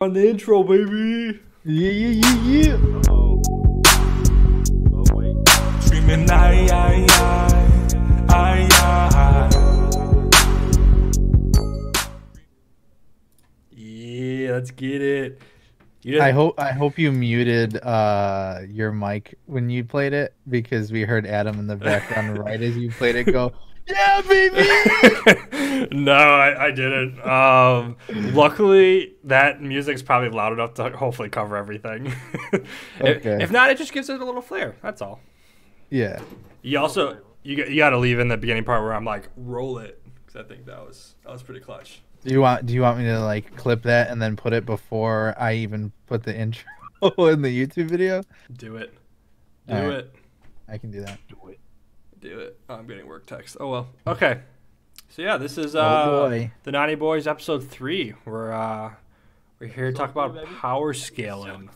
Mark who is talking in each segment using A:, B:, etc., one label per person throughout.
A: On the intro, baby.
B: Yeah, yeah, yeah, yeah.
A: Oh. Oh wait.
C: Screaming, ay, ay, ay, ay, ay.
A: Yeah, let's get it. You just,
B: I hope I hope you muted uh your mic when you played it because we heard Adam in the background right as you played it go, Yeah, baby.
A: no, I, I didn't. Um, luckily, that music's probably loud enough to hopefully cover everything. If-
B: Okay.
A: if not, it just gives it a little flair. That's all.
B: Yeah.
A: You also you got- you got to leave in the beginning part where I'm like roll it because I think that was that was pretty clutch.
B: Do you want do you want me to like clip that and then put it before I even put the intro in the YouTube video?
A: Do it, do
B: All right.
A: it,
B: I can do that.
A: do it. Oh, I'm getting work text. Oh well. Okay. So yeah, this is
B: Oh,
A: uh
B: boy.
A: the Naughty Boys episode three. We're uh we're here to talk about power scaling.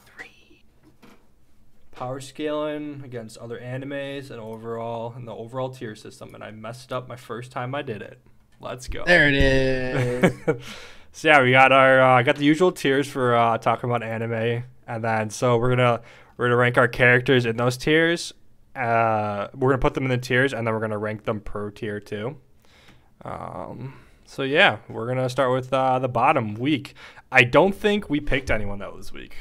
A: Power scaling against other animes and overall and the overall tier system, and I messed up my first time I did it. Let's go.
B: There it is.
A: so yeah, we got our uh, got the usual tiers for uh, talking about anime, and then so we're gonna we're gonna rank our characters in those tiers. Uh, we're gonna put them in the tiers, and then we're gonna rank them per tier too. Um, so yeah, we're gonna start with uh, the bottom week. I don't think we picked anyone that was weak.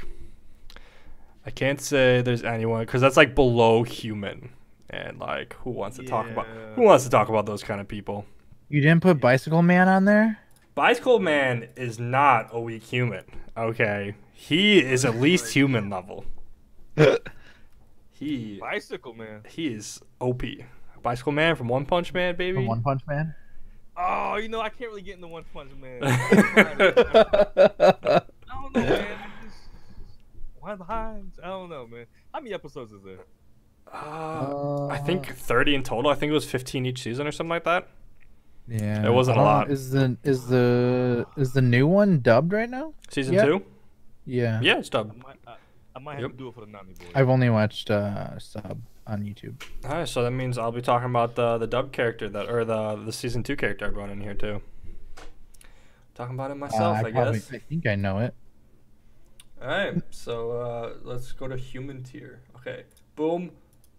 A: I can't say there's anyone because that's like below human, and like who wants to talk about who wants to talk about those kind of people.
B: you didn't put Bicycle Man on there?
A: Bicycle Man is not a weak human. Okay, he is at least human level. He
D: Bicycle Man.
A: he is OP. Bicycle Man from One Punch Man, baby.
B: From One Punch Man?
D: Oh, you know I can't really get into One Punch Man. I
B: I
D: don't know, man. I just... Why behind? I don't know, man. How many episodes is there?
A: Uh, I think 30 in total. I think it was 15 each season or something like that.
B: Yeah.
A: It wasn't a
B: I don't-
A: lot.
B: Is the is the is the new one dubbed right now?
A: Season
B: Yeah.
A: two.
B: Yeah.
A: Yeah, it's
D: I
A: dubbed.
D: might, I, I might have
A: Yep.
D: to do it for the Nami boys.
B: I've only watched uh sub on YouTube.
A: All right, so that means I'll be talking about the the dub character that or the the season two character I brought in here too. Talking about it
B: Uh,
A: myself, I,
B: probably-
A: guess.
B: I think I know it.
A: All right, so uh, let's go to human tier. Okay, boom,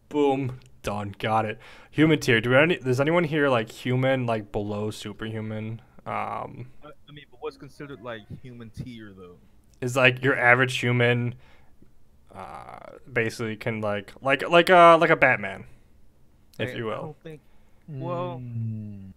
A: boom, done. Got it. Human tier. Do we any? Does anyone here like human, like below superhuman? Um,
D: I I mean, but what's considered like human tier though?
A: is like your average human, uh, basically can like like like uh like a Batman, if
D: Like,
A: you
D: I
A: will.
D: don't think Well-
B: Mm.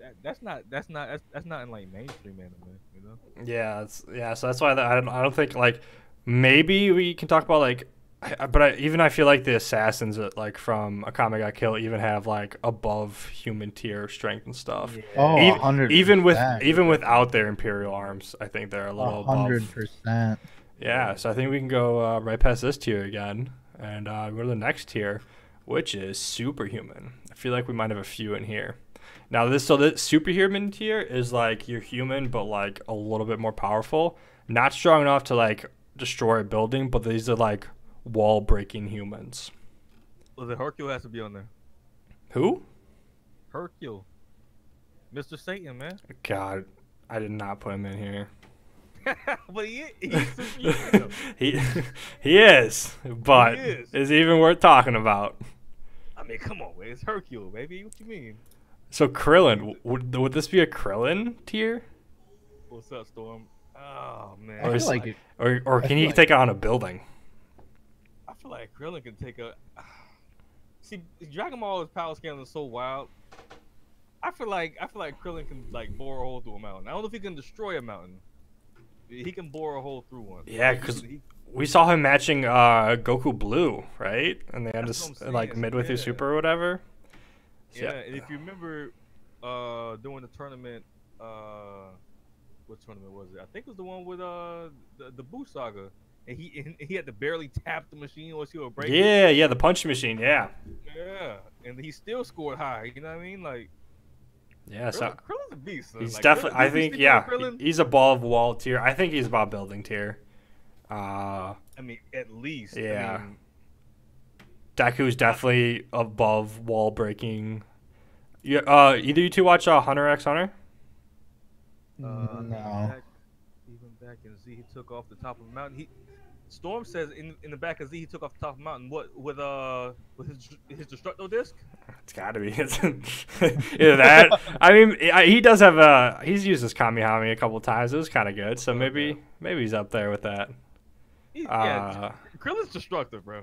D: that, that's not that's not that's, that's not in like mainstream anime, you know?
A: Yeah, it's, yeah. So that's why I don't, I don't think like maybe we can talk about like, I- I- but I, even I feel like the assassins that like from a comic got kill even have like above human tier strength and stuff.
B: Oh,
A: Ev-
B: 100%.
A: even with even without their imperial arms, I think they're a little
B: hundred
A: above.
B: percent.
A: Yeah, so I think we can go uh, right past this tier again and uh, go to the next tier, which is superhuman. I feel like we might have a few in here. Now this so this superhuman tier is like you're human but like a little bit more powerful, not strong enough to like destroy a building, but these are like wall breaking humans.
D: Well, the Hercule has to be on there.
A: Who?
D: Hercule, Mr. Satan, man.
A: God, I did not put him in here.
D: but he, he's super human, though.
A: he he is, but
D: He is.
A: is he even worth talking about?
D: I mean, come on, man. It's Hercule, baby. What you mean?
A: So Krillin, w- would would this be a Krillin tier,
D: What's up, Storm? Oh man.
A: I
B: I
A: was
B: feel like it,
A: or or
B: I
A: can
B: feel
A: he
B: like-
A: take on a building?
D: I feel like Krillin can take a. See, Dragon Ball is power scaling so wild. I feel like I feel like Krillin can like bore a hole through a mountain. I don't know if he can destroy a mountain. He can bore a hole through one.
A: Yeah, 'cause
D: He-
A: We saw him matching uh, Goku Blue, right? And they had
D: That's
A: just
D: what I'm saying,
A: like
D: so
A: midway through
D: yeah.
A: Super or whatever. So,
D: yeah, and if you remember, uh, during the tournament, uh, what tournament was it? I think it was the one with uh the, the Boo Saga, and he and he had to barely tap the machine or she would break. it.
A: yeah, yeah, the punch machine. Yeah,
D: Yeah, and he still scored high. You know what I mean? Like
A: yeah. So
D: Krillin, Krillin's a beast. son.
A: he's
D: Like,
A: definitely.
D: Krillin-
A: I
D: if you
A: think
D: sleep on
A: yeah,
D: Krillin,
A: he- he's above wall tier. I think he's above building tier. Uh,
D: I mean, at least. I
A: Yeah.
D: mean,
A: Deku's definitely above wall breaking. Yeah, uh, either you two watch uh, Hunter X Hunter?
D: uh, I mean,
B: Mm, no.
D: back- even back back in Z, he took off the top of the mountain. He Storm says in in the back of Z, he took off the top of the mountain. What with uh with his his destructo disc?
A: It's gotta be either that. I mean, I, he does have a. He's used his Kamihami a couple times. It was kind of good,
D: Oh,
A: so maybe maybe he's up there with that.
D: He,
A: Uh,
D: yeah, Krillin's destructive, bro.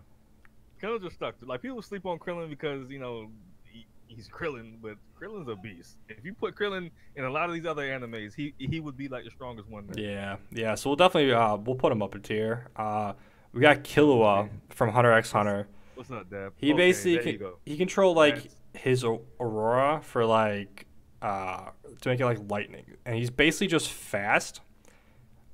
D: Krillin's destructive. Like people sleep on Krillin because you know he, he's Krillin, but Krillin's a beast. If you put Krillin in a lot of these other animes, he he would be like the strongest one. There.
A: Yeah, yeah. So we'll definitely uh, we'll put him up a tier. Uh, we got Killua from Hunter X Hunter.
D: What's up, Dab?
A: He
D: Okay,
A: basically
D: there you
A: can-
D: go.
A: he controlled like
D: Rats.
A: his Au- Aurora for like uh, to make it like lightning, and he's basically just fast.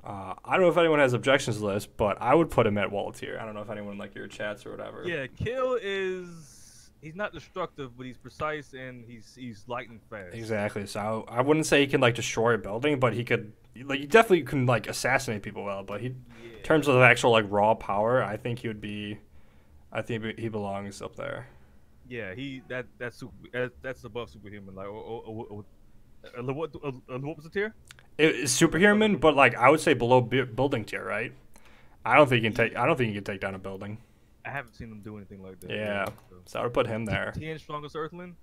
A: Uh, I don't know if anyone has objections to this, but I would put him at wall tier. I don't know if anyone like your chats or whatever.
D: Yeah, Kill is he's not destructive, but he's precise and he's he's lightning fast.
A: Exactly. So I wouldn't say he can like destroy a building, but he could like he definitely can like assassinate people well. But he,
D: Yeah.
A: in terms of actual like raw power, I think he would be, I think he belongs up there.
D: Yeah, he that that's super, that, that's above superhuman. Like, oh, oh, oh, oh, uh, what uh, uh, what was the tier?
A: It, it's superhuman, but like I would say below bu- building tier, right? I don't think he can take. I don't think he can take down a building.
D: I haven't seen him do anything like that.
A: Yeah.
D: so.
A: So I would put him there.
D: Tien strongest Earthling.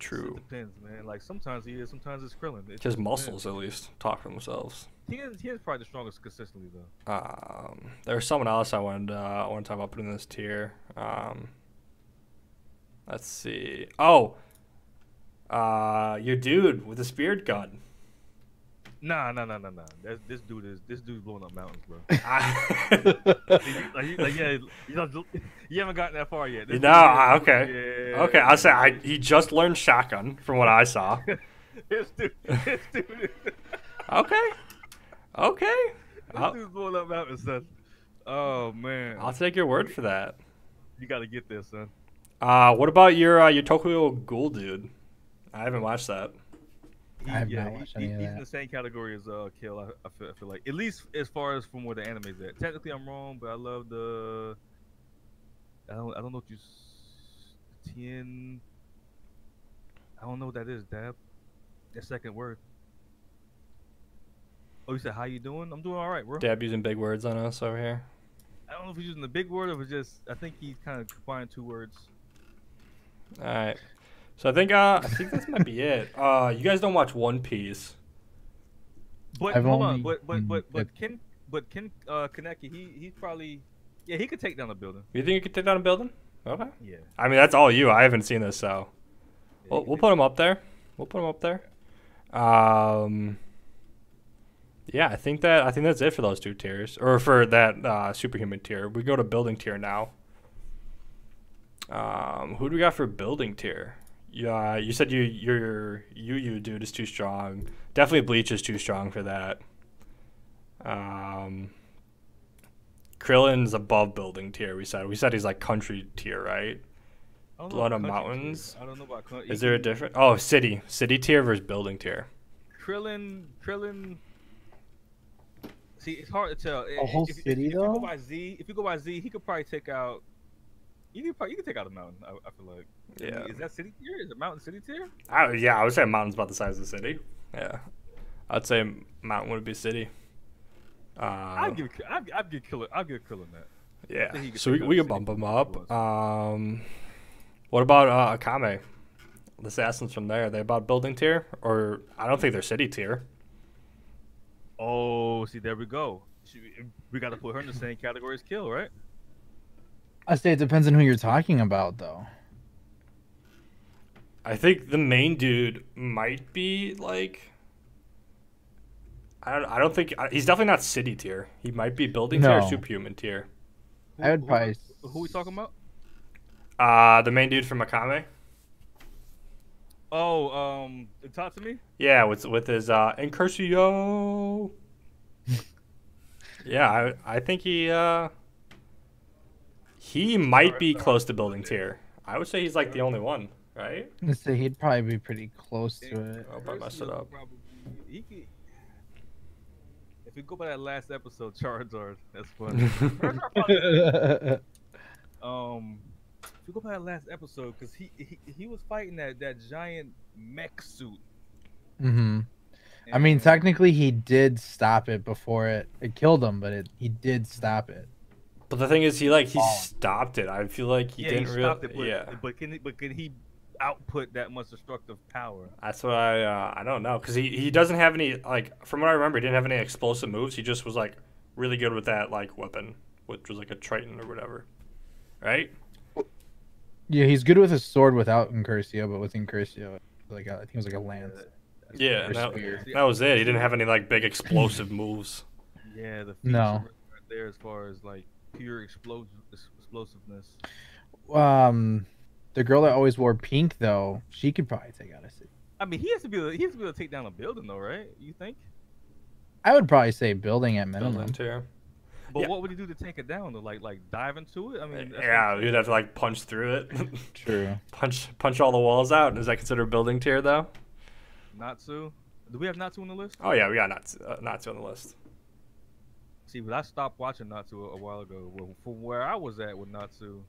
A: True.
D: It depends, man. Like sometimes he is, sometimes it's Krillin. It
A: His
D: just depends.
A: muscles at least talk for themselves.
D: Tien, Tien's probably the strongest consistently though.
A: Um, there's someone else I wanted uh, I want to talk about putting in this tier. Um, let's see. Oh, uh, your dude with the spirit gun.
D: Nah, nah, nah, nah, nah. That's, this dude is this dude's blowing up mountains, bro.
A: I-
D: like, you, like, yeah, you, know, you haven't gotten that far yet. This
A: no,
D: dude is-
A: I- okay,
D: Yeah.
A: okay. I say I, he just learned shotgun from what I saw.
D: This dude, this dude, is- this
A: Okay, okay. I'll,
D: dude's blowing up mountains, son. Oh man,
A: I'll take your word for that.
D: you gotta get this, son.
A: Uh, what about your uh, your Tokyo Ghoul dude? I haven't watched that.
D: He,
B: I have
D: E, yeah,
B: not
D: he-
B: watched
D: he-
B: any of
D: he's
B: that.
D: in the same category as uh, Kill. I, I, feel, I feel like at least as far as from where the anime's at. Technically, I'm wrong, but I love the. I don't. I don't know what you. s- Tien. I don't know what that is, Dab. That second word. Oh, you said how you doing? I'm doing all right, bro.
A: Dab using big words on us over here.
D: I don't know if he's using the big word or if it's just. I think he's kind of combined two words.
A: All right. So I think uh, I think this might be it. Uh, you guys don't watch One Piece.
D: But
B: I've
D: hold
B: only-
D: on. But but
B: mm,
D: but but
B: that-
D: Ken but Ken uh, Kaneki he he's probably yeah he could take down a building.
A: You think you could take down a building? Okay.
D: Yeah.
A: I mean, that's all you. I haven't seen this, so
D: Yeah,
A: we'll,
D: he
A: we'll
D: could-
A: put him up there. We'll put him up there. Um. Yeah, I think that I think that's it for those two tiers, or for that uh, superhuman tier. We go to building tier now. Um, who do we got for building tier? Yeah, you said you your you you dude is too strong. Definitely bleach is too strong for that. Um, Krillin's above building tier. We said we said he's like country tier, right?
D: I don't know
A: Blood on
D: about country tier.
A: mountains?
D: I don't know about country.
A: Is there a different? Oh, city, city tier versus building tier.
D: Krillin? Krillin. See, it's hard to tell.
B: A whole
D: if, if-
B: city,
D: if, If
B: though?
D: you go by Z, if you go by Z, he could probably take out. You could probably you could take out a mountain. I, I feel like. I mean,
A: Yeah.
D: Is that city tier? Is it mountain city tier?
A: I, yeah, I would say mountain's about the size of the city. Yeah, I'd say mountain would be city. Uh,
D: I'd give I'd, I'd give Krillin I'd give Krillin that.
A: yeah,
D: think he could
A: so we,
D: take
A: we
D: out
A: could
D: the
A: bump him
D: city
A: up.
D: if he
A: Um, what about uh, Akame? The assassins from there, are they about building tier? Or I don't think they're city tier.
D: Oh, see, there we go. She, we got to put her in the same category as Kill, right?
B: I say it depends on who you're talking about, though.
A: I think the main dude might be like. I don't, I don't think. I- He's definitely not city tier. He might be building tier or
B: No.
A: superhuman tier.
B: I would
D: Who-
B: probably.
D: Who, who we talking about?
A: Uh, the main dude from Akame.
D: Oh, um, Tatsumi.
A: Yeah, with with his uh, Incursio. yeah, I I think he uh he might be close to building tier. I would say he's like the only one, right?
B: I'd say he'd probably be pretty close to it.
A: I hope I messed it up.
D: Probably, he could, if we go by that last episode, Charizard. That's funny. Charizard probably- um, if we go by that last episode, because he, he he was fighting that that giant mech suit.
B: hmm I mean,
D: And-
B: technically, he did stop it before it, it killed him, but it, he did stop it.
A: But the thing is, he like he
B: Oh.
A: stopped it. I feel like he
D: yeah,
A: didn't
D: he
A: really.
D: stopped it, but,
A: yeah,
D: but can he, but can he output that much destructive power?
A: that's what I uh, I don't know because he he doesn't have any like from what I remember he didn't have any explosive moves. He just was like really good with that like weapon, which was like a triton or whatever, right?
B: Yeah, he's good with his sword without Incursio, but with Incursio, like a, I think it was like a lance.
A: Yeah,
B: Or
A: and that,
B: spear.
A: that was it. He didn't have any like big explosive moves.
D: Yeah, the
B: No.
D: feature right there as far as like pure explos- explosiveness.
B: Um, the girl that always wore pink though, she could probably take out a city.
D: I mean, he has to be able, he has to be able to take down a building though, right? You think?
B: I would probably say building at minimum.
A: Building too.
D: But
A: Yeah.
D: what would he do to take it down? To like like dive into it? I mean, that's
A: Yeah,
D: what I'm
A: you'd have to like punch through it,
B: True.
A: punch punch all the walls out. Is that considered building tier though?
D: saying. Natsu. Do we have Natsu on the list?
A: Oh yeah, we got Natsu, uh, Natsu on the list.
D: See, but I stopped watching Natsu a, a while ago. Well, from where I was at with Natsu,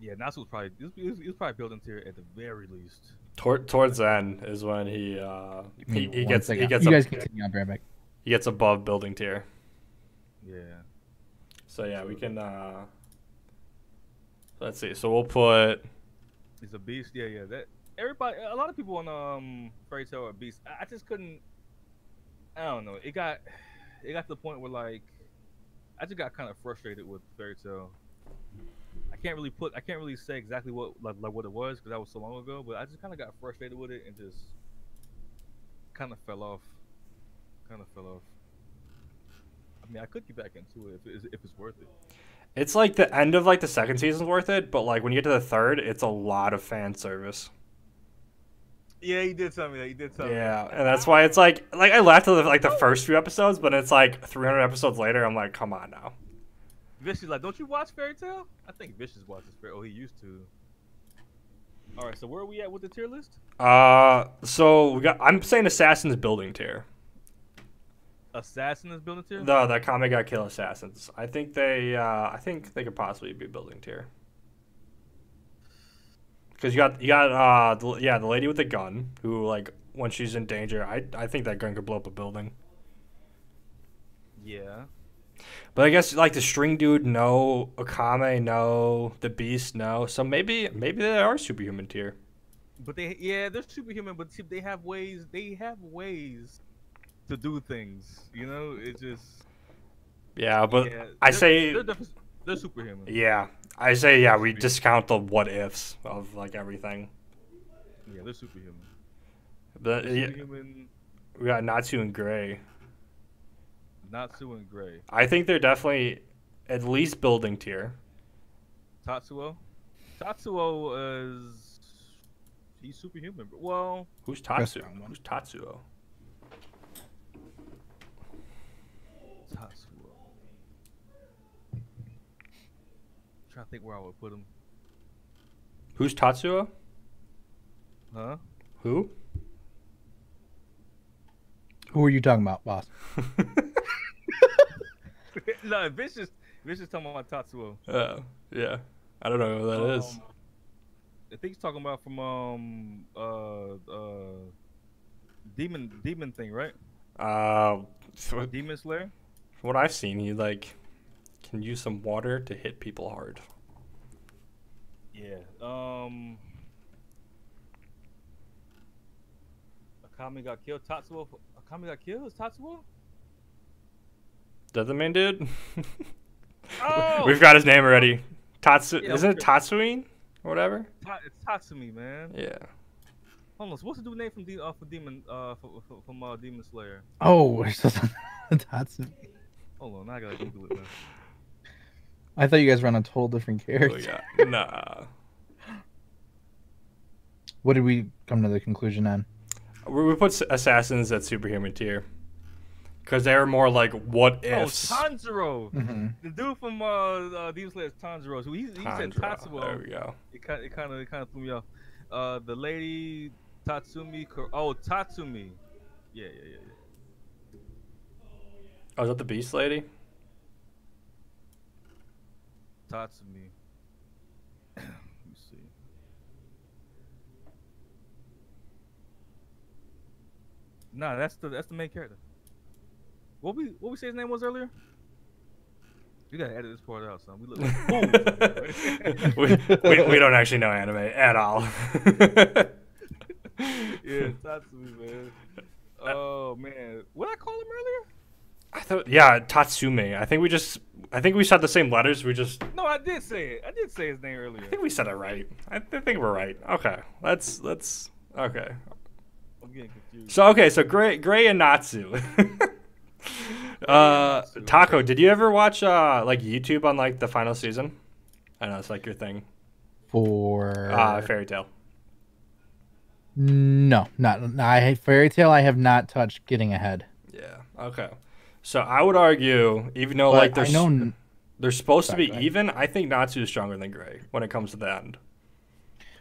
D: yeah, Natsu was probably it was, it was, it was probably building tier at the very least.
A: Tor- towards the end is when he uh,
B: Give
A: he,
B: me
A: he
B: one
A: gets he
B: second.
A: gets
B: You
A: up-
B: guys continue. I'll be right back.
A: he gets above building tier.
D: Yeah.
A: So yeah, we can. uh Let's see. So we'll put.
D: He's a beast. Yeah, yeah. That everybody, a lot of people on um Fairy Tale are beasts. I, I just couldn't. I don't know. It got, it got to the point where like, I just got kind of frustrated with Fairy Tale. I can't really put. I can't really say exactly what like, like what it was because that was so long ago. But I just kind of got frustrated with it and just kind of fell off. Kind of fell off. I mean, I could get back into it if it's, if it's worth it.
A: It's like the end of like the second season's worth it, but like when you get to the third, it's a lot of fan service.
D: Yeah, you did tell me that. You did tell me.
A: Yeah, and that's why it's like like I laughed at the, like the first few episodes, but it's like 300 episodes later, I'm like, come on now.
D: Vish is like, don't you watch Fairy Tale? I think Vicious watches Fairy. Oh, he used to. All right, so where are we at with the tier list?
A: Uh, so we got. I'm saying Assassin's building tier.
D: Assassin is building tier.
A: No, the comic got kill assassins. I think they. Uh, I think they could possibly be building tier. Because you got you got uh the, yeah the lady with the gun who like when she's in danger I I think that gun could blow up a building.
D: Yeah.
A: But I guess like the string dude no Akame no the beast no so maybe maybe they are superhuman tier.
D: But they, yeah, they're superhuman, but see, they have ways. They have ways to do things. You know, it's just.
A: Yeah, but
D: yeah,
A: I
D: they're-
A: say
D: they're, defi- they're superhuman. Yeah.
A: yeah I say yeah we discount the what ifs of like everything.
D: they're superhuman.
A: But
D: They're
A: yeah,
D: Superhuman,
A: we got Natsu and Gray.
D: Natsu and Gray.
A: I think they're definitely at least building tier.
D: Tatsuo. Tatsuo is. He's superhuman. But, well,
A: Who's Tatsu?
B: Restaurant one.
A: Who's Tatsuo?
D: Tatsuo. trying to think where I would put him.
A: Who's Tatsuo?
D: Huh?
A: Who?
B: Who are you talking about, boss?
D: no, Vicious. Vicious talking about Tatsuo.
A: uh, yeah. I don't know who that is.
D: Um, I think he's talking about from um uh uh demon demon thing, right?
A: Uh, so from
D: Demon Slayer.
A: what I've seen, he like can use some water to hit people hard.
D: Yeah. Um. Akami got killed. Tatsuo. Akami got killed. Is Tatsuo?
A: Is that the main dude?
D: Oh,
A: We've got his name already. Tatsu.
D: Yeah,
A: isn't it
D: okay.
A: Tatsuine? Or whatever.
D: Ta- it's Tatsumi, man.
A: Yeah.
D: Hold on, so what's the dude name from the uh, from Demon uh from, from- from uh, Demon Slayer?
B: Oh, we're still Tatsumi.
D: Hold on, I gotta Google it. Man.
B: I thought you guys were on a total different
A: Who we
B: character.
A: got? Oh, Nah.
B: What did we come to the conclusion on?
A: We, we put s- assassins at superhuman tier because they're more like what
D: Oh,
A: ifs.
D: Tanjiro,
B: Mhm.
D: the dude from uh, uh Demon Slayer is Tanjiro. So he, he said
A: Tanjiro. There
D: Tatsuo.
A: we go.
D: It kind it kind of it kind of threw me off. Uh, the lady Tatsumi. Kor- Oh, Tatsumi. Yeah, yeah, yeah, yeah.
A: Oh, is that the Beast Lady?
D: Tatsumi. Let me see. Nah, that's the that's the main character. What we what we say his name was earlier? You gotta edit this part out, son. We look like fools. over
A: we, we, we don't actually know anime at all.
D: here. yeah, Tatsumi, man. Oh man, what I call him earlier?
A: I thought, yeah, Tatsume. I think we just, I think we said the same letters. We just,
D: No, I did say it. I did say his name earlier.
A: I think we said it right. I, th- think we're right. Okay, let's let's. Okay,
D: I'm getting confused.
A: so okay, so Gray Gray and Natsu. uh,
D: Natsu,
A: Taco, did you ever watch uh like YouTube on like the final season? I know it's like your thing.
B: For
A: Uh, Fairy Tale.
B: no, not no, I fairy tale. I have not touched getting ahead.
A: Yeah. Okay. So I would argue, even though
B: But
A: like they're
B: I know
A: s-
B: n-
A: they're supposed
B: Sorry,
A: to be
B: go ahead.
A: even, I think Natsu is stronger than Gray when it comes to the end.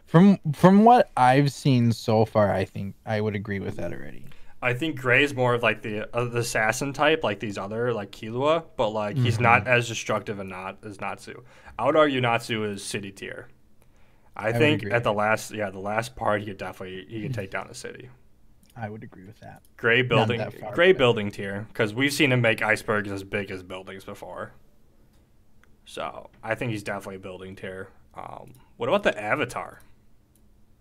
B: from from what I've seen so far, I think I would agree with that already.
A: I think Gray is more of like the uh, the assassin type, like these other like Killua, but like
B: Mm-hmm.
A: he's not as destructive and not as Natsu. I would argue Natsu is city tier. I,
B: would
A: think
B: agree.
A: at the last yeah the last part he could definitely he could take down a city.
B: I would agree with that.
A: Gray building
B: that far,
A: Gray
B: but-
A: building tier because we've seen him make icebergs as big as buildings before. So I think he's definitely building tier. Um, what about the Avatar?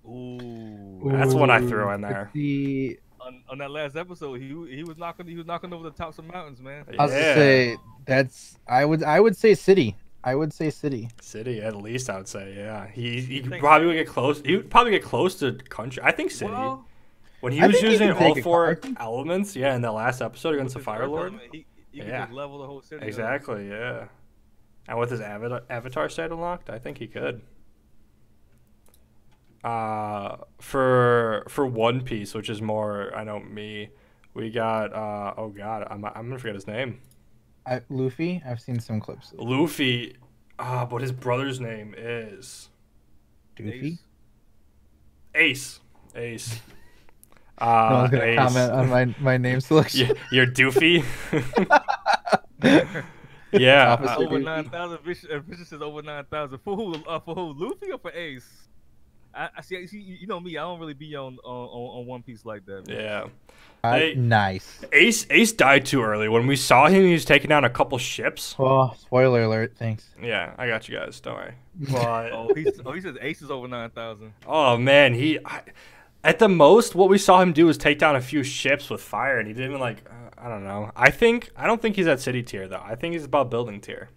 D: Ooh.
A: That's what I
B: Ooh,
A: threw in
B: but
A: there.
B: The,
D: On, on that last episode, he he was knocking he was knocking over the tops of mountains, man.
B: I was gonna say that's I would I would say city. I would say city.
A: City, at least I would say, yeah. He he could
D: Think-
A: probably get close. He would probably get close to country. I think city
D: Well,
A: when he
B: I
A: was
B: think he
A: using
B: could
A: all
B: take a
A: four
B: card.
A: elements. Yeah, in that last episode against the
D: with his
A: Fire
D: Earth
A: Lord.
D: element, He, he could
A: Yeah.
D: just level the whole city. up.
A: Exactly, yeah. And with his avatar, avatar stat unlocked, I think he could. Uh, for for One Piece, which is more, I know me, we got uh oh god, I'm I'm gonna forget his name.
B: I, Luffy. I've seen some clips.
A: Luffy, ah, but his brother's name is
B: Doofy.
A: Ace. Ace.
B: No
A: Uh,
B: one's gonna
A: Ace.
B: comment on my my name selection.
A: Y- You're doofy. yeah.
B: Officer
A: uh,
B: Doofy.
D: over nine thousand. Vicious is over nine thousand. For who? Uh, for who? Luffy or for Ace? I, I see, see. You know me. I don't really be on on, on, on One Piece like that. man.
A: yeah.
B: I-
A: Hey.
B: Uh, nice.
A: Ace Ace died too early. When we saw him, he was taking down a couple ships.
B: Oh, spoiler alert! Thanks.
A: Yeah, I got you guys. Don't worry. But
D: Oh, he's, oh, he says Ace is over nine thousand.
A: oh man, he I, at the most what we saw him do was take down a few ships with fire, and he didn't even like uh, I don't know. I think I don't think he's at city tier though. I think he's about building tier.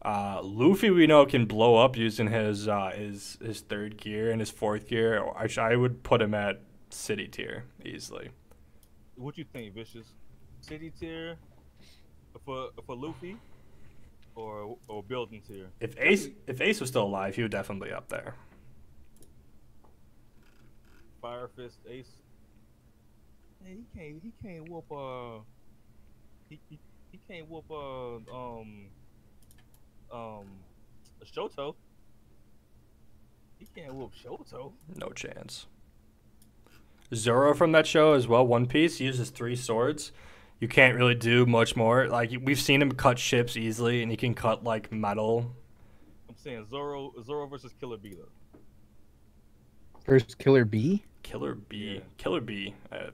A: Uh, Luffy we know can blow up using his uh, his his third gear and his fourth gear. or I, sh- I would put him at city tier easily.
D: What you think, Vicious? City tier for for Luffy, or or building tier?
A: If Ace if Ace was still alive, he would definitely be up there.
D: Fire Fist Ace. Man, he can't. He can't whoop. Uh, he, he, he can't whoop. Uh, um, um, Shoto. He can't whoop Shoto.
A: No chance. Zoro from that show as well, One Piece, he uses three swords. You can't really do much more. Like we've seen him cut ships easily and he can cut like metal.
D: I'm saying Zoro. Zoro versus Killer B though.
B: First killer B.
A: Killer B.
D: Yeah.
A: Killer B. Uh,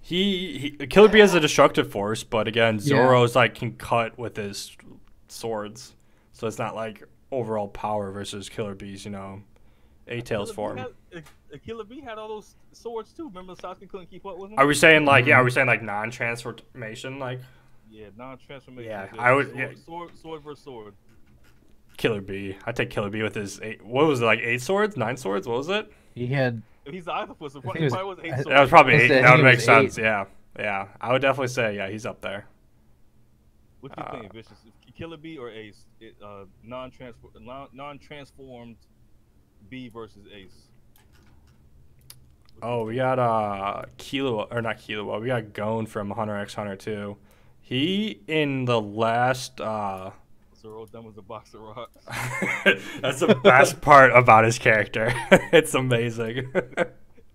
A: he, he Killer B is a destructive force, but again, Zoro's like can cut with his swords. So it's not like overall power versus Killer B's, you know, A Tails
D: Killer
A: form.
D: B had- uh, uh, Killer B had all those swords too. Remember Sasuke couldn't keep up with him.
A: Are we saying like yeah, are we saying like non transformation like
D: yeah, non-transformation.
A: Yeah, I would-
D: Sword,
A: yeah.
D: sword, sword versus sword.
A: Killer B. I take Killer B with his eight. What was it like? Eight swords? Nine swords? What was it?
B: He had
D: If he's the octopus, it
B: think
D: probably,
B: it was-
D: probably
B: I-
D: was eight swords.
A: That was probably
B: I
A: eight.
B: said
A: That
B: he
A: would make
B: was
A: sense.
B: eight.
A: Yeah, yeah. I would definitely say yeah. He's up there.
D: What you
A: Uh,
D: think, Vicious? Killer B or Ace? It, uh, non-transform, non-transformed B versus Ace.
A: Oh, we got uh Kilo or not Kilo. We got Gone from Hunter X Hunter Two. He in the last. uh
D: Zoro dumb as a box of rocks.
A: That's the best part about his character. it's amazing.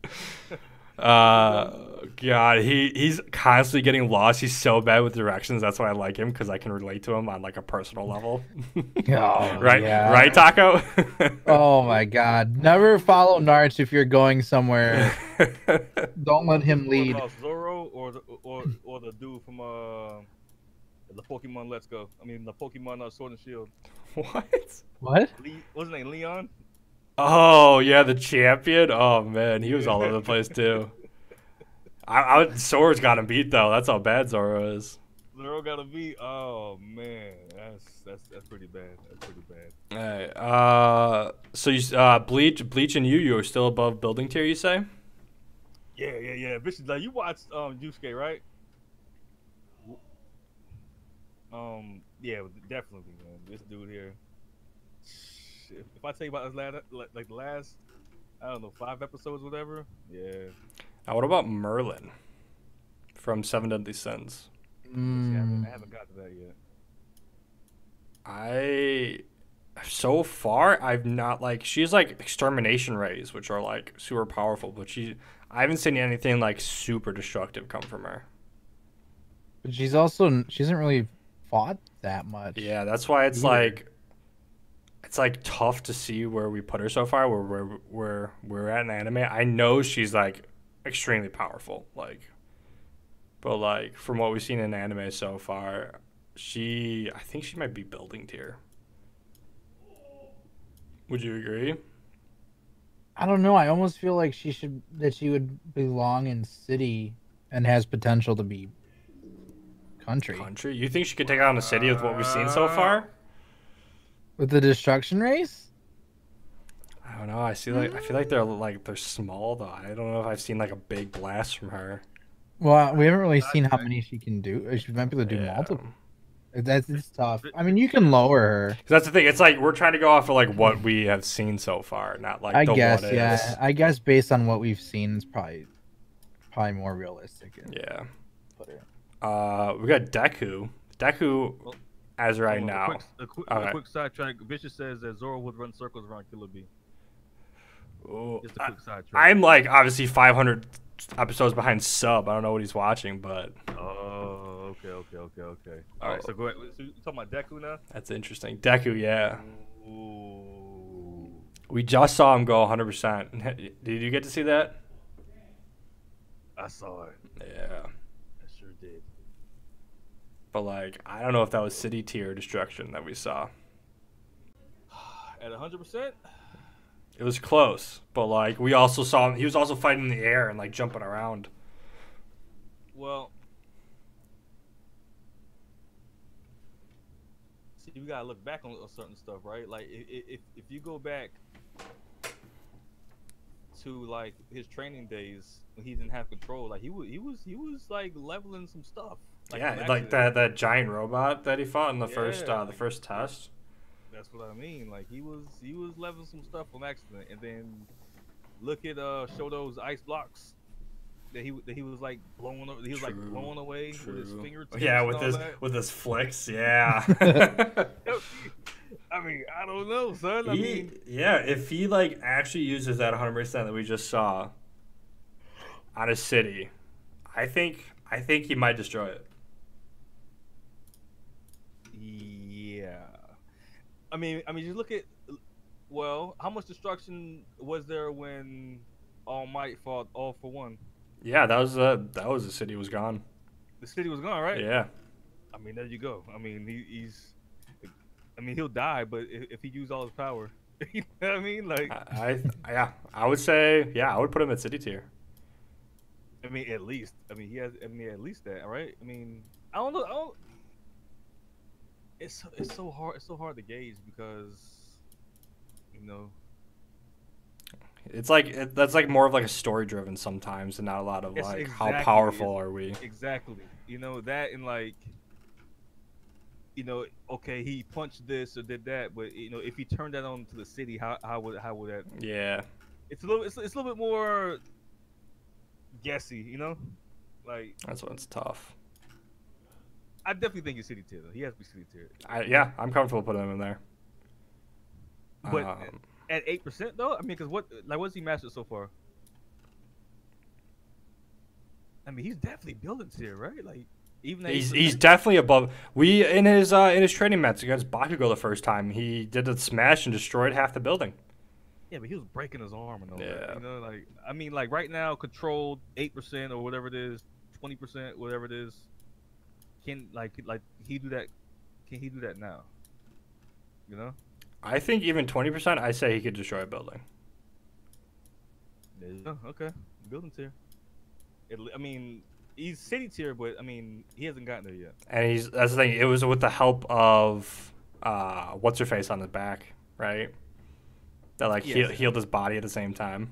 A: uh, god, he he's constantly getting lost. He's so bad with directions. That's why I like him because I can relate to him on like a personal level.
B: Oh,
A: right,
B: yeah.
A: right, Taco.
B: Oh my god. Never follow Narch if you're going somewhere. Don't let him
D: What
B: lead.
D: about Zoro or the, or or the dude from uh the Pokemon Let's Go. I mean the Pokemon uh, Sword and Shield.
A: what?
B: What?
D: Lee, what's his name? Leon.
A: Oh yeah, the champion. Oh man, he was all over the place too. I, I would- Sora's got him beat though. That's how bad Zora is.
D: Zoro gotta be. Oh man, that's that's that's pretty bad. That's pretty bad.
A: Alright. Uh, so you s- uh, bleach, bleach, and you, you are still above building tier. You say?
D: Yeah, yeah, yeah. Bitch, like you watched um Yusuke, right? Um, yeah, definitely, man. This dude here. Shit. If I tell you about this last, like, like the last, I don't know, five episodes, whatever. Yeah.
A: Now, Uh, what about Merlin from Seven Deadly Sins?
D: See, I, haven't,
B: Mm,
D: I haven't got to that yet.
A: I so far I've not like she's like extermination rays, which are like super powerful, but she I haven't seen anything like super destructive come from her.
B: but she's also she hasn't really fought that much.
A: Yeah, that's why it's
B: Weird.
A: like it's like tough to see where we put her so far, where where where we're at in anime. I know she's like extremely powerful, like but like from what we've seen in anime so far, she I think she might be building tier. Would you agree?
B: I don't know. I almost feel like she should that she would belong in city and has potential to be country.
A: Country? You think she could take on a city with what we've seen so far?
B: With the destruction race?
A: I don't know. I see like I feel like they're like they're small though. I don't know if I've seen like a big blast from her.
B: Well, we haven't really seen how many she can do. Uh, She might be able to do
A: Yeah.
B: multiple. That's it's tough. I mean, you can lower her.
A: 'Cause that's the thing. It's like we're trying to go off of like what we have seen so far, not like
B: I
A: the
B: guess,
A: what
B: yeah.
A: ifs.
B: I guess based on what we've seen, it's probably probably more realistic. and
A: Yeah.
B: put her-
A: Uh, we got Deku. Deku,
D: Well,
A: as right
D: Hold on, a
A: now.
D: quick, a quick,
A: Alright.
D: a quick sidetrack. Vicious says that Zoro would run circles around Killer B.
A: Ooh,
D: Just a
A: I,
D: quick sidetrack.
A: I'm like obviously 500 episodes behind sub. I don't know what he's watching, but
D: Oh, okay, okay, okay, okay. All right,
A: Oh.
D: so go ahead. So you talking about Deku now?
A: that's interesting. Deku, yeah.
D: Ooh.
A: We just saw him go 100%. Did you get to see that?
D: I saw it.
A: Yeah.
D: I sure did.
A: But like, I don't know if that was city tier destruction that we saw.
D: At 100%?
A: It was close, but like we also saw him. He was also fighting in the air and like jumping around.
D: Well. See, you gotta look back on on certain stuff, right? Like, i- i- if, if you go back to like his training days when he didn't have control, like he was, he was, he was like leveling some stuff.
A: yeah,
D: some
A: like
D: accidents.
A: that that giant robot that he fought in the first
D: Yeah.
A: uh, the first test.
D: That's what I mean. Like he was he was leveling some stuff on accident, and then look at uh Shoto's ice blocks that he that he was like blowing. a- He was like
A: True,
D: blowing away with his
A: True.
D: fingertips.
A: yeah,
D: and
A: with
D: all
A: his
D: that.
A: with his flicks. Yeah.
D: I mean, I don't know, son. I
A: he,
D: mean,
A: yeah, if he like actually uses that 100% that we just saw on a city, I think I think he might destroy it.
D: yeah. I mean, I mean, just look at. Well, how much destruction was there when All Might fought All for One?
A: Yeah, that was uh that was the city was gone.
D: The city was gone, right?
A: Yeah.
D: I mean, there you go. I mean, he, he's. I mean, he'll die, but if, if he used all his power, you know what I mean? Like,
A: I, I yeah, I would say yeah, I would put him at city tier.
D: I mean, at least. I mean, he has. I mean, at least that, right? I mean, I don't know. I don't, it's so- it's so hard. It's so hard to gauge because, you know,
A: It's like it, that's like more of like a story driven sometimes, and not a lot of
D: It's
A: like how
D: exactly-
A: powerful are we.
D: exactly. You know that, and like, you know, okay, he punched this or did that, but you know, if he turned that on to the city, how how would how would that
A: Yeah,
D: it's a little it's, it's a little bit more guessy, you know? Like
A: that's what's tough.
D: I definitely think he's city tier though. He has to be city tier.
A: I, yeah, I'm comfortable putting him in there.
D: But-
A: Um,
D: At eight percent though, I mean, because what like what's he mastered so far? I mean, he's definitely building tier, right? Like even that
A: He's, he's definitely above. We in his uh, in his training match against Bakugo the first time, he did a smash and destroyed half the building.
D: yeah, but he was breaking his arm and all
A: Yeah.
D: that. You know, like I mean, like right now, controlled eight percent or whatever it is, twenty percent, whatever it is. Can like like he do that? Can he do that now? You know.
A: I think even twenty percent, I say he could destroy a building.
D: Oh, okay. Building tier. It, I mean, he's city tier, but I mean, he hasn't gotten there yet.
A: And he's that's the thing. It was with the help of uh, what's her face on his back, right? That like
D: Yes.
A: heal, healed his body at the same time.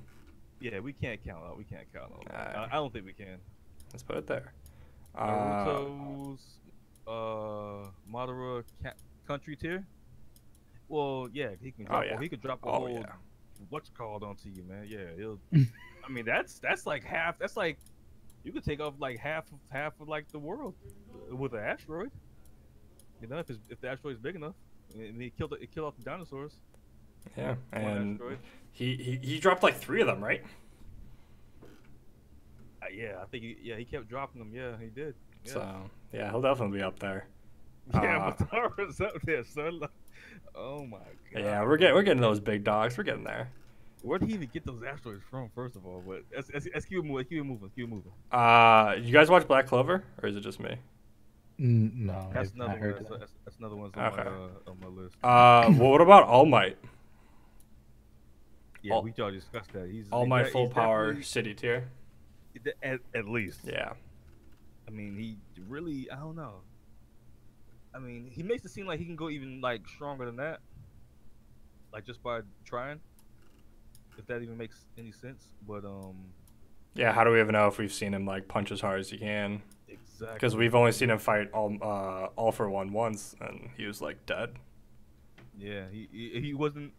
D: Yeah, we can't count out. We can't count out. I-
A: Alright.
D: I don't think we can.
A: Let's put it there. Uh,
D: Naruto's uh, Madara ca- country tier. Well, yeah, he can
A: Oh,
D: drop.
A: yeah.
D: He could drop a
A: oh
D: whole
A: yeah,
D: what's called onto you, man. Yeah, it'll, I mean that's that's like half. That's like you could take off like half of half of like the world with an asteroid. You know, if it's, if the asteroid's big enough, and he killed it, killed off the dinosaurs.
A: yeah.
D: One
A: And
D: asteroid.
A: he, he he dropped like three of them, right?
D: Uh, yeah, I think he, yeah he kept dropping them. Yeah, he did. Yeah,
A: So yeah, he'll definitely be up there.
D: yeah
A: uh,
D: Madara's up there, son. Like, oh my god.
A: Yeah, we're getting we're getting those big dogs. We're getting there.
D: Where did he even get those asteroids from? First of all, but let's, let's, let's keep it moving. Let's keep it moving. Let's keep it moving.
A: Uh, you guys watch Black Clover, or is it just me?
B: N-
A: Oh,
B: No,
D: That's
B: I've not
D: another one.
B: heard
D: That's,
B: that.
D: that's, that's another one's on,
A: Okay.
D: my, uh, on my list.
A: Uh, well, what about All Might?
D: Yeah,
A: All-
D: we already discussed that. He's
A: All
D: he-
A: Might
D: he's
A: full power
D: definitely-
A: city tier.
D: de- At, at least.
A: Yeah,
D: I mean, he really. I don't know. I mean, he makes it seem like he can go even like stronger than that. Like just by trying. If that even makes any sense, but um,
A: yeah. How do we even know if we've seen him like punch as hard as he can?
D: exactly.
A: Because we've only seen him fight all uh all for one once, and he was like dead.
D: Yeah, he he, he wasn't.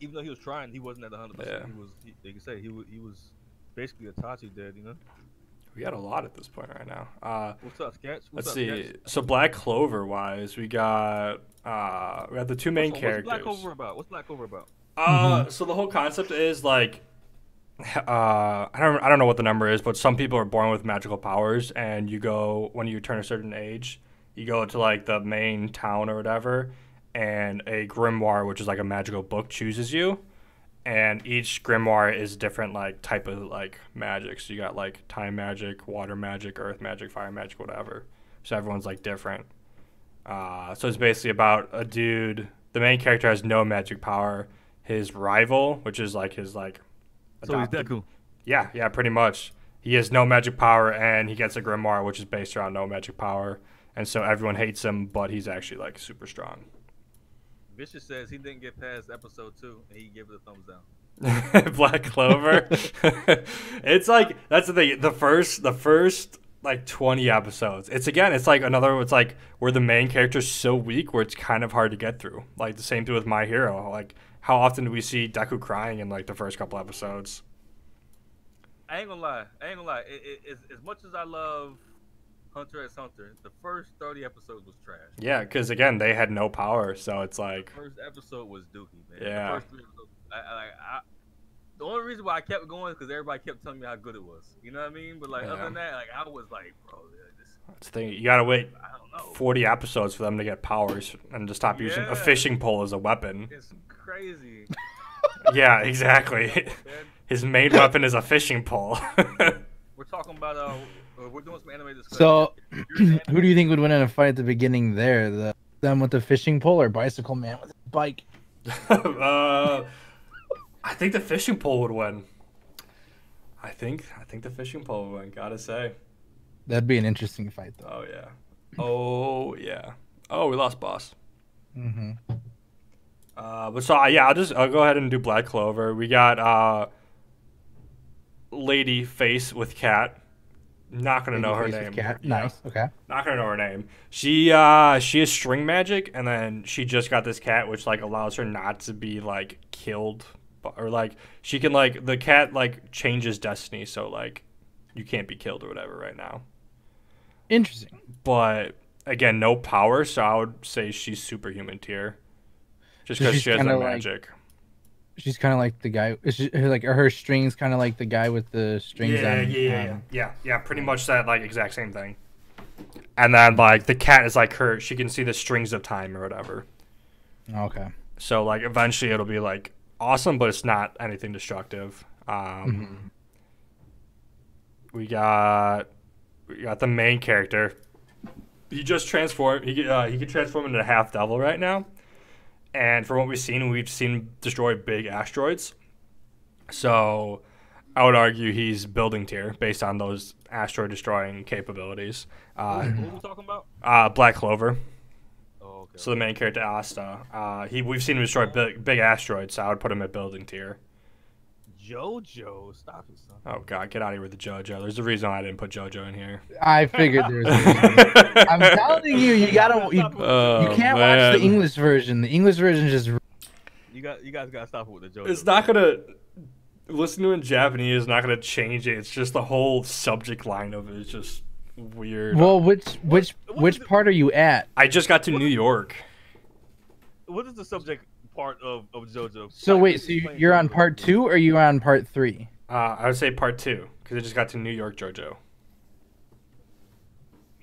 D: Even though he was trying, he wasn't at hundred
A: Yeah.
D: percent. He was. He, like you say, he was. He was basically a Tachi dead. You know.
A: We got a lot at this point right now. Uh,
D: What's up, Sketch? What's
A: let's
D: up,
A: see.
D: Sketch?
A: So Black Clover wise, we got uh we got the two main
D: What's, what's
A: characters.
D: Black Clover about? What's Black Clover about?
A: Uh, so the whole concept is like, uh, I don't, I don't know what the number is, but some people are born with magical powers, and you go when you turn a certain age, you go to like the main town or whatever, and a grimoire, which is like a magical book, chooses you, and each grimoire is different like type of like magic. So you got like time magic, water magic, earth magic, fire magic, whatever. So everyone's like different. Uh, so it's basically about a dude. The main character has no magic power. His rival, which is like his like, adopted-
D: Deku.
A: yeah, yeah, pretty much. He has no magic power, and he gets a grimoire, which is based around no magic power, and so everyone hates him. But he's actually like super strong.
D: Vicious says he didn't get past episode two, and he gave it a thumbs down.
A: Black Clover. it's like that's the thing. The first, the first like twenty episodes. It's again, it's like another. It's like where the main character's so weak, where it's kind of hard to get through. Like the same thing with My Hero. Like how often do we see Deku crying in like the first couple episodes?
D: I ain't gonna lie. I ain't gonna lie. It, it, it's- as much as I love Hunter x Hunter, the first thirty episodes was trash.
A: Yeah, because again, they had no power, so it's like
D: First episode was dookie, man.
A: Yeah.
D: The, first three episodes, I, I, like, I, the only reason why I kept going is because everybody kept telling me how good it was. You know what I mean? But like
A: Yeah.
D: other than that, like I was like, bro, this,
A: it's the thing. You gotta wait
D: I don't know.
A: forty episodes for them to get powers and to stop using
D: Yeah.
A: a fishing pole as a weapon.
D: It's crazy.
A: yeah, exactly.
D: man.
A: His main weapon is a fishing pole.
D: We're talking about uh, uh, we're doing some anime discussion.
B: So,
D: You're an
B: who do you think would win in a fight at the beginning there? The them with the fishing pole or bicycle man with a bike?
A: uh, I think the fishing pole would win. I think I think the fishing pole would win. Gotta say.
B: That'd be an interesting fight, though.
A: Oh yeah. Oh yeah. Oh, we lost boss.
B: Mm-hmm.
A: Uh, but so uh, yeah, I'll just I'll go ahead and do Black Clover. We got uh, Lady Face with Cat. Not gonna know her name.
B: Cat.
A: Yeah.
B: Nice. Okay.
A: not gonna know her name. She uh she is string magic, and then she just got this cat, which like allows her not to be like killed, bu- or like she can like the cat like changes destiny, so like you can't be killed or whatever right now.
B: Interesting.
A: But again, no power, so I would say she's superhuman tier, just
B: So
A: because
B: she's
A: she has that
B: kinda like-
A: magic.
B: she's kind of like the guy. is she- her, like her strings, kind of like the guy with the strings.
A: yeah,
B: on,
A: yeah, yeah, yeah,
B: um,
A: yeah, yeah. Pretty much that like exact same thing. And then like the cat is like her. She can see the strings of time or whatever.
B: Okay.
A: So like eventually it'll be like awesome, but it's not anything destructive. Um,
B: Mm-hmm.
A: We got we got the main character. He just transformed. He uh, he can transform into a half devil right now, and from what we've seen, we've seen him destroy big asteroids. So I would argue he's building tier based on those asteroid destroying capabilities. Uh,
D: What are we talking about?
A: uh, Black Clover.
D: Oh, okay.
A: So the main character Asta, uh, he we've seen him destroy big, big asteroids, so I would put him at building tier.
D: JoJo, stop it, son.
A: Oh god, get out of here with the JoJo. There's a reason I didn't put JoJo in here.
B: I figured there's. I'm
A: I'm
B: telling you, you gotta. You,
D: Stop it.
B: you
A: Oh,
B: can't watch the English version. The English version is just.
D: You got, you guys gotta stop it with the JoJo.
A: It's not gonna listen to it in Japanese is not gonna change it. It's just the whole subject line of it is just weird.
B: Well, which which
D: what is
B: which
D: it-
B: part are you at?
A: I just got to New York.
D: What is the subject part of, of JoJo?
B: So
D: Like,
B: wait,
D: just
B: so you-
D: explain
B: you're on
D: JoJo.
B: part two, or you on part three?
A: Uh, I would say part two because I just got to New York JoJo.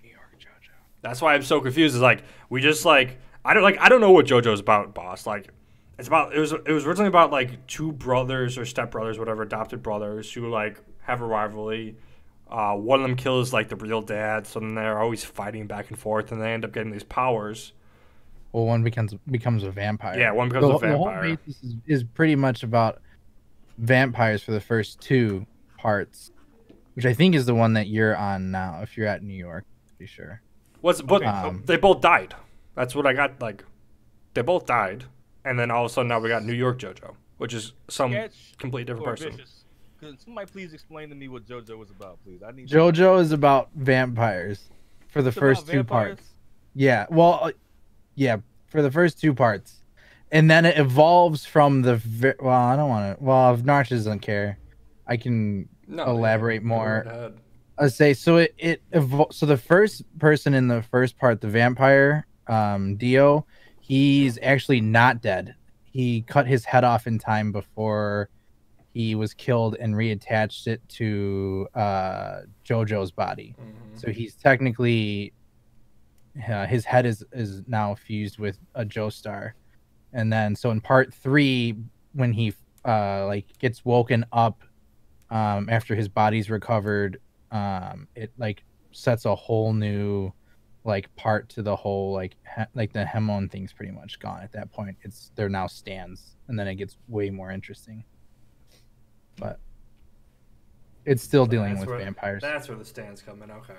B: New York JoJo.
A: That's why I'm so confused. Is like we just like I don't like I don't know what JoJo's about, boss. Like it's about it was it was originally about like two brothers or stepbrothers, whatever, adopted brothers who like have a rivalry. Uh, one of them kills like the real dad, so then they're always fighting back and forth, and they end up getting these powers.
B: Well, one becomes becomes a vampire.
A: Yeah, one becomes
B: the,
A: a
B: the whole
A: vampire.
B: basis is, is pretty much about vampires for the first two parts, which I think is the one that you're on now. If you're at New York, pretty sure.
A: What's but
B: Um,
A: they both died. That's what I got. Like they both died, and then all of a sudden now we got New York JoJo, which is some
D: Sketch
A: completely Um, different
D: or
A: person.
D: vicious? Could somebody please explain to me what JoJo was about, please? I need
B: JoJo is about vampires for the
D: It's about
B: first two
D: vampires?
B: parts. Yeah. Well, uh, yeah, for the first two parts, and then it evolves from the. ve- Well, I don't want to. Well, if Narsh doesn't care, I can
A: No,
B: Elaborate
A: yeah,
B: more.
A: go ahead.
B: I say so. It it evol- so the first person in the first part, the vampire, um, Dio, he's actually not dead. He cut his head off in time before he was killed and reattached it to uh, Jojo's body.
A: Mhm.
B: So he's technically uh, his head is is now fused with a Joestar, and then so in part three, when he uh, like gets woken up um, after his body's recovered, um, it like sets a whole new like part to the whole like he- like the Hemon thing's pretty much gone at that point. It's they're now stands, and then it gets way more interesting, but. It's still dealing
A: That's
B: with
A: where-
B: vampires.
A: That's where the stands come in. Okay.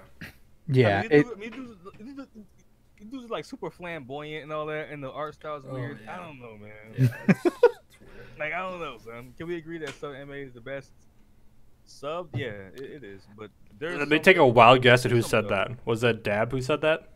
B: Yeah,
D: I mean,
B: it,
D: these dudes- I mean, these dudes- these dudes- these dudes are, like super flamboyant and all that, and the art style's
A: Oh,
D: weird.
A: yeah.
D: I don't know, man.
A: Yeah, it's, it's weird.
D: Like I don't know, son. Can we agree that sub MA is the best sub? Yeah, it, it is. But there's
A: Let me
D: some-
A: take a wild guess at who
D: there's
A: said
D: some though.
A: that. Was that Dab who said that?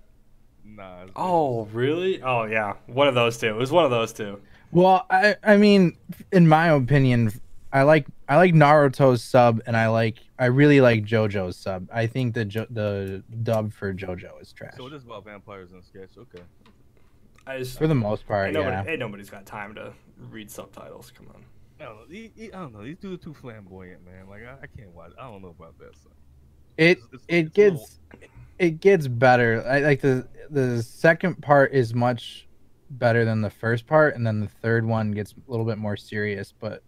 D: Nah. it's-
A: Oh, really? Oh, yeah. One of those two. It was one of those two.
B: Well, I I mean, in my opinion, I like I like Naruto's sub, and I like I really like JoJo's sub. I think the jo- the dub for JoJo is trash
D: So it is about vampires and sketch. Okay.
A: I just,
B: for the most part.
A: ain't, nobody,
B: Yeah,
A: ain't nobody's got time to read subtitles. Come on.
D: I don't know. These, these- I don't know. These dudes are too flamboyant, man. Like I, I can't watch. I don't know about that. Son.
B: it
D: It's- it's-
B: it
D: it's a little-
B: gets it gets better. I like the the second part is much better than the first part, and then the third one gets a little bit more serious. But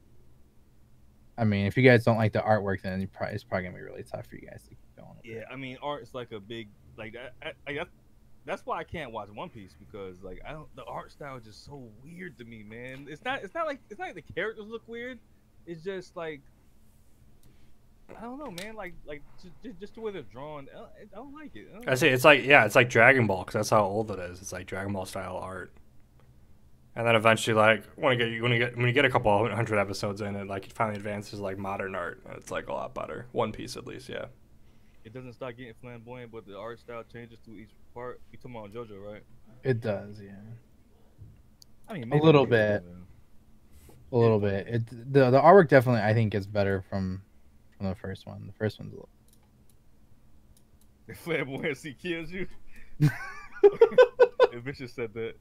B: I mean, if you guys don't like the artwork, then you probably, it's probably gonna be really tough for you guys to keep going. with it.
D: Yeah, I mean, art's like a big like that. I, I, that's- that's why I can't watch One Piece because like I don't. The art style is just so weird to me, man. It's not. It's not like. It's not like the characters look weird. It's just like. I don't know, man. Like, like just, just the way they're drawn. I don't, I don't like it. I don't
A: I see. It's like, yeah, it's like Dragon Ball because that's how old it is. It's like Dragon Ball style art. And then eventually, like, when you get when you get when you get a couple hundred episodes in, it like it finally advances like modern art, and it's like a lot better. One Piece, at least, yeah.
D: It doesn't start getting flamboyant, but the art style changes through each part. You talking about JoJo, right?
B: It does, yeah.
D: I mean,
B: maybe little JoJo, a little bit. It the the artwork definitely I think gets better from from the first one. The first one's a little.
D: Flamboyancy kills you. if Bishop said that.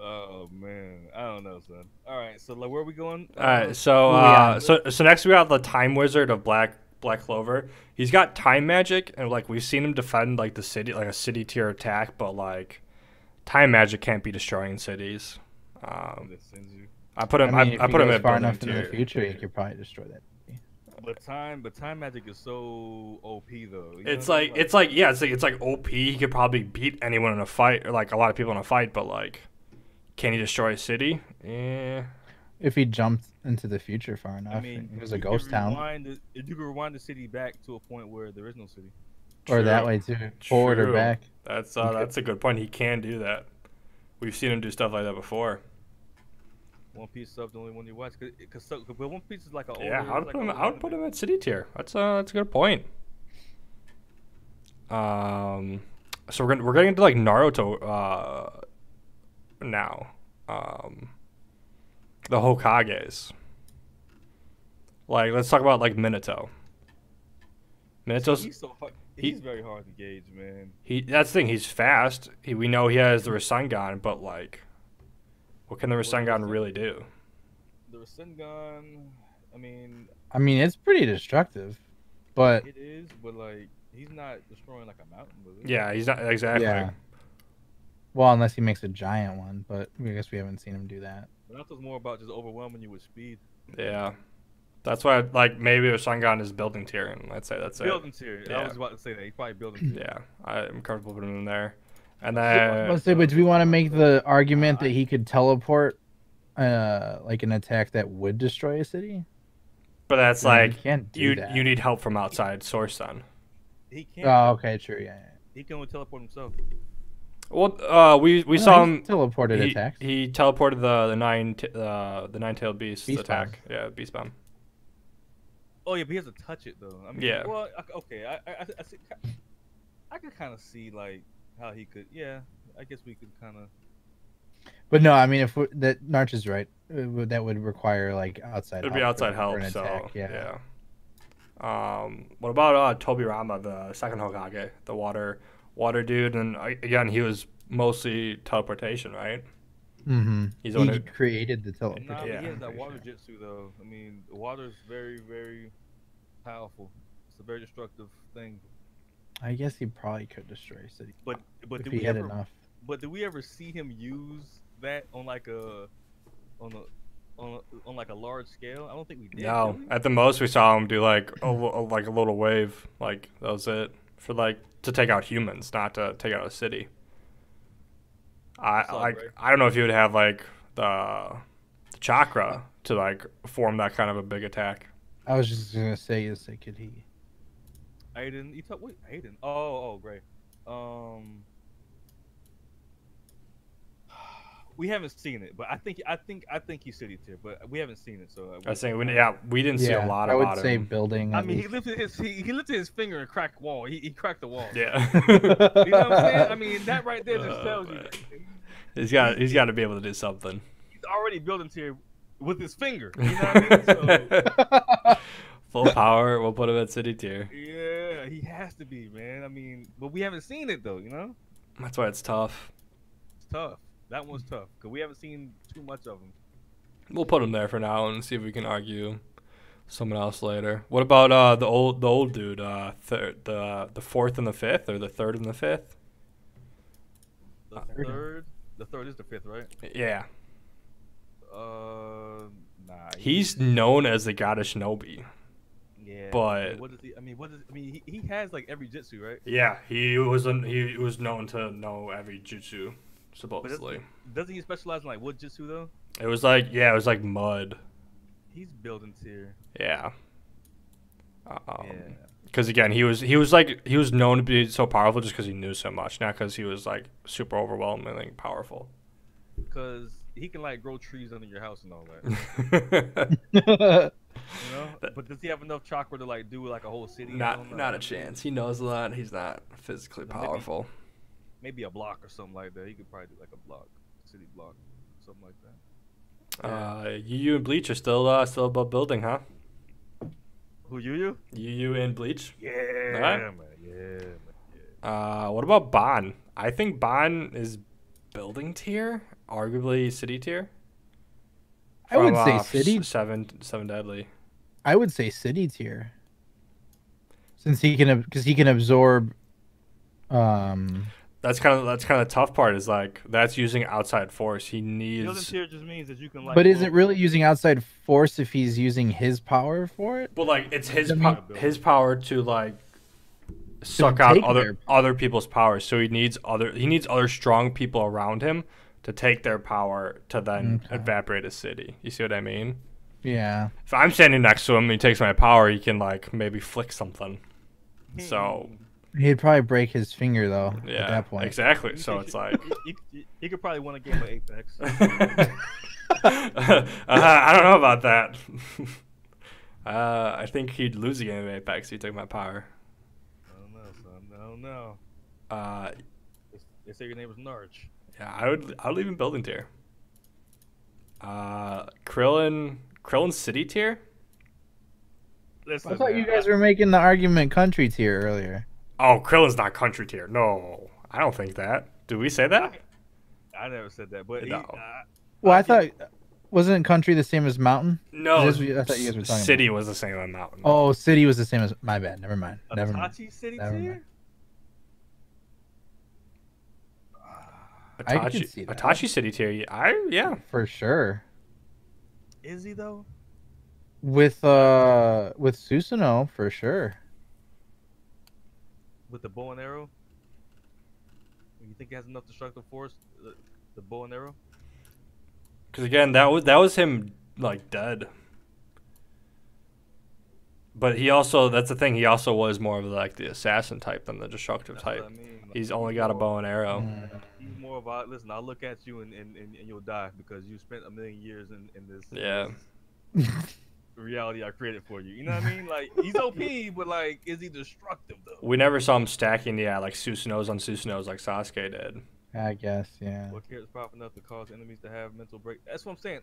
D: oh man, I don't know, son. All right, so like, where are we going?
A: All right, so uh, so so next we got the Time Wizard of Black Black Clover. He's got time magic, and like we've seen him defend like the city, like a city tier attack, but like time magic can't be destroying cities. Um,
D: That sends you.
A: I put him.
B: I
A: Um, I,
B: mean, if
A: I
B: you
A: put him
B: goes
A: at
B: far
A: building
B: enough in the
A: tier.
B: future, you could probably destroy that.
D: But time, but time magic is so OP though. You know
A: It's
D: what I mean?
A: like it's like yeah, it's like it's like OP. He could probably beat anyone in a fight, or like a lot of people in a fight, but like, can he destroy a city? Eh, Yeah.
B: If he jumped into the future far enough,
D: I mean,
B: it was a
D: you could
B: ghost town,
D: rewind The, you could rewind the city back to a point where there is no city.
B: or that
A: True.
B: way too, forward or
A: True.
B: back.
A: That's uh,
B: Okay.
A: that's a good point. He can do that. We've seen him do stuff like that before.
D: One Piece stuff, the only one you watch, because but One Piece is like a
A: Yeah,
D: older-
A: I would
D: like
A: put him.
D: a
A: I would
D: older
A: put
D: anime.
A: him at city tier. That's uh, that's a good point. Um, so we're gonna, we're getting into like Naruto uh, now. Um, the Hokages. Like, let's talk about like Minato. Minato's
D: He's so hard.
A: he-
D: He's very hard to gauge, man.
A: he. That's the thing. He's fast. He, we know he has the Rasengan, but like, what can the
D: is it?
A: Rasengan really do?
D: The Rasengan, I mean,
B: I mean, it's pretty destructive, but
D: it is, but like he's not destroying like a mountain. With it.
A: Yeah, he's not exactly.
B: Yeah. well, unless he makes a giant one, but I guess we haven't seen him do that.
D: Naruto's more about just overwhelming you with speed.
A: Yeah. That's why, like, maybe Osangan is building tier, and I'd say that's
D: Building tier. I
A: Yeah.
D: was about to say that. He's probably building
A: it.
D: tier.
A: Yeah, I'm comfortable putting him in there. And
B: But
A: then,
B: say, but do we want
A: uh,
B: to make the argument
D: uh,
B: that he could teleport, uh, like an attack that would destroy a city?
A: but that's
B: Then we
A: like
B: can't do
A: you
B: that.
A: you need help from outside source then.
D: He can't.
B: Oh, okay, true. Yeah. yeah.
D: he can only teleport himself.
A: Well, uh, we we
B: No,
A: saw
B: he's
A: him.
B: Oh, teleported
A: He,
B: attacks.
A: he teleported the the nine t- uh, the nine tailed beast,
B: Beast
A: attack. Yeah, beast bomb.
D: Oh yeah, but he has to touch it though. I mean,
A: Yeah.
D: Well, I- okay. I I, I, I, see, I could kind of see like how he could. Yeah. I guess we could kind of.
B: But no, I mean, if we that Narch is right, it would- that would require like outside.
A: It'd be
B: for-
A: outside
B: for
A: help.
B: an
A: So
B: attack,
A: yeah. Um, what about uh Tobirama, the second Hokage, the water water dude? And uh, again, he was mostly teleportation, right?
B: Mm-hmm.
A: He's the one
B: He
A: who
B: created the
D: And nah,
B: teleportation.
D: but
A: yeah,
D: he has
B: I'm
D: that
B: pretty
D: water
B: sure.
D: jutsu though. I mean, the water's very very powerful. It's a very destructive thing.
B: I guess he probably could destroy a city
D: But but
B: if
D: did
B: he
D: we
B: had
D: ever
B: enough.
D: But did we ever see him use that on like a on a on, a, on like a large scale? I don't think we did. did
A: No,
D: we?
A: at the most we saw him do like a, li- like a little wave, like that was it for like to take out humans, not to take out a city. I
D: That's all
A: like
D: right.
A: I don't know if you would have like the, the chakra to like form that kind of a big attack.
B: I was just gonna say, is like, could he?
D: Aiden, you talk. Wait, Aiden. Oh, oh, great. Um, we haven't seen it, but I think I think I think he's city tier, but we haven't seen it, so uh,
A: I
D: we-
A: was saying, we, yeah, we didn't see a lot
B: I would
A: about
B: say
A: him.
B: building.
D: I
B: at
D: mean, he
B: least.
D: lifted his he, he lifted his finger and cracked wall. He, he cracked the wall.
A: Yeah,
D: You know what I'm saying? I mean, that right there just
A: Oh,
D: tells you
A: man.
D: that
A: he's got he's got to be able to do something.
D: he's already building tier with his finger. You know what I mean? So,
A: Full power, we'll put him at city tier.
D: Yeah, he has to be, man. I mean, but we haven't seen it though, you know?
A: That's why it's tough.
D: It's tough. That one's tough because we haven't seen too much of him.
A: We'll put him there for now and see if we can argue someone else later. What about uh the old the old dude uh thir- the the fourth and the fifth or the third and the fifth?
D: The
A: Uh,
B: third.
D: third, the third is the fifth, right?
A: Yeah,
D: Uh, nah.
A: he's known as the god of shinobi.
D: yeah.
A: but-
D: what does he? I mean, what does? I mean, he, he has like every jitsu, right?
A: Yeah, he was un- he was known to know every jutsu
D: supposedly. Doesn't he specialize in like wood jitsu though?
A: It was like yeah, it was like mud.
D: He's building tier.
A: Yeah. Um,
D: yeah.
A: Because again, he was he was like he was known to be so powerful just because he knew so much, not because he was like super overwhelmingly powerful.
D: Cause he can like grow trees under your house and all that. You know.
A: That-
D: but does he have enough chakra to like do like a whole city? I don't
A: Not
D: know.
A: not a chance. He knows a lot. He's not physically
D: Then maybe-
A: powerful.
D: Maybe a block or something like that. He could probably do like a block, city block, something like that.
A: Uh, UU and Bleach are still uh, still above building, huh?
D: Who you you?
A: UU and Bleach.
D: Yeah,
A: Alright.
D: man. Yeah, man.
A: Uh, what about Bon? I think Bon is building tier. arguably city tier.
B: I would
A: from,
B: say
A: uh,
B: city.
A: s- seven seven deadly.
B: I would say city tier, since he can because he can absorb. Um,
A: That's kind of that's kind of the tough part. Is like that's using outside force. He
D: Building
A: needs,
D: tier just means that you can like.
B: but is it
D: move-
B: really using outside force if he's using his power for it?
A: but like it's his
B: I mean-
A: po- his power to like suck out
B: take
A: other
B: their-
A: other people's power. So he needs other he needs other strong people around him to take their power to then
B: Okay.
A: evaporate a city. You see what I mean?
B: Yeah.
A: If I'm standing next to him and he takes my power, he can like maybe flick something.
D: Hmm.
A: So
B: He'd probably break his finger though.
A: yeah,
B: at that point.
A: exactly.
D: You
A: So
D: could-
A: it's like.
D: you, you- you could probably win a game of Apex.
A: uh, Uh-huh, I don't know about that. uh, I think he'd lose the game of Apex. if He took my power.
D: I don't know, son. I don't know.
A: Uh,
D: They say your name was Norwich.
A: yeah, I would. I would leave him building tier. Uh, Krillin, Krillin city tier.
D: Listen,
B: I thought you
D: man,
B: guys were making the argument country tier earlier.
A: Oh, Krillin's not country tier. No, I don't think that. Do we say that?
D: I never said that, but he- uh,
A: No.
D: I-
B: Well, I thought
D: think-
B: wasn't country the same as mountain?
A: No.
B: This is what- I thought you guys were talking
A: city was the same amount.
B: Oh, city was the same as my bad. Never mind. Never mind.
D: Itachi City
B: Never mind.
D: tier? Uh,
B: I could
A: Itachi,
B: see that.
A: Itachi city tier. I yeah.
B: For sure.
D: Is he though?
B: With uh with Susanoo, for sure.
D: With the bow and arrow? You think he has enough destructive force? The, the bow and arrow?
A: Because again, that was that was him like dead. But he also that's the thing. He also was more of like the assassin type than the destructive
D: That's what
A: type.
D: I mean. Like,
A: He's only got a bow and arrow.
B: Mm.
D: He's more of a listen. I'll look at you and, and, and, and you'll die because you spent a million years in, in this
A: Yeah.
B: Mm.
D: reality I created for you. You know what I mean? Like he's OP, but like is he destructive though?
A: We never saw him stacking. Yeah, like Susanos on Susanos like Sasuke did.
B: I guess, yeah.
D: What character's powerful enough to cause enemies to have mental break? That's what I'm saying.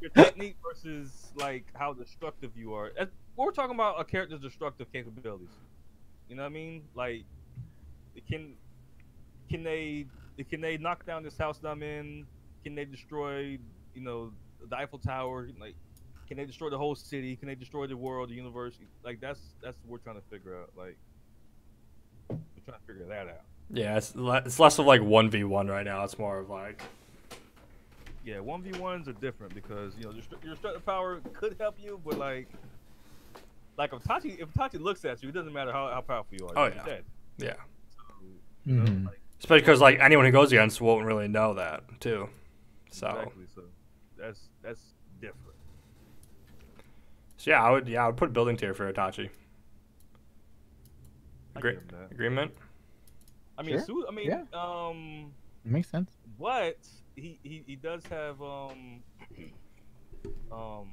D: Your technique versus like how destructive you are. That's, we're talking about a character's destructive capabilities. You know what I mean? Like can can they can they knock down this house that I'm in? Can they destroy you know the Eiffel Tower? Like can they destroy the whole city? Can they destroy the world, the universe? Like that's that's what we're trying to figure out. Like we're trying to figure that out.
A: yeah, it's, le- it's less of like one v one right now. It's more of like
D: Yeah, one v ones are different because you know your, str- your destructive power could help you, but like, like if Tachi if Tachi looks at you, it doesn't matter how, how powerful you are.
A: Oh,
D: you're
A: yeah.
D: dead.
A: yeah.
D: You know,
B: Mhm.
D: like,
A: Especially because like anyone who goes against won't really know that too. So.
D: exactly. So that's that's different.
A: So yeah, I would yeah I would put building tier for Itachi.
D: I
A: Agree-
D: give him that.
A: agreement.
D: I mean,
B: Sure.
D: Su- I mean,
B: Yeah.
D: um,
B: Makes sense.
D: but he, he he does have um um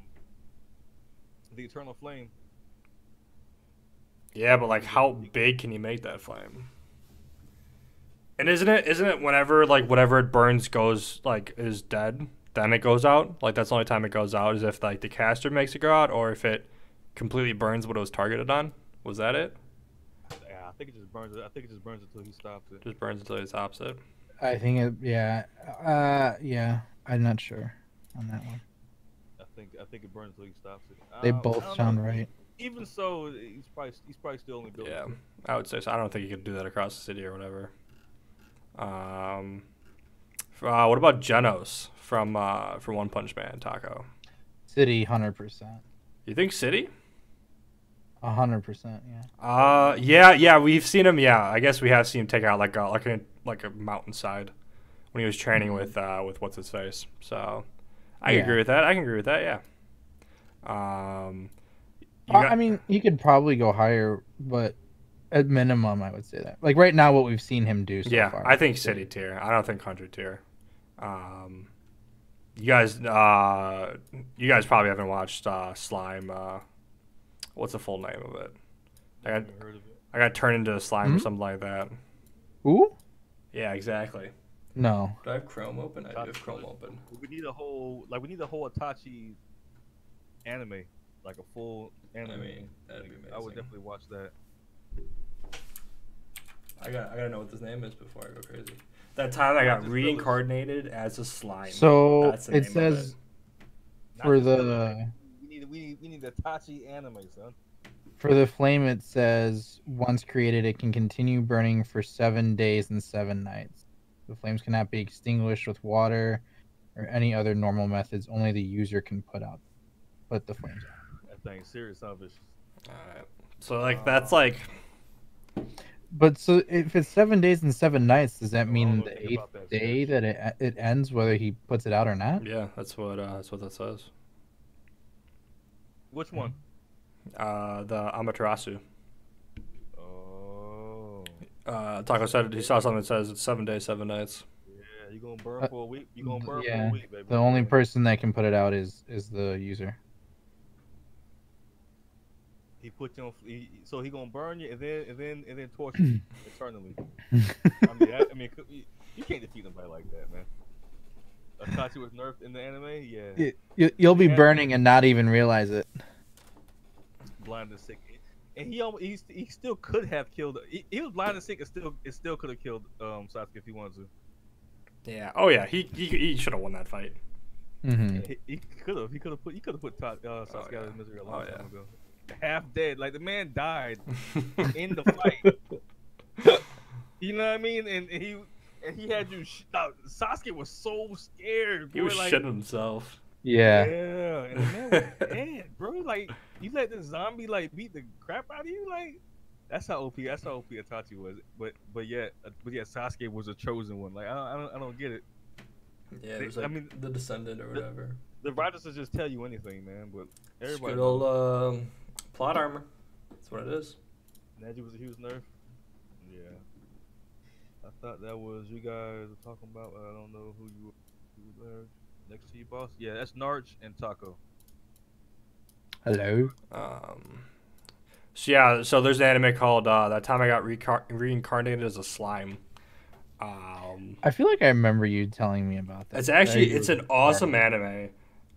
D: the eternal flame.
A: Yeah, but like how big can you make that flame? And isn't it isn't it whenever like whatever it burns goes like is dead, then it goes out? Like that's the only time it goes out is if like the caster makes it go out or if it completely burns what it was targeted on. Was that it?
D: Yeah, I think it just burns. it. I think it just burns until he stops it.
A: Just burns until it tops it.
B: I think it yeah. Uh yeah. I'm not sure on that one.
D: I think I think it burns until he stops it.
B: They
A: Uh,
D: Um, I
B: both
D: don't
B: sound
D: know.
B: right.
D: even so, he's probably he's probably still only building.
A: Yeah, I would say so. I don't think you could do that across the city or whatever. Um, f- uh, what about Genos from uh, from One Punch Man Taco?
B: City hundred percent.
A: You think city?
B: hundred percent, yeah.
A: Uh, yeah, yeah, we've seen him. Yeah, I guess we have seen him take out like a like a like a mountainside when he was training with uh with what's his face. So I
B: Mm-hmm. Yeah.
A: agree with that. I can agree with that. Yeah. Um, you
B: Uh,
A: got-
B: I mean, he could probably go higher, but at minimum, I would say that. Like right now, what we've seen him do so
A: yeah,
B: far.
A: I think city tier. I don't think hundred tier. Um, you guys, uh, you guys probably haven't watched uh, slime. Uh, what's the full name of it? I got,
D: Never heard of it.
A: I got turned into a slime or
B: Hmm?
A: something like that.
B: Ooh?
A: Yeah, exactly.
B: No.
A: Do I have Chrome open?
D: do have Chrome
A: open.
D: We need a whole like we need a whole Itachi anime, like a full anime.
A: mean, that'd be
D: I would
A: amazing.
D: definitely watch that.
A: I got I gotta know what his name is before I go crazy. That time I got
D: Just
A: reincarnated as a slime.
B: So
A: That's the
B: it
A: name of
B: says
A: it.
D: Not
B: for
D: just anime.
B: the
D: we need we need we need the Tachi anime, son.
B: for the flame it says once created it can continue burning for seven days and seven nights. The flames cannot be extinguished with water or any other normal methods. Only the user can put out put the flames out.
D: That thing serious selfish.
A: Alright. So like that's like
B: But so if it's seven days and seven nights, does that
D: don't
B: mean
D: know
B: the
D: anything
B: eighth
D: Oh, about that,
B: day that it uh, it ends, whether he puts it out or not?
A: yeah, that's what uh, that's what that says.
D: Which one?
A: Uh, the Amaterasu.
D: Oh.
A: Uh, Taco said he saw something that says it's seven days, seven nights.
D: Yeah, you gonna burn
B: Uh,
D: for a week. You gonna burn for
B: yeah,
D: a week, baby.
B: The only person that can put it out is is the user.
D: he put you on. He, so he gonna burn you and then and then and then torture you eternally. I mean, I, I mean, could- you, you can't defeat nobody like that, man. Itachi was nerfed in the anime. Yeah,
B: Yeah. You, you'll be
D: Yeah.
B: burning and not even realize it.
D: blind and sick, and he almost, he, he still could have killed. He, he was blind and sick, and still it still could have killed um Sasuke if he wanted to.
A: Yeah. Oh yeah. He he, he should have won that fight.
B: hmm
D: He- He could have. He could have put. He could have put Ta- uh, Sasuke out of his
A: yeah.
D: misery a
A: Oh,
D: long
A: yeah.
D: time ago. Half dead, like the man died in the fight. you know what I mean? And, and he and he had you. Sh- uh, Sasuke was so scared.
A: he
D: boy,
A: was
D: like,
A: shitting himself.
B: Yeah.
D: Yeah, and the man was dead, bro. Like you let the zombie like beat the crap out of you, like that's how OP. That's how OP Itachi was. But but yet but yet Sasuke was a chosen one. Like I don't I don't, I don't get it.
A: Yeah.
D: it was, like, I mean-
A: the descendant or whatever.
D: The writers will just tell you anything, man. But everybody,
A: good old um, plot armor. That's what it is.
D: Neji was a huge nerf. Yeah, I thought that was you guys were talking about. I don't know who you were who were next to you, boss. Yeah, that's Narch and Taco.
B: Hello.
A: Um, so yeah, so there's an anime called uh, "That Time I Got Recar- Reincarnated as a Slime." Um,
B: I feel like I remember you telling me about that.
A: it's actually
B: Vaguely.
A: it's an awesome anime.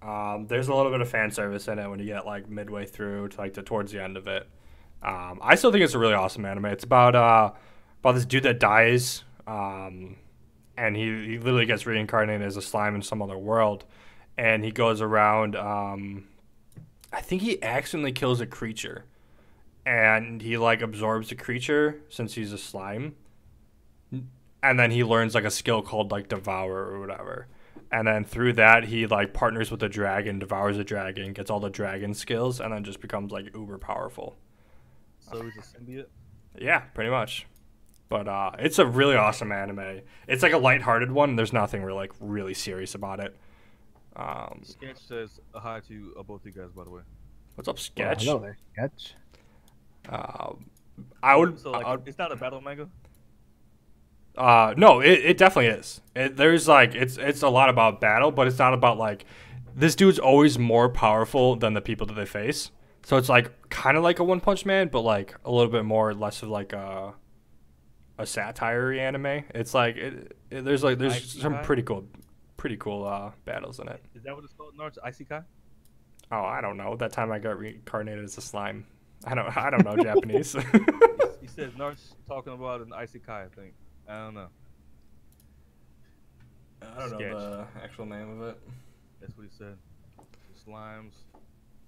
A: Um, there's a little bit of fan service in it when you get like midway through to like to towards the end of it. Um, I still think it's a really awesome anime. It's about uh, about this dude that dies, um, and he, he literally gets reincarnated as a slime in some other world, and he goes around. Um, I think he accidentally kills a creature, and he like absorbs the creature since he's a slime, and then he learns like a skill called like devour or whatever. And then through that, he like partners with a dragon, devours a dragon, gets all the dragon skills, and then just becomes like uber powerful.
D: So he's a symbiote.
A: Yeah, pretty much. But uh, it's a really awesome anime. It's like a lighthearted one. There's nothing really like really serious about it. Um,
D: Sketch says hi to you, uh, both you guys, by the way.
A: what's up,
B: Well,
A: sketch?
B: Oh, hello there, sketch.
A: Um, I would.
D: So like,
A: I would-
D: it's not a battle manga.
A: Uh, no, it, it definitely is. It, there's like it's it's a lot about battle, but it's not about like this dude's always more powerful than the people that they face. So it's like kind of like a One Punch Man, but like a little bit more less of like a a satire anime. It's like it, it, there's like there's
D: Like,
A: some
D: uh,
A: pretty cool pretty cool uh, battles in it.
D: Is that what it's called? Narch Isekai?
A: Oh, I don't know. That time I got reincarnated as a slime. I don't I don't know Japanese.
D: He says Narch talking about an Isekai, I think. I don't know.
A: I
D: don't know Sketch. the
A: actual name of it.
D: That's what he said. Slimes.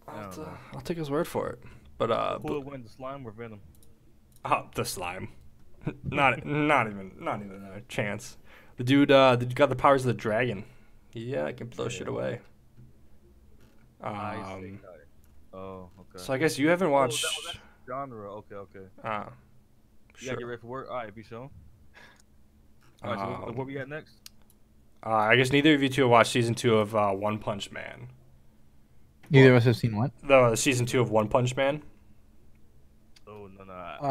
D: I
A: I'll,
D: don't know.
A: I'll take his word for it. But uh,
D: Who would win, the slime or venom?
A: Oh, the slime. not not even not even a chance. The dude uh the dude got the powers of the dragon. Yeah, I can blow shit away. Um,
D: Isekai. Oh, okay.
A: so I guess you haven't
D: Oh, that-
A: watched
D: oh, that's genre. Okay, okay.
A: uh,
D: Yeah, get
A: sure.
D: ready for work. All right, be shown. All right, so what-
A: Um,
D: what we at next?
A: uh, I guess neither of you two have watched season two of uh, One Punch Man.
B: Neither of us have seen what?
A: The season two of One Punch Man.
D: Oh no no.
B: Uh,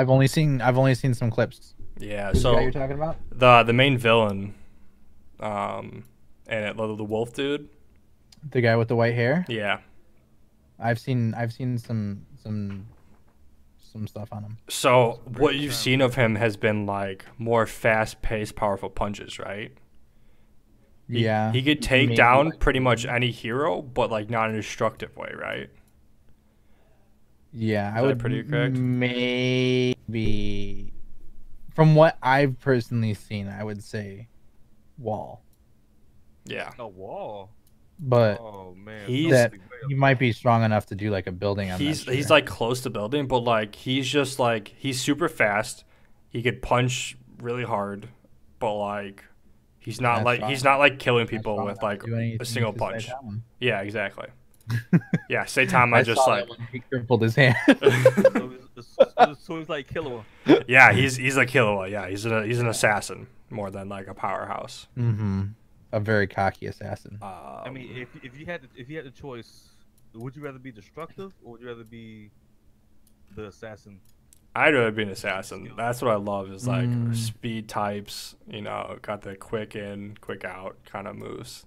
B: I've only seen I've only seen some clips.
A: Yeah,
B: Who's the guy
A: so
B: you're talking about?
A: the the main villain, um, and it, the wolf dude.
B: The guy with the white hair?
A: Yeah,
B: I've seen I've seen some some some stuff on him.
A: So what you've seen of him has been like more fast-paced, powerful punches, right? He-
B: yeah.
A: he could take
B: Maybe,
A: down
B: like-
A: pretty much any hero, but like not in a destructive way, right?
B: yeah, I
A: that
B: would
A: pretty correct?
B: maybe from what I've personally seen, I would say Wall,
A: Yeah.
D: A wall.
B: but
D: Oh man.
A: He's-
D: That-
B: he might be strong enough to do like a building. I'm not
A: He's he's
B: sure.
A: like close to building, but like he's just like he's super fast. He could punch really hard, but like he's not
B: That's
A: like
B: fine.
A: he's not like killing
B: Not
A: people
B: strong
A: with
B: enough
A: like
B: to do anything
A: single
B: to slow
A: punch.
B: down.
A: yeah, exactly. yeah, Saitama just
B: saw
A: like
B: that when he crippled his hand.
D: so, it's- it's- so he's like killer.
A: yeah, he's he's a killer. Yeah, he's an he's an assassin more than like a powerhouse.
B: hmm A very cocky assassin.
A: Um,
D: I mean, if if you had the, if you had the choice, would you rather be destructive or would you rather be the assassin?
A: I'd rather be an assassin. That's what I love is like
B: Mm.
A: speed types, you know, got the quick in, quick out kind of moves.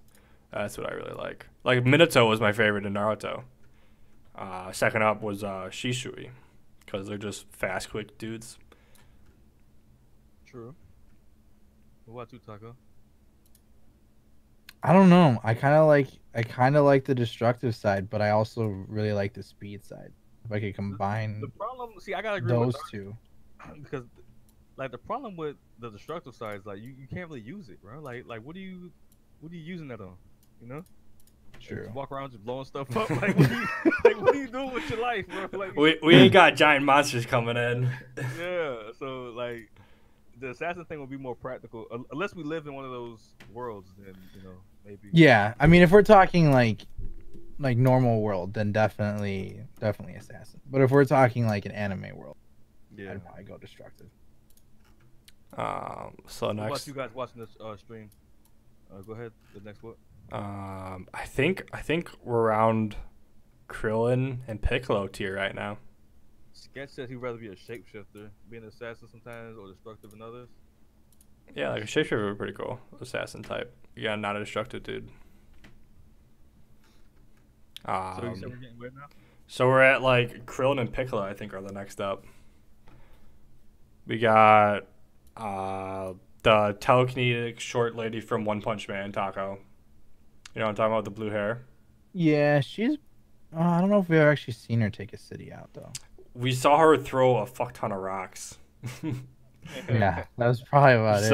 A: That's what I really like. Like Minato was my favorite in Naruto. Uh, second up was uh, Shishui because they're just fast, quick dudes.
D: True. What about you, Taco?
B: I don't know. I kind of like I kind of like the destructive side, but I also really like the speed side. If I could combine
D: The problem, see, I gotta agree
B: those
D: with
B: two,
D: because like the problem with the destructive side is like you, you can't really use it, bro. Like like what are you what are you using that on? You know,
B: true.
D: Just walk around just blowing stuff up. Like what, are you, like what are you doing with your life, bro? Like
A: We, we ain't got giant monsters coming in.
D: yeah. So like the assassin thing will be more practical un- unless we live in one of those worlds. Then you know maybe.
B: Yeah, I mean, if we're talking like like normal world, then definitely definitely assassin. But if we're talking like an anime world,
D: Yeah.
B: I'd probably go destructive.
A: Um, so
D: What about
A: next,
D: you guys watching this uh, stream? Uh, go ahead. The next what?
A: um, I think I think we're around Krillin and Piccolo tier right now.
D: Sketch says he'd rather be a shapeshifter, be an assassin sometimes, or destructive in others.
A: Yeah, like a shapeshifter would be pretty cool. Assassin type. Yeah, not a destructive dude.
D: So you said we're
A: Um,
D: getting where now?
A: so we're at like Krillin and Piccolo, I think, are the next up. We got uh, the telekinetic short lady from One Punch Man, Taco. You know what I'm talking about? The blue hair.
B: Yeah, she's. Uh, I don't know if we've actually seen her take a city out though.
A: We saw her throw a fuck ton of rocks.
B: Um, Yeah, that was probably about it.
D: I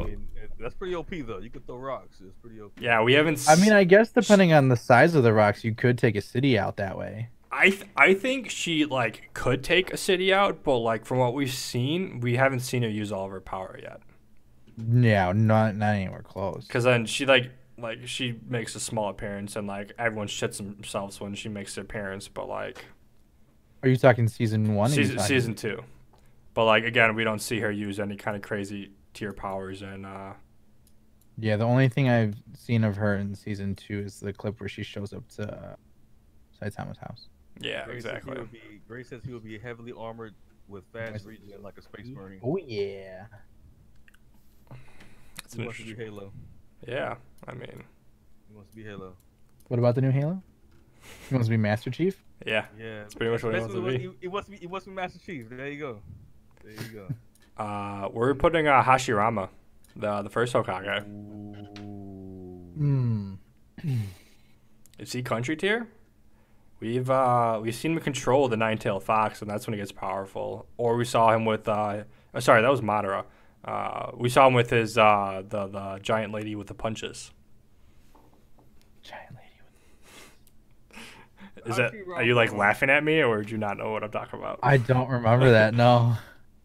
A: so,
D: mean, it- that's pretty OP though. You can throw rocks. It's pretty OP.
A: yeah, we haven't.
B: I mean, I guess depending on the size of the rocks, you could take a city out that way.
A: I th- I think she like could take a city out, but like from what we've seen, we haven't seen her use all of her power yet.
B: Yeah, not not anywhere close.
A: Cause then she like like she makes a small appearance and like everyone shits themselves when she makes their appearance, but like
B: Are you talking season one? or you
A: season
B: talking-
A: season two, but like again we don't see her use any kind of crazy tier powers and uh
B: Yeah, the only thing I've seen of her in season two is the clip where she shows up to uh, Saitama's house.
A: yeah
D: Says he
A: exactly
D: would be, Gray says he will be heavily armored with fast
B: Nice.
D: regen like a space marine.
B: Oh yeah.
A: It's
D: He
A: an
D: wants to be
A: interesting-
D: Halo.
A: yeah I mean
D: He wants to be Halo.
B: What about the new Halo? He wants to be Master Chief.
A: yeah
D: Yeah.
A: That's pretty much what he wants to
D: Basically,
A: be.
D: He, he wants to be. He wants to be Master Chief. There you go. There you go.
A: uh we're putting uh, Hashirama the the first Hokage
B: Hmm.
A: Is he country tier? We've uh, we've seen him control the nine tailed fox, and that's when he gets powerful. Or we saw him with uh, oh, sorry, that was Madara. Uh, we saw him with his uh, the the giant lady with the punches.
B: Giant lady. With...
A: Is that
D: Hashirama.
A: are you like laughing at me, or do you not know what I'm talking about?
B: I don't remember that. No.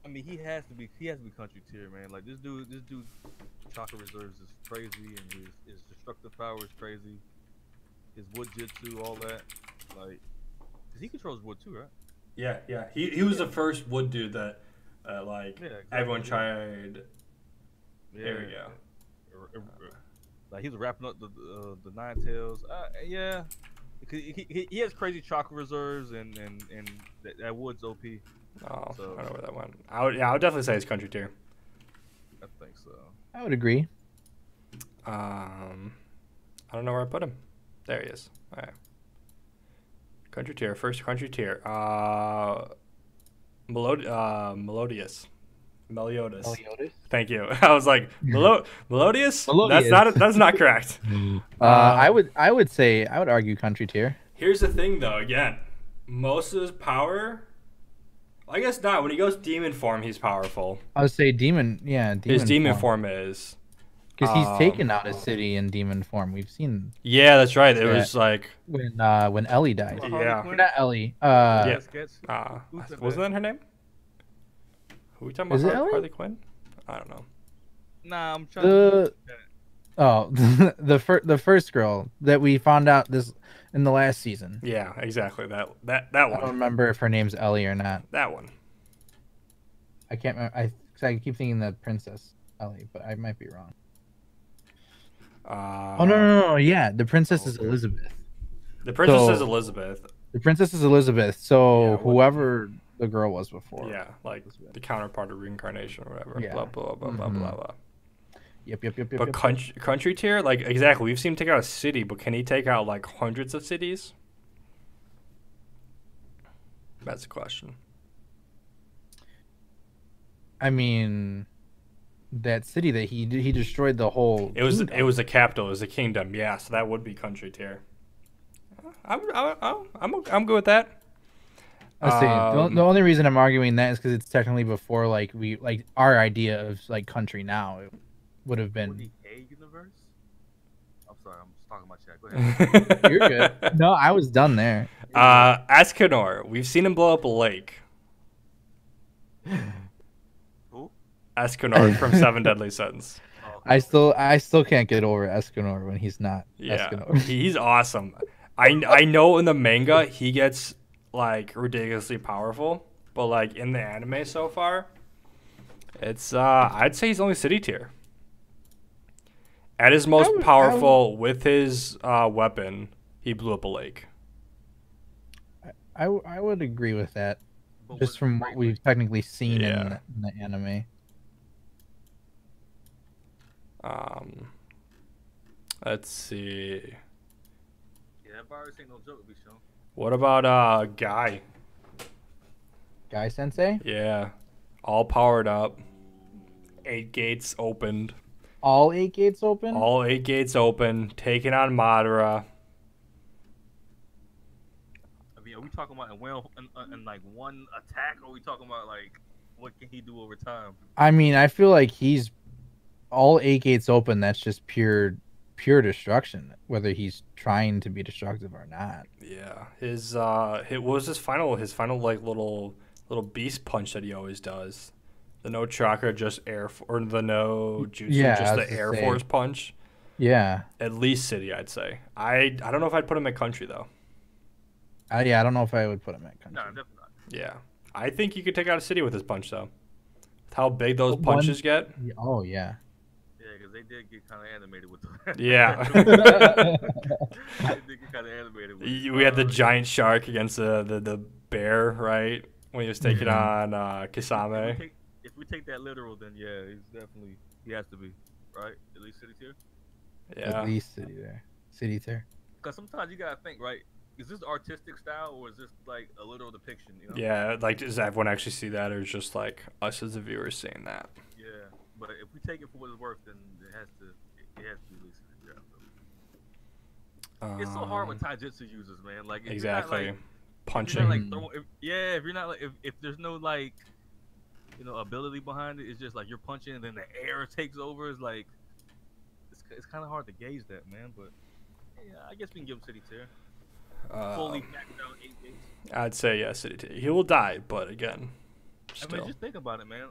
D: I mean, he has to be. He has to be country tier, man. Like this dude. This dude. Chakra reserves is crazy, and his, his destructive power is crazy. His wood jitsu, all that. Like, 'cause he controls wood too, right?
A: yeah, yeah. He he was the first wood dude that uh, like
D: Yeah, exactly, everyone yeah.
A: tried. There we
D: Yeah.
A: go.
D: r- r- r- like he was wrapping up the uh, the nine tails. Uh, yeah, he, he, he has crazy chakra reserves and and and that, that wood's OP. I
A: Oh,
D: So-
A: I don't know where that went. I would, yeah, I would definitely say he's country tier.
D: think so.
B: I would agree.
A: Um, I don't know where I put him. There he is. All right. Country tier, first country tier. Uh, Melod- uh Melodious. Meliodas. Thank you. I was like, Melo- Melodious? That's
B: Melodious.
A: not, that's not correct.
B: Uh, I would. I would say. I would argue country tier.
A: Here's the thing, though, again. Most of his power I guess not. When he goes demon form, he's powerful.
B: I would say demon. Yeah, demon
A: His demon form, is.
B: because he's
A: um,
B: taken out a city in demon form. We've seen
A: Yeah, that's right. It
B: Yeah.
A: was like.
B: when uh when Ellie died.
A: Yeah.
B: Or Not Ellie. Uh,
A: Yeah.
D: Sketch.
A: Uh,
D: Who said
A: wasn't
D: that?
A: that her name? Who are we talking about?
B: Is it
A: Har-
B: Ellie?
A: Harley Quinn? I don't know.
D: Nah, I'm trying. to...
B: the oh the fir- the first girl that we found out this in the last season.
A: Yeah, exactly. That that that
B: I don't
A: one.
B: remember if her name's Ellie or not.
A: That one.
B: I can't remember. I 'cause I keep thinking the princess Ellie, but I might be wrong.
A: Uh,
B: oh no, no, no, no, yeah, the princess is
A: okay.
B: Elizabeth.
A: The princess is
B: So-
A: Elizabeth.
B: The princess is Elizabeth. So
A: Yeah, what-
B: whoever the girl was before.
A: Yeah, like
B: Elizabeth.
A: the counterpart of reincarnation or whatever.
B: Yeah.
A: Blah blah blah blah
B: Mhm.
A: blah blah.
B: Yep, yep, yep, yep.
A: But
B: yep.
A: country, country tier, like exactly, we've seen him take out a city, but can he take out like hundreds of cities? That's the question.
B: I mean, that city that he he destroyed the whole.
A: It was
B: kingdom.
A: it was the capital, it was the kingdom. Yeah, so that would be country tier. I'm I'm I'm I'm, o- I'm good with that.
B: I see.
A: um,
B: the, the only reason I'm arguing that is because it's technically before like we like our idea of like country now it would have been.
D: 40K universe. I'm sorry, I'm just talking about chat. Go
A: You're
D: ahead.
B: You're good. no, I was done there.
A: Uh, Askinor, we've seen him blow up a lake.
D: Who?
A: Askinor from Seven Deadly Sins.
D: Oh,
B: I still I still can't get over Escanor when he's not.
A: Yeah,
B: Escanor.
A: he- he's awesome. I I know in the manga he gets like ridiculously powerful, but like in the anime so far, it's uh I'd say he's only city tier. At his most
B: would- I
A: powerful with his uh, weapon, he blew up a lake.
B: I, w- I would agree with that
D: but
B: just
D: was-
B: from what we've technically seen in,
A: Yeah.
B: the, in the anime.
A: Um, let's see.
D: Yeah, that virus ain't no joke, be shown.
A: What about uh guy?
B: Guy Sensei,
A: Yeah, all powered up, eight gates opened.
B: all eight gates open.
A: All eight gates open, taking on Madara.
D: I mean, are we talking about in, one- in, uh, in like one attack, or are we talking about like what can he do over time?
B: I mean, I feel like he's all eight gates open. That's just pure pure destruction, whether he's trying to be destructive or not.
A: Yeah. His uh his, what was his final his final like little little beast punch that he always does. The no chakra, just air f- or the no jutsu,
B: Yeah, I
A: just
B: was
A: the
B: gonna
A: air
B: say.
A: force punch.
B: Yeah.
A: At least city, I'd say. I I don't know if I'd put him at country though.
B: I, Uh, yeah, I don't know if I would put him at country.
D: No, definitely not.
A: Yeah. I think you could take out a city with his punch though. With how big those
B: One-
A: punches get.
B: Yeah, Oh yeah.
D: Yeah, because they did get kind of animated with.
A: Yeah.
D: they did get kind of animated with.
A: Y- We had the
D: uh,
A: giant shark against uh, the the, the bear, right? When he was taking
B: Mhm.
A: on uh,
D: If
A: Kisame.
D: we, take, if we take that literal, then yeah, he's definitely he has to be right. At least city tier.
B: At
A: Yeah.
B: least city there. City there.
D: Because sometimes you gotta think, right? Is this artistic style or is this like a literal depiction? You know?
A: Yeah, like does everyone actually see that, or is just like us as the viewers seeing that?
D: Yeah, but if we take it for what it's worth, then it has to it has to be released in the draft. It's so hard with
A: Um,
D: taijutsu users, man. Like if
A: exactly
D: You're not, like, if
A: punching.
D: you're not, like
B: punching.
D: throw, if, yeah, if you're not like if, if there's no like you know ability behind it, it's just like you're punching and then the air takes over. It's like it's ki- it's kind of hard to gauge that, man. But yeah, I guess we can give him city tier. Fully
A: um,
D: maxed out eight days.
A: I'd say yeah, City T. He will die, but again,
D: I mean,
A: still.
D: just think about it, man.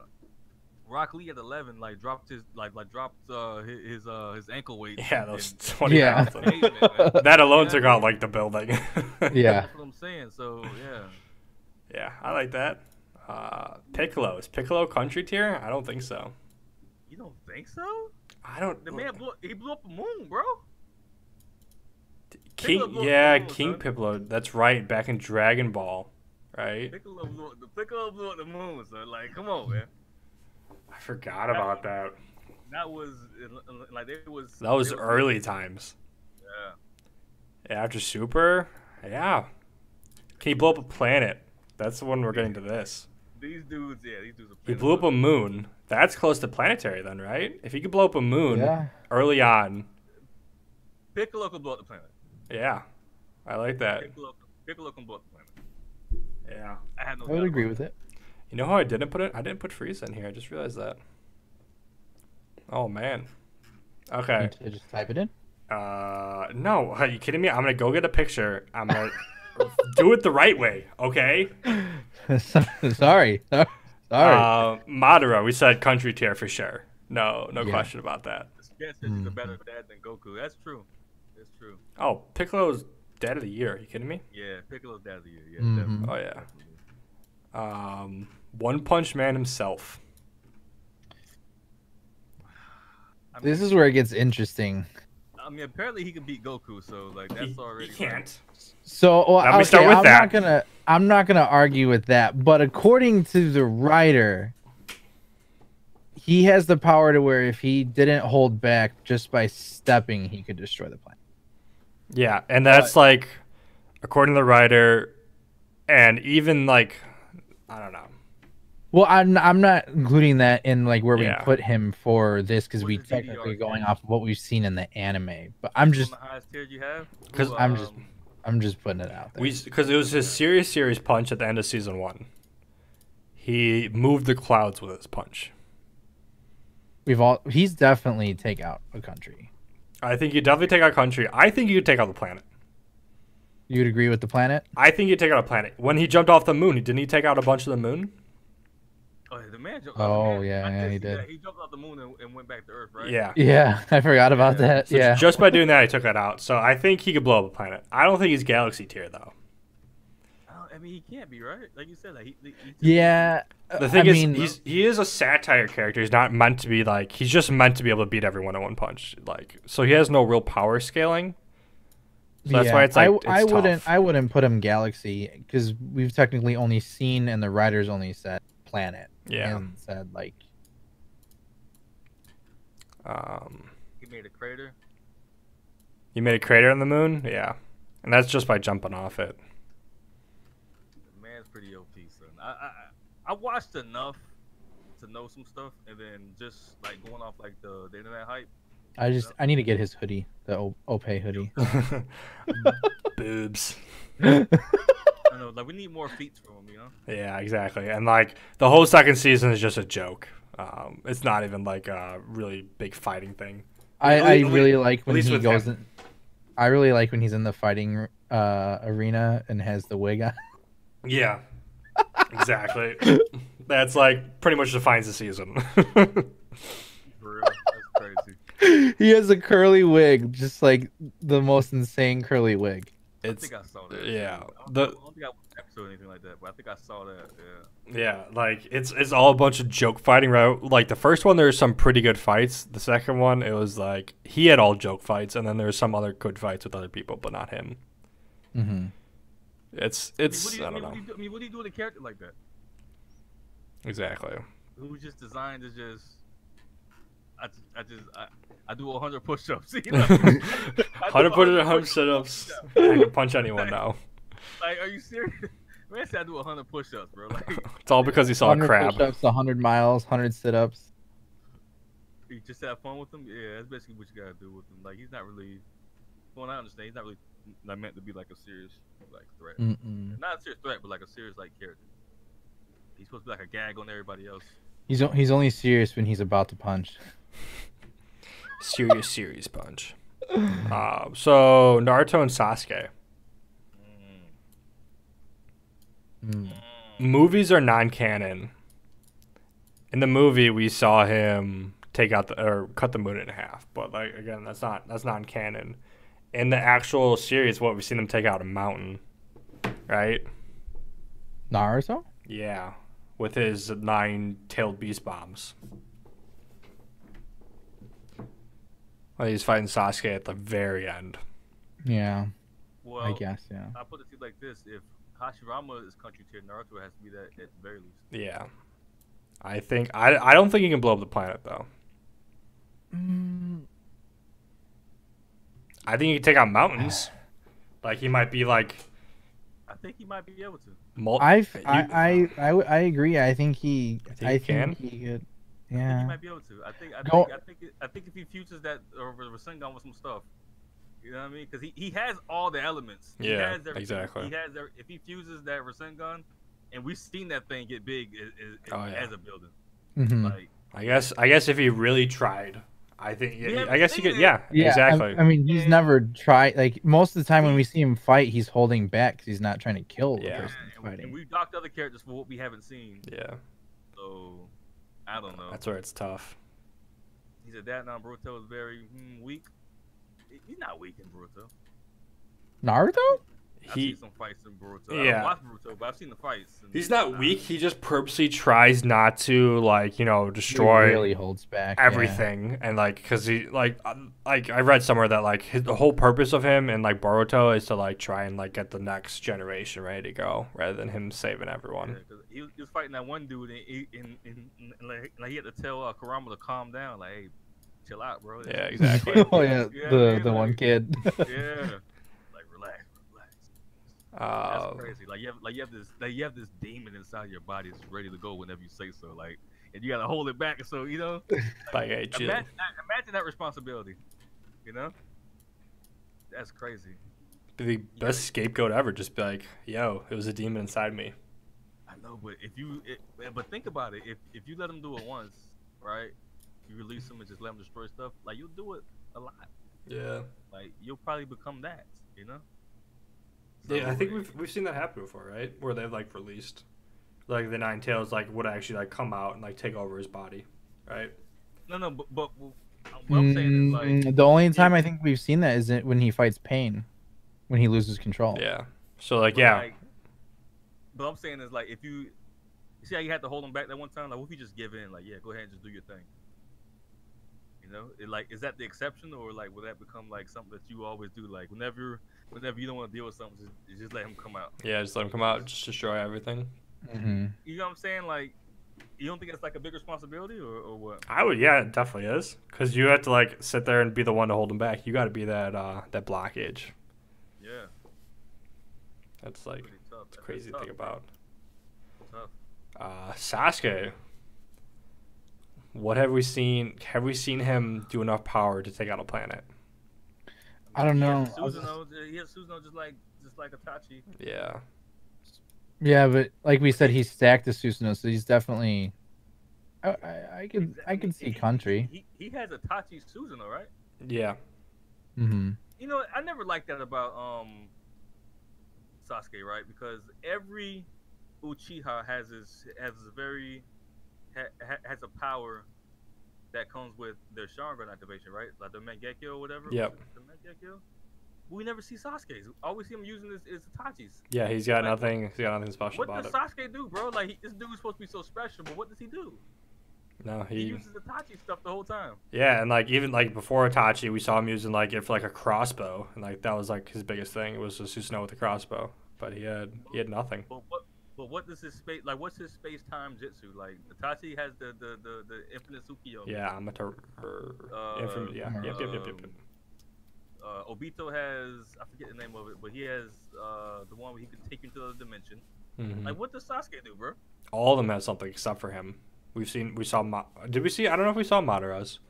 D: Rock Lee at 11, like dropped his, like, like dropped uh, hi- his, uh, his ankle weight.
A: yeah,
D: in-
A: those
D: in
A: twenty
B: Yeah.
A: thousand.
D: eight, man.
A: that alone
D: Yeah.
A: took out like the building.
B: Yeah.
D: That's what I'm saying. So yeah,
A: yeah, I like that. Uh, Piccolo is Piccolo country tier? I don't think so.
D: you don't think so?
A: I don't.
D: The man blew, he blew up a moon, bro. Piccolo
A: King,
D: blew up
A: yeah,
D: Piccolo,
A: King
D: son.
A: Piccolo. That's right. Back in Dragon Ball, right?
D: Piccolo blew up the Piccolo blew up the moon. So like, come on, man.
A: I forgot about that.
D: That was like it was.
A: That was
D: it
A: early times.
D: Yeah.
A: After Super, yeah. Can he blow up a planet? That's the one we're getting to this.
D: These dudes, yeah, these dudes. Are
A: He
D: playing
A: blew up a moon. That's close to planetary, then, right? If he could blow up a moon
B: Yeah.
A: early on,
D: Piccolo can blow up the planet.
A: yeah, I like that.
D: Piccolo, Piccolo can blow up the planet.
A: Yeah.
D: I had no.
B: I would
D: doubt
B: agree
D: about
B: with it.
A: You know how I didn't put it? I didn't put Frieza in here. I just realized that. Oh man. Okay.
B: Need to just type it in.
A: Uh, no. Are you kidding me? I'm gonna go get a picture. I'm gonna do it the right way. Okay.
B: sorry, sorry.
A: Uh, Madara. We said country tier for sure. No, no
B: Yeah.
A: question about that.
D: This guy says
A: Mm-hmm.
D: he's a better dad than Goku. That's true. That's true.
A: Oh, Piccolo's dad of the year. Are you kidding me?
D: Yeah, Piccolo's dad's of the year. Yeah,
B: Mhm.
D: definitely.
A: Oh yeah. Um, One Punch Man himself.
D: I mean,
B: this is where it gets interesting.
D: I mean, apparently he can beat Goku, so like
A: He-
D: that's already.
A: he can't.
B: So well,
A: Let me
B: okay,
A: start with
B: I'm
A: that.
B: not gonna I'm not gonna argue with that, but according to the writer, he has the power to where if he didn't hold back just by stepping, he could destroy the planet.
A: Yeah, and that's like, according to the writer, and even like, I don't know.
B: Well, I'm I'm not including that in like where
A: Yeah.
B: we put him for this because
D: What
B: we
D: does DDR
B: technically
D: stand
B: going
D: for?
B: off of what we've seen in the anime. But I'm just
D: From the highest tier you have.
A: 'Cause
D: Who,
B: I'm just-
D: um,
B: I'm just putting it out there.
A: We because it was his serious serious punch at the end of season one. He moved the clouds with his punch.
B: We've all he's definitely take out a country.
A: I think you definitely take out country. I think you take out the planet.
B: You'd agree with the planet?
A: I think you take out a planet. When he jumped off the moon, didn't he take out a bunch of the moon?
D: Oh, the man jumped.
B: Oh,
D: the man,
B: yeah,
D: I
B: yeah,
D: did
B: he
D: see that.
B: did.
D: He jumped off the moon and, and went back to Earth, right?
A: Yeah.
B: Yeah, I forgot about
D: Yeah.
B: that.
A: So
B: yeah.
A: Just by doing that, I took that out. So I think he could blow up a planet. I don't think he's galaxy tier though.
D: I, don't- I mean, he can't be right. Like you said, like he. he he took-
B: Yeah.
A: The thing
B: Uh,
A: is,
B: I mean,
A: he's he is a satire character. He's not meant to be like he's just meant to be able to beat everyone in one punch. Like so, he has no real power scaling. So that's why it's like
B: I,
A: it's
B: I wouldn't
A: tough.
B: I wouldn't put him galaxy because we've technically only seen and the writers only said planet
A: Yeah.
B: and said like
A: Um,
D: He made a crater.
A: you made a crater on the moon, yeah, and that's just by jumping off it.
D: The man's pretty OP, son. I, I I- I watched enough to know some stuff, and then just like going off like the, the internet hype.
B: I just I need to get his hoodie the o- Ope hoodie.
A: Boobs.
D: I don't know, like we need more feats from him, you know.
A: Yeah, exactly. And like the whole second season is just a joke. Um, it's not even like a really big fighting thing.
B: I,
A: At
B: I
A: least-
B: really like when
A: least
B: he
A: with
B: goes
A: him.
B: in. I really like when he's in the fighting uh, arena and has the wig on.
A: Yeah, exactly. That's like pretty much defines the season.
D: For real, that's crazy.
B: he has a curly wig, just like the most insane curly wig.
D: I
A: it's
D: think I saw that.
A: yeah,
D: I don't,
A: the-
D: I don't think I watched an episode or anything like that, but I think I saw that. Yeah.
A: yeah, like it's it's all a bunch of joke fighting. Right, like the first one, there's some pretty good fights. The second one, it was like he had all joke fights, and then there's some other good fights with other people, but not him. Mm-hmm.
B: hmm
A: It's
D: I mean, what do
A: it's
D: you,
A: I
D: I mean,
A: don't
D: what do
A: know
D: you do, I mean, what do you do with a character like that?
A: exactly.
D: Who's just designed to just. I, ju- I just I, I do 100 push-ups. You know? I do
A: Hundred put
D: 100
A: hundred
D: push-ups.
A: sit-ups. I can punch anyone now.
D: Like, are you serious? Man said I do 100 push-ups, bro. Like,
A: It's all because he saw a
B: 100
A: crab.
B: push-ups, 100 miles, 100 sit-ups.
D: you just have fun with him. Yeah, that's basically what you gotta do with him. Like, he's not really. Well, I understand. He's not really not meant to be like a serious like threat.
B: Mm-mm.
D: Not a serious threat, but like a serious like character. He's supposed to be like a gag on everybody else.
B: He's o- he's only serious when he's about to punch.
A: Serious, serious punch. Uh, so Naruto and Sasuke.
D: Mm-hmm.
B: Mm.
A: movies are non-canon. In the movie, we saw him take out the or cut the moon in half, but like again, that's not that's non-canon. In the actual series, what we've seen him take out a mountain, right?
B: Naruto?
A: Yeah, with his nine-tailed beast bombs. Well, he's fighting Sasuke at the very end.
B: Yeah,
D: Well,
B: I guess. Yeah.
D: I put it to you like this: if Hashirama is country tier, Naruto has to be that at the very least.
A: Yeah, I think I I don't think he can blow up the planet though.
B: Mm,
A: I think he can take out mountains. like he might be like
D: I think he might be able to.
A: mul-
B: I've,
A: he-
B: I, I, I, w- I agree. I think he. I
A: think
B: think,
A: he
B: he could.
D: I think he
B: Yeah.
D: might be able to. I think. I
B: Go-
D: think. I think, it, I think if he futures that or the Rasengan with some stuff, you know what I mean? Because he, he has all the elements. He
A: Yeah,
D: has everything.
A: exactly.
D: He has every, if he fuses that Rasengan and we've seen that thing get big as, as,
A: Oh, yeah.
D: as a building.
B: Mhm.
D: Like
A: I guess I guess if he really tried, I think yeah,
D: We haven't
A: I guess you
D: seen
A: could
D: it.
A: yeah,
B: Yeah, I-
A: exactly.
B: I, mean, he's
D: Yeah.
B: never tried. Like most of the time when we see him fight, he's holding back 'cause he's not trying to kill the
A: Yeah.
B: person
D: and
B: he's
D: we-
B: fighting.
D: And we've docked other characters for what we haven't seen.
A: yeah,
D: So I don't know.
A: that's where it's tough.
D: He said that now Boruto is very hmm, weak. He- He's not weak in Boruto.
B: Naruto?
D: I've
A: He
D: seen some fights in Boruto. I
A: Yeah.
D: don't watch Boruto, but I've seen the fights. and
A: he's
D: uh,
A: not weak. He just purposely tries not to like you know destroy
B: He really holds back yeah.
A: everything and like because he like uh, like I read somewhere that like his, the whole purpose of him and like Boruto is to like try and like get the next generation ready to go rather than him saving
D: Yeah,
A: everyone.
D: 'cause he, was- he was fighting that one dude, and, he, and, and, and, like, like he had to tell uh, Karama to calm down. Like, hey, chill out, bro.
A: Yeah, exactly.
B: oh yeah,
D: Yeah,
B: the
D: man,
B: the one
D: like-
B: kid.
D: yeah. Like relax, relax. That's
A: Uh,
D: crazy. Like you have like you have this like you have this demon inside your body that's ready to go whenever you say so. Like and you gotta hold it back. So you know,
A: like hey, chill.
D: imagine that, imagine that responsibility. You know, that's crazy.
A: Be the best scapegoat ever. Just be like, yo, it was a demon inside me.
D: I know, but if you it, but think about it. If if you let them do it once, right? You release them and just let them destroy stuff. Like you'll do it a lot.
A: Yeah.
D: Like you'll probably become that. You know.
A: Yeah, I
D: So,
A: think
D: it-
A: we've we've seen that happen before, right? Where they've like released, like the Nine Tails, like would actually like come out and like take over his body, right?
D: no no. But, but what I'm saying is like.
B: Mm, the only time I think we've seen that is it when he fights Pain, when he loses control.
A: Yeah. So like
D: But,
A: yeah,
D: Like, but I'm saying is like if you you see how you had to hold him back that one time, like what if you just give in? Like yeah, go ahead and just do your thing. You know, it, like is that the exception or like will that become like something that you always do? Like whenever whenever you don't want to deal with something, just, you just let him come out.
A: yeah, just let him come out, just destroy everything.
B: hmm
D: You know what I'm saying? Like you don't think that's like a big responsibility or, or what?
A: I would, yeah, it definitely is, because you have to like sit there and be the one to hold him back. You got to be that uh that blockage.
D: Yeah,
A: That's like
D: pretty tough.
A: it's
D: That's
A: a crazy
D: tough,
A: thing about
D: Tough.
A: uh Sasuke. What have we seen? Have we seen him do enough power to take out a planet?
B: I don't know. I was-
D: Susanoo, yeah, Susanoo just like just like Itachi.
A: Yeah.
B: Yeah, but like we said, he's stacked to Susanoo, so he's definitely. I, I, I could I
D: mean,
B: could see
D: he-
B: country.
D: He he has Itachi Susanoo, right?
A: Yeah.
B: hmm
D: you know, I never liked that about um Sasuke, right? Because every Uchiha has his has a very ha, ha, has a power that comes with their Sharingan activation, right? Like the Mangekyo or whatever. was
A: Yep.
D: it The Mangekyo. We never see Sasuke's. All we see him using is, is Itachi's.
A: Yeah. He's got
D: Like,
A: nothing. He's got nothing special
D: What
A: about
D: does
A: it.
D: Sasuke do, bro? Like he, this dude's supposed to be so special, but what does he do?
A: No,
D: He,
A: he.
D: uses Itachi stuff the whole time.
A: Yeah, and like even like before Itachi, we saw him using like if like a crossbow, and like that was like his biggest thing. It was just Susanoo with a crossbow, but he had he had nothing.
D: But what? But what does his space like? What's his space time jutsu like? Itachi has the the the, the infinite Tsukio.
A: Yeah, I'm a ter- er,
D: Uh,
A: inform- yeah, yep, yep, yep, yep, yep.
D: um, uh, Obito has I forget the name of it, but he has uh, the one where he can take you into the other dimension.
B: Mm-hmm.
A: Mhm.
D: Like, what does Sasuke do, bro?
A: All of them had something except for him. We've seen we saw Ma- did we see I don't know if we saw Madara's,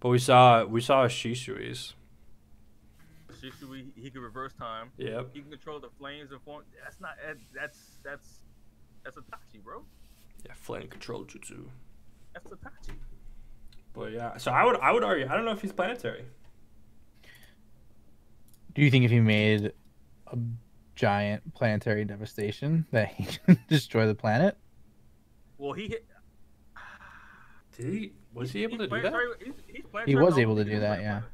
A: but we saw we saw Shisui's.
D: Shishui, he can reverse time.
A: Yep.
D: He can control the flames and form. That's not. that- That's that's that's Itachi, bro.
A: Yeah, flame control jutsu.
D: That's Itachi.
A: But yeah, so I would I would argue I don't know if he's planetary.
B: Do you think if he made a giant planetary devastation, that he can destroy the planet?
D: Well, he hit.
A: Did he was he able to do
D: playing
A: that?
D: Terry- he's- he's playing
B: He
D: Terry
B: was
D: Rollins.
B: able to
D: He
B: do
D: can
B: that,
D: play
B: yeah.
D: Terry.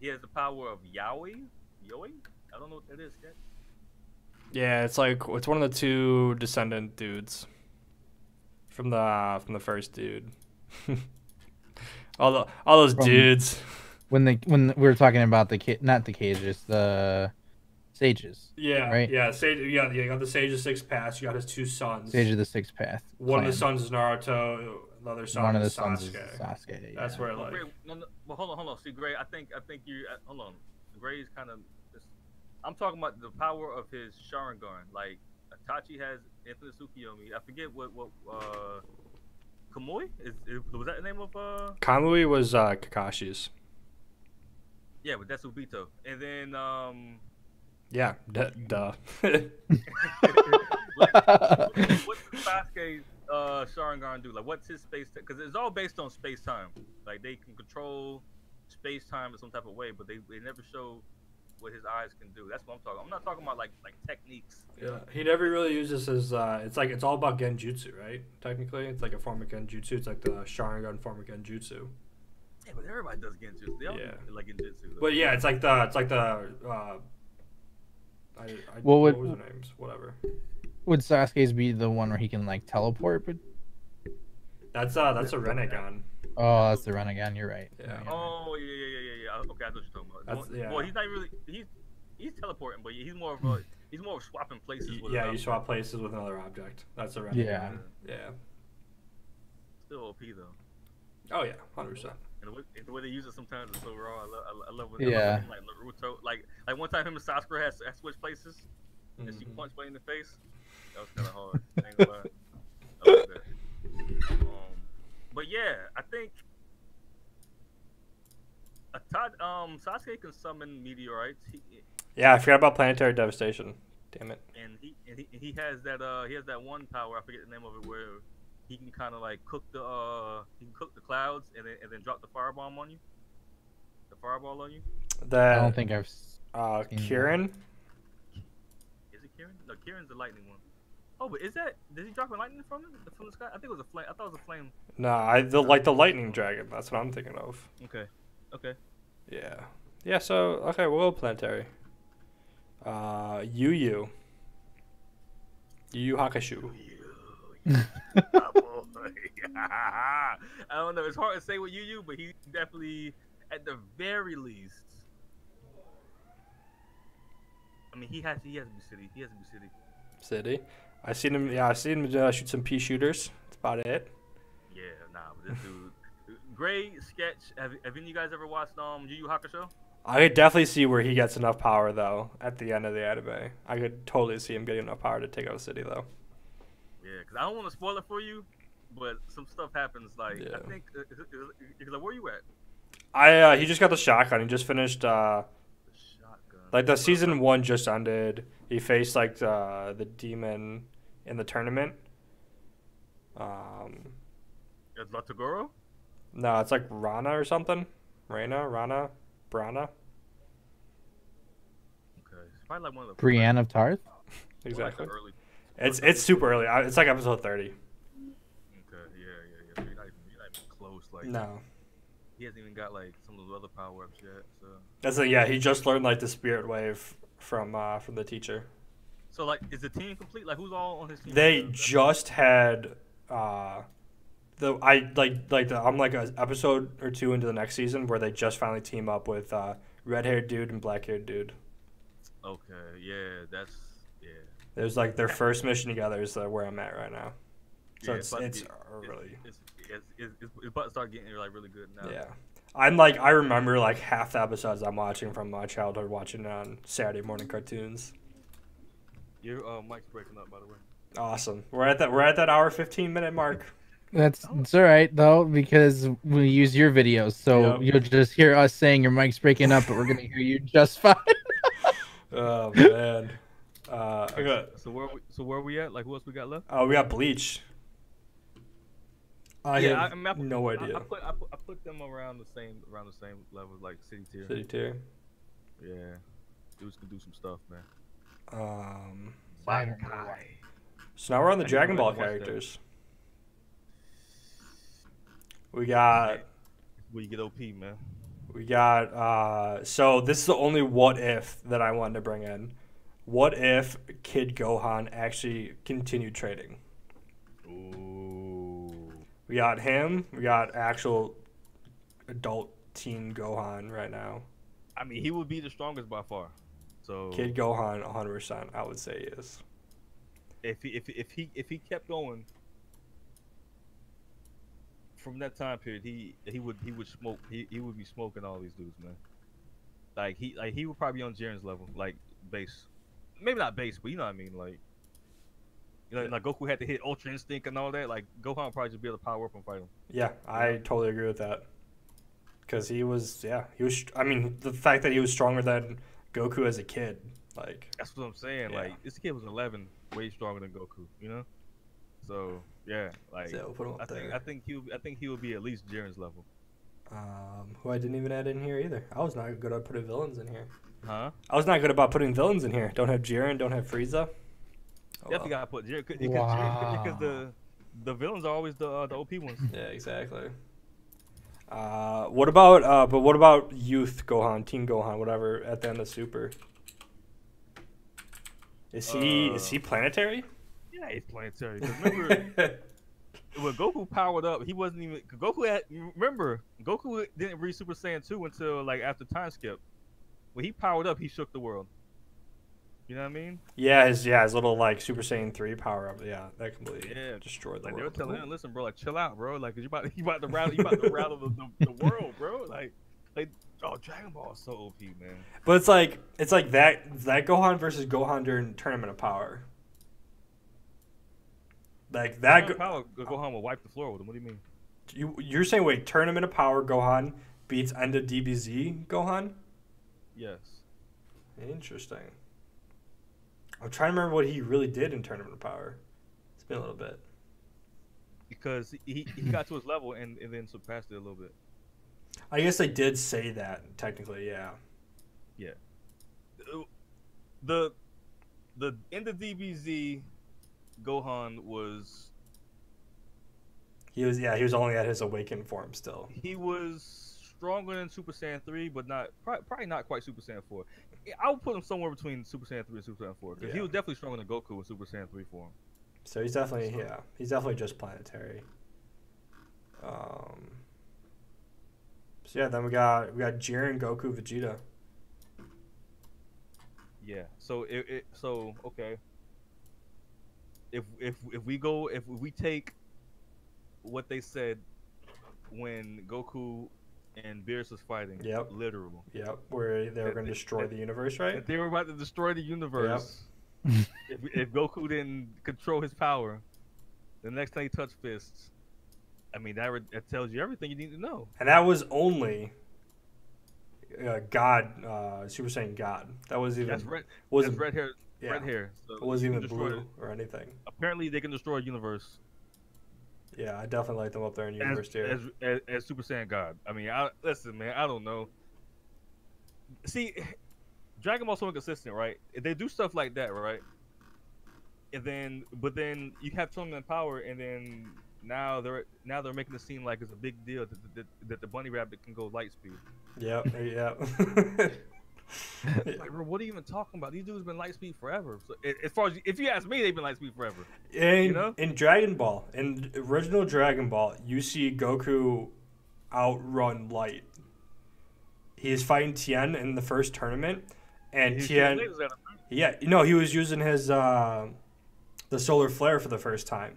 D: He has the power of Yaoi. Yoi. I don't know what that is. Yet.
A: Yeah, it's like it's one of the two descendant dudes from the from the first dude. all the all those
B: From-
A: dudes.
B: When the when we were talking about the kid, not the cages, the sages,
A: Yeah.
B: Right.
A: Yeah. Sage. Yeah. You got the Sage of Six Paths. You got his two sons.
B: sage of the six path.
A: one of the
B: clan.
A: sons is Naruto. The other son
B: One of the
A: is
B: sons
A: Sasuke.
B: is Sasuke. Yeah.
A: That's where
D: Oh,
A: like
D: Gray, no, no, well, hold on, hold on. See, Gray, I think, I think you. Uh, hold on, Gray's kind of. I'm talking about the power of his Sharingan. Like Itachi has Infinite Tsukuyomi. I forget what what. uh Kamui is, is was that the name of uh
A: Kamui was uh, Kakashi's.
D: yeah but that's Obito and then um
A: Yeah, d- duh.
D: like, what does Sasuke's uh, Sharingan do? Like, what's his space? Because it's all based on space time. Like, they can control space time in some type of way, but they, they never show what his eyes can do. That's what I'm talking. I'm not talking about like like techniques.
A: yeah, he never really uses his. Uh, it's like it's all about genjutsu, right? Technically, it's like a form of genjutsu. It's like the Sharingan form of genjutsu.
D: Yeah, but everybody does genjutsu. They all
A: Yeah.
D: do, like genjutsu. though.
A: But yeah, it's like the it's like the. Uh, I, I,
B: What would-
A: was the names? Whatever.
B: Would Sasuke's be the one where he can like teleport? But
A: That's uh that's a Renegon.
B: oh, that's the run again. You're right.
A: Yeah.
D: Oh yeah, yeah, yeah, yeah, yeah. Okay, I know what you're talking about.
A: That's-
D: well,
A: yeah.
D: well, he's not really. He's he's teleporting, but he's more of a he's more of swapping places.
A: Y-
D: with
A: Yeah,
D: another.
A: you swap places with another object. That's a Renegon.
B: Yeah.
A: Yeah.
D: Still OP though.
A: Oh yeah, hundred percent.
D: And the, way, and the way they use it sometimes is so raw. I love, I love, I love when I love
B: Yeah.
D: when, like Naruto, like like one time him and Sasuke had, had switched places, and she
A: Mhm.
D: punched me in the face. That was kind of hard. I ain't gonna lie. I like that. Um, but yeah, I think a Tad, um, Sasuke can summon meteorites, he,
A: Yeah, I forgot about planetary devastation. Damn it.
D: and he and he, and he has that uh he has that one power. I forget the name of it where. He can kind of like cook the uh, he can cook the clouds and then, and then drop the firebomb on you, the fireball on you.
A: The
B: I don't think I've. s-
A: uh
B: seen that.
A: Kieran.
D: Is it Kieran? No, Kieran's the lightning one. Oh, but is that? Did he drop a lightning from the from the sky? I think it was a flame. I thought it was a flame.
A: No, I the like the lightning dragon. That's what I'm thinking of.
D: Okay, okay.
A: Yeah. Yeah. So okay, we'll go planetary. Uh, Yu Yu. Yu Yu Hakusho.
D: My boy. I don't know. It's hard to say with Yu Yu, but he's definitely, at the very least. I mean, he has he has to be city. He has to be city.
A: City. I seen him. Yeah, I seen him uh, shoot some pea shooters. That's about it.
D: Yeah, nah. But this dude, great sketch. Have, have any of you guys ever watched um Yu Yu Hakusho?
A: I could definitely see where he gets enough power though at the end of the anime. I could totally see him getting enough power to take out a city though.
D: Yeah, because I don't want to spoil it for you, but some stuff happens. Like
A: Yeah.
D: I think, uh, because like, where you at?
A: I uh, he just got the shotgun. He just finished uh
D: The shotgun.
A: like the
D: Well,
A: season one just ended. He faced like the the demon in the tournament. Um,
D: It's Latagoro.
A: no, it's like Rana or something. Rana, Rana, Brana.
D: Okay, it's probably like one of the
B: Brienne of Tarth.
D: well, like the
A: Exactly.
D: early.
A: It's it's super early. I- It's like episode thirty.
D: Okay, yeah, yeah, yeah. You're not even, you're not even close. Like
A: No,
D: he hasn't even got like some of the other power ups yet. So,
A: that's it. Yeah, he just learned like the spirit wave from uh from the teacher.
D: so like, is the team complete? Like, who's all on his team?
A: They
D: right now?
A: just had uh the I like like the I'm like a episode or two into the next season where they just finally team up with uh red haired dude and black haired dude.
D: okay, yeah, that's yeah.
A: It was like their first mission together is uh, where I'm at right now. So
D: Yeah,
A: it's
D: about to
A: it's
D: get-
A: early.
D: It's it's, it's, it's, it's about to start getting like really good now.
A: Yeah. I'm like I remember like half the episodes I'm watching from my childhood watching on Saturday morning cartoons.
D: Your uh, mic's breaking up, by the way.
A: Awesome. We're at that we're at that hour 15 minute mark.
B: That's it's all right though because we use your videos, so
A: Yep.
B: you'll just hear us saying your mic's breaking up, but we're gonna hear you just fine.
A: Oh man. Uh, okay.
D: So where we, so where we at? Like, who else we got left?
A: Oh, we got Bleach. I
D: Yeah,
A: have
D: I- I mean, I put-
A: no
D: I,
A: idea.
D: I put, I put I put them around the same around the same level like City Tier.
A: City tier.
D: Yeah, dudes can do some stuff, man.
A: Um,
B: I don't know why.
A: so now we're on the
D: I
A: Dragon
D: never
A: Ball
D: watched that.
A: characters. We got
D: Where you get OP, man.
A: We got uh so this is the only what if that I wanted to bring in. What if Kid Gohan actually continued trading?
D: Ooh.
A: We got him, we got actual adult teen Gohan right now.
D: I mean, he would be the strongest by far. So
A: Kid Gohan 100% I would say yes.
D: if he if, if he if he kept going from that time period, he he would he would smoke he, he would be smoking all these dudes, man. Like he like he would probably be on Jiren's level, like base, maybe not base, but you know what I mean, like. You know, like Goku had to hit Ultra Instinct and all that. Like Gohan would probably just be able to power up and fight him.
A: Yeah, I totally agree with that. Cuz he was yeah, he was I mean the fact that he was stronger than Goku as a kid Like,
D: That's what I'm saying.
A: Yeah.
D: Like this kid was 11, way stronger than Goku. You know, so yeah, like
A: so put him up
D: I
A: there.
D: think I think he I think he would be at least Jiren's level.
A: um, who I didn't even add in here either. I was not good at putting villains in here.
D: Huh?
A: I was not good about putting villains in here. Don't have Jiren. Don't have Frieza. Oh,
D: Definitely
A: well.
D: gotta put Jiren because
B: Wow.
D: the the villains are always the uh, the OP ones.
A: Yeah, exactly. Uh, what about uh, but what about youth Gohan, Team Gohan, whatever at the end of Super? Is he is
D: Uh,
A: he planetary?
D: Yeah, he's planetary. 'Cause remember when Goku powered up, he wasn't even 'cause Goku. Had, remember Goku didn't reach Super Saiyan two until like after time skip. When he powered up, he shook the world. You know what I mean?
A: yeah, his yeah his little like Super Saiyan three power up. Yeah, that completely
D: Yeah,
A: destroyed the
D: Like they were
A: world.
D: telling him, listen, bro, like chill out, bro. Like 'cause you about you about to rattle you about to rattle the, the, the world, bro. Like like oh, Dragon Ball is so OP, man.
A: But it's like it's like that that Gohan versus Gohan during Tournament of Power. Like that.
D: Dragon
A: Go-
D: Power Gohan will wipe the floor with him. What do you mean?
A: you you're saying wait Tournament of Power Gohan beats end of DBZ Gohan?
D: Yes.
A: Interesting. I'm trying to remember what he really did in Tournament of Power. It's been a little bit.
D: Because he, he got to his level and, and then surpassed it a little bit.
A: I guess they did say that technically, yeah.
D: the the end of DBZ Gohan was
A: He was yeah, he was only at his awakened form still.
D: he was stronger than Super Saiyan three, but not pro- probably not quite Super Saiyan four. Yeah, I would put him somewhere between Super Saiyan three and Super Saiyan four because
A: Yeah.
D: he was definitely stronger than Goku in Super Saiyan three form.
A: So he's definitely yeah, he's definitely just planetary. Um So yeah, then we got we got Jiren, Goku, Vegeta.
D: Yeah. So it, it so okay. If if if we go if we take what they said when Goku and Beerus was fighting,
A: Yep.
D: literal.
A: Yep, where they were going to destroy the universe, right?
D: If they were about to destroy the universe, if, if Goku didn't control his power, the next time he touched fists, I mean that, re- that tells you everything you need to know.
A: And that was only uh, God, uh, Super Saiyan God. That was even
D: That's red.
A: was
D: that's red hair.
A: yeah,
D: Red hair. So
A: It wasn't
D: you can
A: even
D: destroy
A: blue
D: it.
A: or anything.
D: Apparently, they can destroy a universe
A: Yeah, I definitely like them up there in
D: as,
A: Universe tier.
D: as, as, as Super Saiyan God. I mean, I, listen, man, I don't know. See, Dragon Ball's so inconsistent, right? If They do stuff like that, right? And then, but then you have Tournament Power, and then now they're now they're making it seem like it's a big deal that, that, that the bunny rabbit can go light speed.
A: Yep, yep.
D: Like, bro, what are you even talking about? These dudes been light speed forever. So, a- as far as if you ask me, they've been light speed forever.
A: in,
D: know?
A: in Dragon Ball, in original Dragon Ball, you see Goku outrun Light. He is fighting Tien in the first tournament, and
D: He's
A: Tien,
D: doing lasers at 'em.
A: yeah, no, he was using his uh, the solar flare for the first time.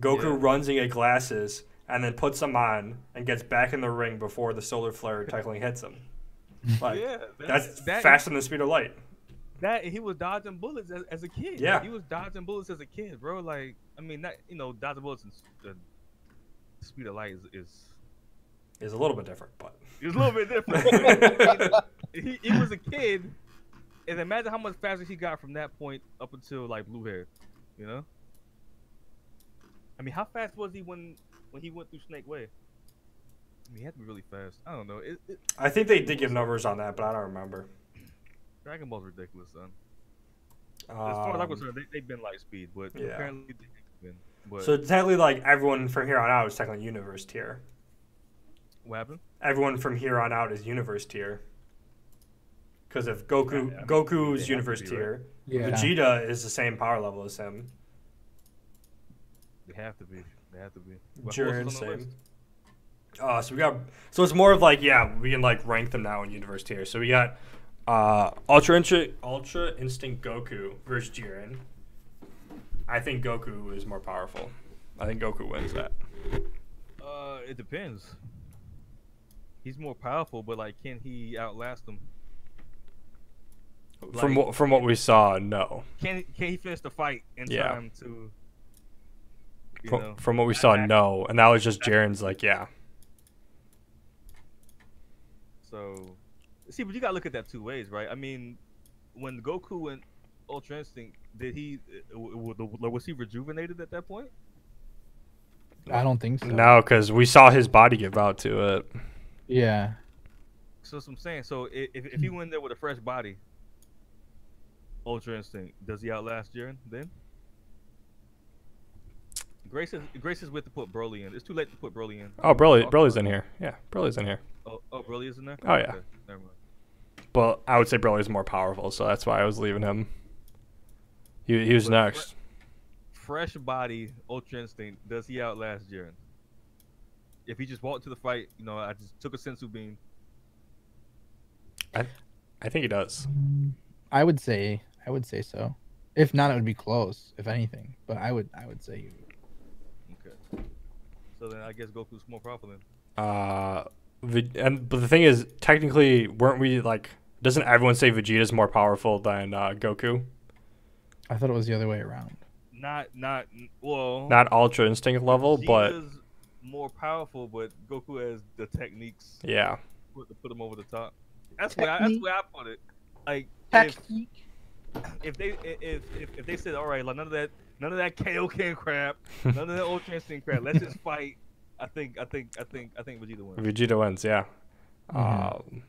A: Goku
D: Yeah.
A: runs and gets glasses, and then puts them on and gets back in the ring before the solar flare technically hits him. Like
D: Yeah,
A: that's
D: that-
A: faster than the speed of light.
D: that he was dodging bullets as, as a kid.
A: Yeah.
D: he was dodging bullets as a kid, bro. Like, I mean, not you know, dodging bullets and s- the speed of light is is,
A: Is a little bit different, but
D: is a little bit different. he, he was a kid, and imagine how much faster he got from that point up until like blue hair, you know. I mean, how fast was he when when he went through Snake Way? I mean, he had to be really fast. I don't know. It, it,
A: I think they did give numbers on that, but I don't remember.
D: Dragon Ball's ridiculous, son.
A: Um,
D: As far as I'm concerned, they, they've been light speed, but
A: yeah.
D: apparently they haven't been. But
A: so technically, like everyone from here on out is technically universe tier.
D: what happened?
A: Everyone from here on out is universe tier. Because if Goku,
D: Yeah, yeah. They have
A: Goku's
D: to
A: universe
D: be,
A: tier,
B: Yeah.
A: Vegeta is the same power level as him.
D: They have to be. They have to be. Well, who else
A: Jiren,
D: is on the
A: same.
D: list?
A: Uh, so we got. So it's more of like yeah, we can like rank them now in universe tier. So we got uh, Ultra Instinct, Ultra Instinct Goku versus Jiren. I think Goku is more powerful. I think Goku wins that.
D: Uh, it depends. He's more powerful, but like, can he outlast them?
A: from
D: Like-
A: what from what we saw, no.
D: Can Can he finish the fight in
A: Yeah.
D: time to? You
A: From,
D: know,
A: from what we saw,
D: I-
A: no. And that was just Jaren's like, yeah,
D: so see, but you gotta look at that two ways, right? I mean, when Goku went Ultra Instinct, did he uh, w- w- was he rejuvenated at that point?
B: I don't think so.
A: No, because we saw his body give out to it.
B: Yeah.
D: So that's what I'm saying. So i- if, if he
A: Hmm.
D: went there with a fresh body, Ultra Instinct, does he outlast Jiren then? Grace is Grace is with to put Broly in. It's too late to put Broly in.
A: Oh, Broly,
D: Talk
A: Broly's
D: about
A: in
D: it.
A: here. Yeah, Broly's in here.
D: Oh, oh Broly is in there.
A: Oh, yeah.
D: Okay, never mind.
A: But I would say Broly's more powerful, so that's why I was leaving him. He, he was
D: But Bro-
A: next.
D: Fresh body, Ultra Instinct, does he outlast Jiren? If he just walked to the fight, you know, I just took a sensu beam.
A: I think he does.
B: I would say I would say so. If not, it would be close. If anything, but I would I would say
D: Okay. So then I guess Goku's more powerful then.
A: Uh, Ve- and but the thing is, technically, weren't we like? Doesn't everyone say Vegeta's more powerful than uh, Goku?
B: I thought it was the other way around.
D: Not not well.
A: Not Ultra Instinct level, Oh, but
D: Vegeta's more powerful, but Goku has the techniques
A: yeah.
D: put, to put him over the top. That's where I, that's
B: Technique.
D: where I put it. Like if, if they i- if, if if they said all right, like none of that none of that Kaioken crap, none of that Ultra Instinct crap. Let's just fight. I think I think I think I think Vegeta wins.
A: Vegeta wins, yeah.
B: Mhm.
A: Um,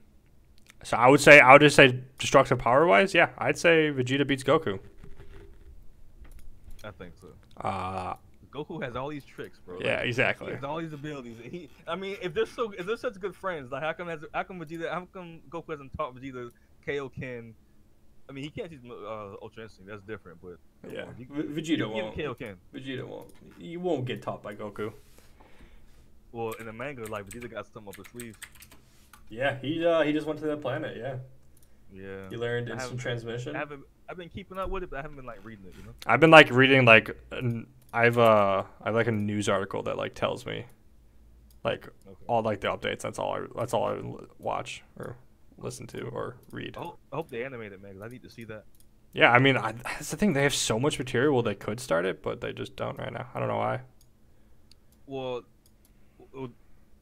A: so I would say I would just say destructive power wise, yeah, I'd say Vegeta beats Goku.
D: I think so.
A: Uh,
D: Goku has all these tricks, bro.
A: yeah,
D: He
A: exactly.
D: has all these abilities. and He, I mean, if they're so, if they're such good friends, like how come, has, how come Vegeta, how come Goku hasn't taught Vegeta KO Ken? I mean, he can't teach him, uh, Ultra Instinct. That's different, but come
A: Yeah,
D: on, you-
A: V-
D: you
A: Vegeta
D: give
A: won't.
D: KO Ken.
A: Vegeta won't. You won't get taught by Goku.
D: Well, in the manga, like Vegeta got something up his sleeve.
A: Yeah, he uh, he just went to that planet. Yeah,
D: Yeah,
A: learned
D: I instant haven't-
A: transmission.
D: I haven't. I've been keeping up with it, but I haven't been like reading it. You know,
A: I've been like reading like an, I've uh I have like a news article that like tells me like
D: Okay.
A: all like the updates. That's all. I, that's all I l- watch or listen to or read.
D: I hope, I hope they animate it, man, 'cause I need to see that.
A: Yeah, I mean I, that's the thing. They have so much material they could start it, but they just don't right now. I don't know why.
D: Well, w-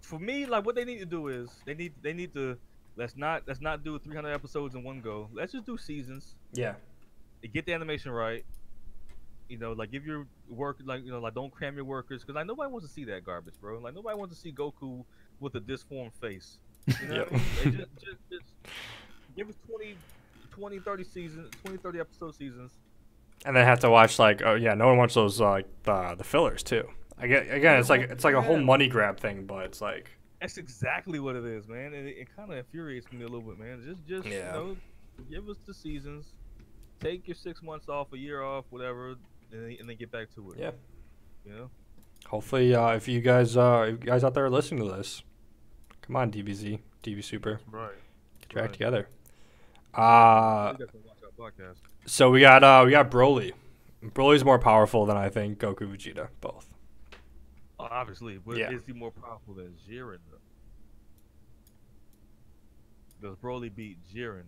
D: for me, like what they need to do is they need they need to let's not let's not do 300 episodes in one go. Let's just do seasons.
A: Yeah.
D: get the animation right. You know, like give your work, like you know, like don't cram your workers, because like nobody wants to see that garbage, bro. Like nobody wants to see Goku with a disformed face. You know what
A: Yep.
D: I mean? Like, just, just, just give us 20, 20, 30 seasons, 20, 30 episode seasons.
A: And they have to watch like oh yeah, no one watches those like the the fillers too. I get, again, it's like it's like a whole
D: Yeah.
A: money grab thing, but it's like
D: That's exactly what it is, man. And it, it kind of infuriates me a little bit, man. Just, just
A: Yeah.
D: you know, give us the seasons, take your six months off, a year off, whatever, and then, and then get back to it.
A: Yeah.
D: You know.
A: hopefully uh, if you guys uh if you guys out there are listening to this, come on DBZ, DB Super,
D: Right.
A: get your act
D: Right.
A: together. Uh,
D: you guys can watch our podcast.
A: So we got uh we got Broly. Broly's more powerful than I think Goku Vegeta both.
D: Oh, obviously, but
A: Yeah.
D: is he more powerful than Jiren? Though? Does Broly beat Jiren?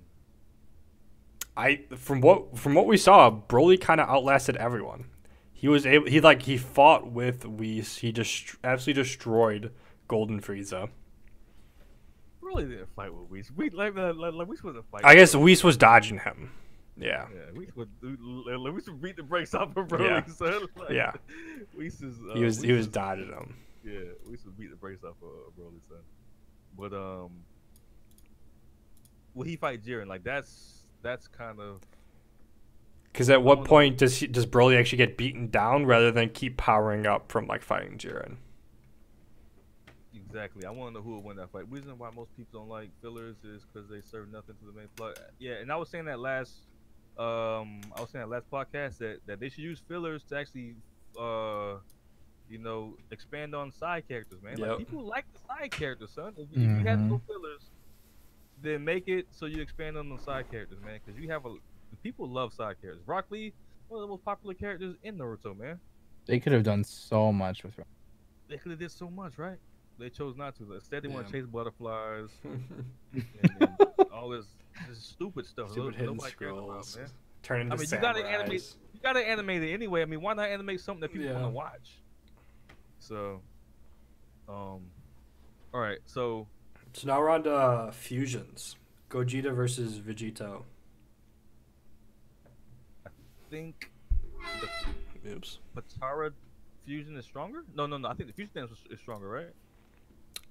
A: I from what from what we saw, Broly kind of outlasted everyone. He was able he like he fought with Whis. He just absolutely destroyed Golden Frieza.
D: Broly didn't fight with Whis. We like, like, like, like Whis wasn't fighting.
A: I guess Whis was dodging him. Yeah.
D: Yeah, Whis would, like, Whis would beat the brakes off of
A: Yeah.
D: Broly. Son. Like,
A: Yeah.
D: Whis is. Uh,
A: He was he
D: Whis
A: was
D: is-
A: dodging him.
D: Yeah, Whis would beat the brakes off of uh, Broly. Son. But um, will he fight Jiren? Like that's that's kind of
A: Cuz at
D: Oh,
A: what
D: no.
A: point does he, does Broly actually get beaten down rather than keep powering up from like fighting Jiren?
D: Exactly. I want to know who would win that fight. Reason why most people don't like fillers is because they serve nothing to the main plot. Yeah, and I was saying that last, um, I was saying that last podcast that that they should use fillers to actually, uh, you know, expand on side characters, man.
A: Yep.
D: Like people like the side characters, son. If, you if you have no fillers, then make it so you expand on the side characters, man. Because you have a people love side characters. Brock Lee, one of the most popular characters in Naruto, man
B: They could have done so much with.
D: they could have did so much, right? They chose not to. Instead, they want
A: Yeah.
D: to chase butterflies and, and all this, this stupid stuff.
A: Stupid
D: no,
A: hidden
D: nobody cares about,
A: scrolls.
D: man.
A: Turn into
D: I mean, you gotta
A: samurais.
D: animate- You gotta animate it anyway. I mean, why not animate something that people
A: Yeah.
D: want to watch? So, um, all right. So
A: So now we're on to uh, fusions. Gogeta versus Vegito.
D: think
E: Oops.
D: Patara fusion is stronger. No, no, no. I think the fusion dance is- is stronger, right?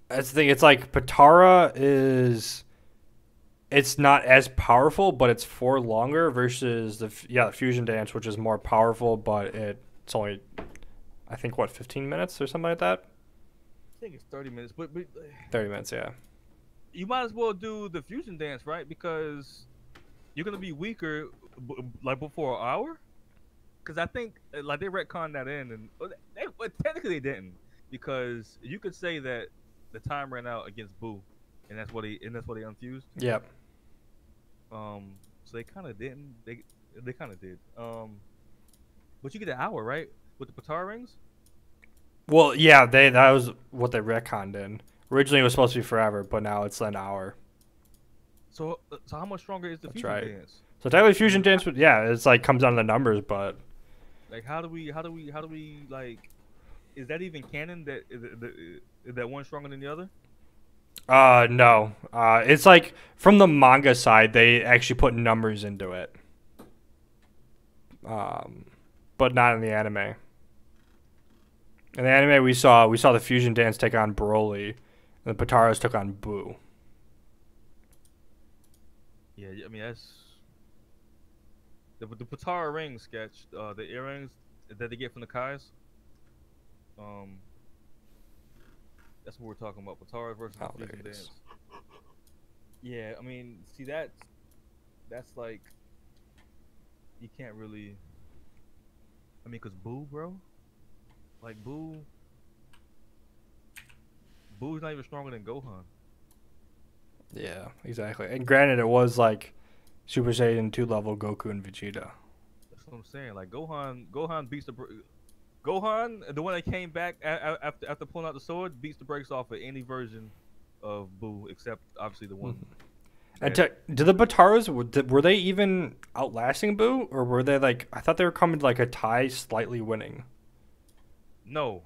A: That's the thing. It's like Patara is. It's not as powerful, but it's for longer versus the f- yeah the fusion dance, which is more powerful, but it, it's only, I think what fifteen minutes or something like that.
D: I think it's 30 minutes, but, but uh,
A: Thirty minutes, yeah.
D: you might as well do the fusion dance, right? Because you're gonna be weaker, b- like before an hour. Because I think uh, like they retconned that in, and well, they, well, technically they didn't, because you could say that the time ran out against Boo, and that's what he and that's what he unfused.
A: Yep.
D: Um, so they kind of didn't. They they kind of did. Um, but you get an hour, right? With the Patar rings.
A: Well, yeah, they that was what they retconned in. Originally, it was supposed to be forever, but now it's an hour.
D: So uh, so how much stronger is the
A: That's
D: fusion
A: right.
D: dance?
A: So technically, fusion dance, would yeah, it's like comes down to the numbers, but
D: Like, how do we, how do we, how do we, like, is that even canon that is, it- the- is that one stronger than the other?
A: uh, no, uh, it's like from the manga side, they actually put numbers into it, um, but not in the anime. In the anime, we saw we saw the fusion dance take on Broly, and the Pataras took on Boo.
D: Yeah, I mean that's the the Patara ring sketch, uh, the earrings that they get from the Kais. Um, that's what we're talking about, Patara versus
A: Oh,
D: the
A: there
D: Fusion
A: it is.
D: Dance. Yeah, I mean, see that's that's like you can't really. I mean, cause Boo, bro, like Boo. Boo's not even stronger than Gohan.
A: Yeah, exactly. And granted, it was like Super Saiyan two level Goku and Vegeta.
D: That's what I'm saying. Like Gohan, Gohan beats the br- Gohan, the one that came back a- a- after after pulling out the sword, beats the brakes off of any version of Boo, except obviously the
A: Mm-hmm.
D: one.
A: And
D: that-
A: to, do the Bataras were th- were they even outlasting Boo, or were they like I thought they were coming to like a tie, slightly winning?
D: no,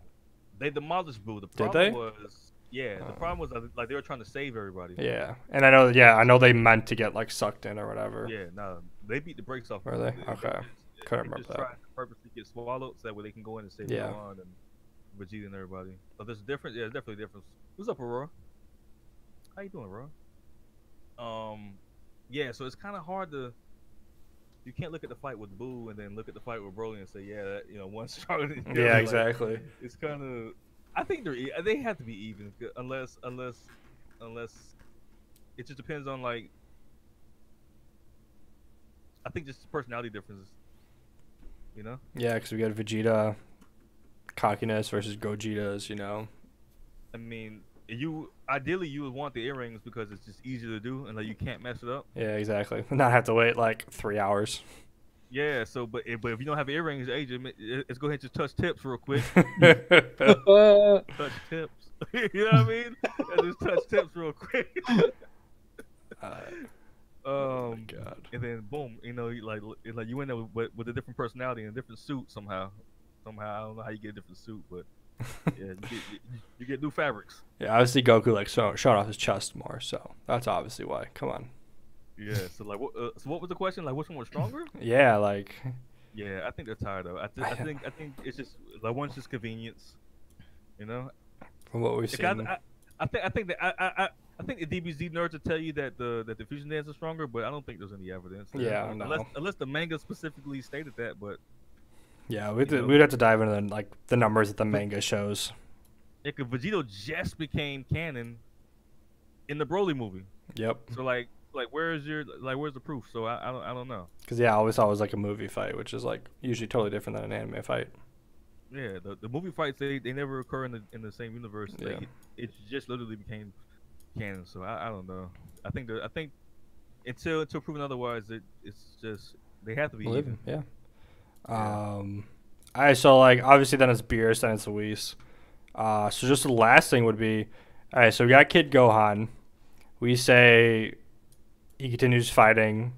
D: they demolished Boo. The
A: Did
D: problem
A: they?
D: was yeah. The
A: Oh.
D: problem was uh, like they were trying to save everybody.
A: Yeah, and I know, yeah, I know they meant to get like sucked in or whatever.
D: Yeah, no, they beat the brakes off.
A: Were
D: of
A: they?
D: Boo.
A: Okay.
D: just-
A: Couldn't
D: they
A: remember
D: just
A: that.
D: tried to purposely get swallowed so that way they can go in and save
A: Yeah.
D: Gohan and Vegeta and everybody. So there's a difference. Yeah, there's definitely a difference. What's up, Aurora? How you doing, Aurora? Um, yeah. So it's kind of hard to. You can't look at the fight with Boo and then look at the fight with Broly and say, yeah, that, you know, one's stronger than the
A: Yeah,
D: other. Like,
A: exactly.
D: it's kind of. I think they're e- they have to be even c- unless unless unless it just depends on like. I think just personality differences. You know.
A: Yeah, because we got Vegeta cockiness versus Gogeta's, you know.
D: I mean, you ideally you would want the earrings because it's just easier to do and like you can't mess it up.
A: Yeah, exactly. Not have to wait like three hours.
D: Yeah. So, but if, but if you don't have earrings, AJ, ma- it- it's go ahead and just touch tips real quick.
A: Uh, yeah,
B: Uh,
D: touch tips. you know what I mean? Yeah, just touch tips real quick.
A: Oh my
D: Um,
A: God.
D: And then boom, you know, you like it's like you end up with, with a different personality and a different suit somehow. Somehow I don't know how you get a different suit, but yeah, you get, you- you get new fabrics.
A: obviously Goku like so, showed off his chest more, so that's obviously why. Come on.
D: Yeah. So like, what, uh, so what was the question? Like, which one was stronger?
A: Yeah, like
D: Yeah, I think they're tired of. It. I, th- I
A: I-
D: think I think it's just like one's just convenience, you know.
A: from what we've
D: Like, I,
A: seen.
D: I, I think I think that I, I I- I think the DBZ nerds will tell you that the that the fusion dance is stronger, but I don't think there's any evidence. there.
A: Yeah, no.
D: unless unless the manga specifically stated that, but
A: Yeah, we'd,
D: you know.
A: we'd have to dive into the, like the numbers that the manga shows.
D: it could Vegito just became canon in the Broly movie.
A: Yep.
D: So like like where is your like where's the proof? So I, I don't I don't know.
A: Because yeah, I always thought it was like a movie fight, which is like usually totally different than an anime fight.
D: Yeah, the, the movie fights they, they never occur in the in the same universe. Like,
A: Yeah.
D: it, it just literally became canon. So I, I don't know. I think the, I think until until proven otherwise, it, it's just they have to be
A: Believe
D: even.
A: it, yeah. Um, I so like obviously then it's Beerus, then it's Luis. Uh, so just the last thing would be, all right. So we got Kid Gohan. We say he continues fighting,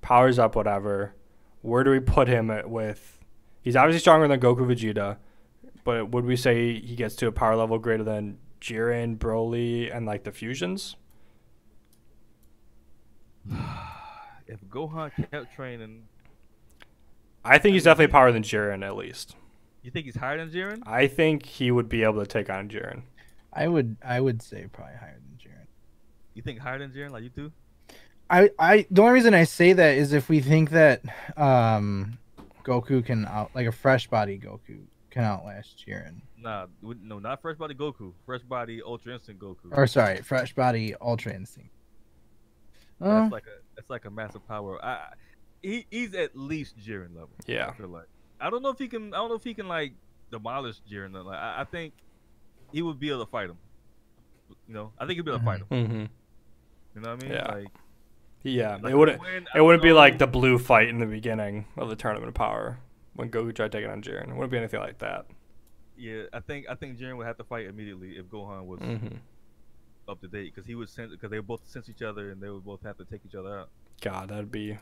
A: powers up, whatever. Where do we put him at with? He's obviously stronger than Goku, Vegeta, but would we say he gets to a power level greater than Jiren, Broly, and like the fusions?
D: If Gohan kept training,
A: I think he's definitely power than Jiren at least.
D: You think he's higher than Jiren?
A: I think he would be able to take on Jiren.
B: I would I would say probably higher than Jiren.
D: You think higher than Jiren, like you do?
B: I I the only reason I say that is if we think that um Goku can out like a fresh body Goku can outlast Jiren.
D: Nah, we- no, not fresh body Goku. Fresh body Ultra Instinct Goku.
B: Or sorry, fresh body Ultra Instinct. Uh,
A: Uh-huh.
D: That's like a that's like a massive power. I, I- he he's at least Jiren level. I
A: Yeah.
D: feel like I don't know if he can. I don't know if he can like demolish Jiren. Like I, I think he would be able to fight him. You know, I think he'd be able to fight him.
A: Mm-hmm.
D: You know what I mean?
A: Yeah.
D: Like,
A: Yeah.
D: like
A: It wouldn't.
D: win, I
A: It wouldn't be
D: don't
A: like
D: know.
A: the blue fight in the beginning of the tournament of power when Goku tried taking on Jiren. It wouldn't be anything like that.
D: Yeah, I think I think Jiren would have to fight immediately if Gohan was
A: Mm-hmm.
D: up to date because he would sense because they would both sense each other and they would both have to take each other out.
A: God, that'd be.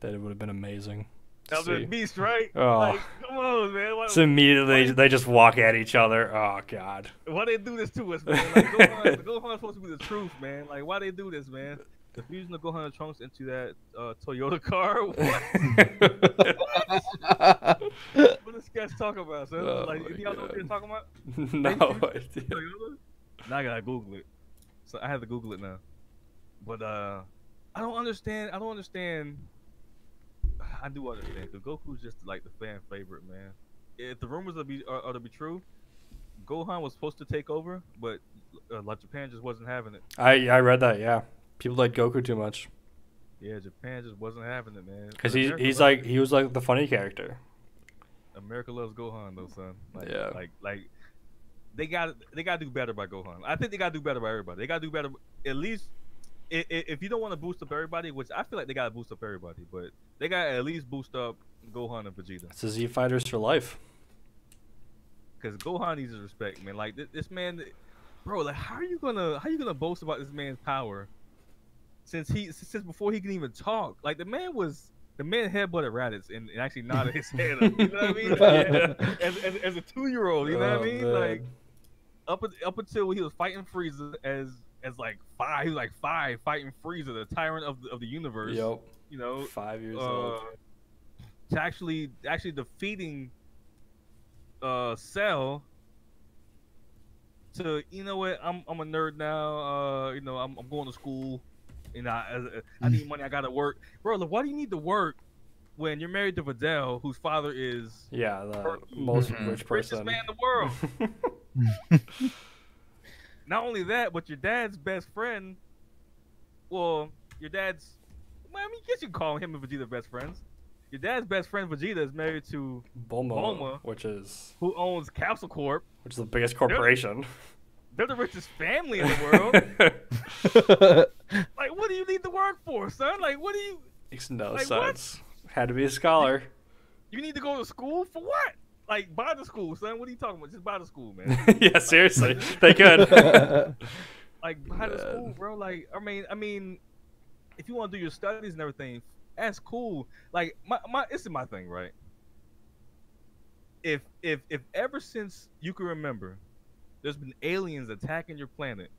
A: That would have been amazing. to
D: That was a
A: see.
D: beast, right?
A: Oh.
D: Like, come on, man. Why,
A: So immediately they just walk at each other. Oh God.
D: why they do this to us, man? Like, Gohan, Gohan's supposed to be the truth, man. Like, why they do this, man? The fusion of Gohan and Trunks into that uh, Toyota car. What, what does guys talking about? son?
A: Oh
D: like,
A: my
D: y'all know what they're
A: God.
D: talking about?
A: no idea.
D: Toyota? Now I gotta Google it. So I have to Google it now. But uh, I don't understand. I don't understand. I do understand because Goku's just like the fan favorite, man. If the rumors are, be, are, are to be true, Gohan was supposed to take over, but uh, like Japan just wasn't having it.
A: I I read that. Yeah, people like Goku too much
D: Yeah, Japan just wasn't having it, man.
A: because
D: But
A: he's
D: America
A: he's
D: loves-
A: like he was like the funny character.
D: America loves Gohan though, son. Like,
A: Yeah.
D: Like like they got they got to do better by Gohan. I think they got to do better by everybody. They got to do better at least i- i- if you don't want to boost up everybody, which I feel like they got to boost up everybody, but they got to at least boost up Gohan and Vegeta
A: It's the Z Fighters for life.
D: because Gohan needs his respect, man. Like this, this man, bro. Like how are you gonna how you gonna boast about this man's power since he since before he can even talk? Like the man was. The man headbutted Raditz and, and actually nodded his head up. You know what I mean? Like,
A: Yeah.
D: as, as, as a two year old, you know
A: Oh,
D: what I mean?
A: man.
D: Like up un- up until he was fighting Frieza as as like five, he was like five fighting Frieza, the tyrant of the, of the universe.
A: Yep,
D: You know,
A: five years
D: uh,
A: old.
D: to actually actually defeating uh Cell. To you know what, I'm I'm a nerd now. Uh, you know, I'm, I'm going to school. You know, I, I I need money. I gotta work, bro. Like, why do you need to work when you're married to Videl, whose father is
A: Yeah, the
D: her-
A: most
B: Mhm.
A: rich
D: richest
A: person.
D: man in the world. Not only that, but your dad's best friend. Well, your dad's. Well, I mean, I guess you can call him and Vegeta best friends. Your dad's best friend Vegeta is married to
A: Bulma,
D: Bulma.
A: which is
D: who owns Capsule Corp.
A: which is the biggest corporation
D: They're the richest family in the world. like, what do you need to work for, son? Like, what do you?
A: Makes no
D: Like, what?
A: sense. Had to be a scholar.
D: You need to go to school for what? Like, buy the school, son. What are you talking about? Just buy the school, man.
A: yeah, seriously, they could.
D: like how to school,
A: Man.
D: bro. Like I mean, I mean, if you want to do your studies and everything, that's cool. Like my my, this is my thing, right? If if if ever since you can remember, there's been aliens attacking your planet.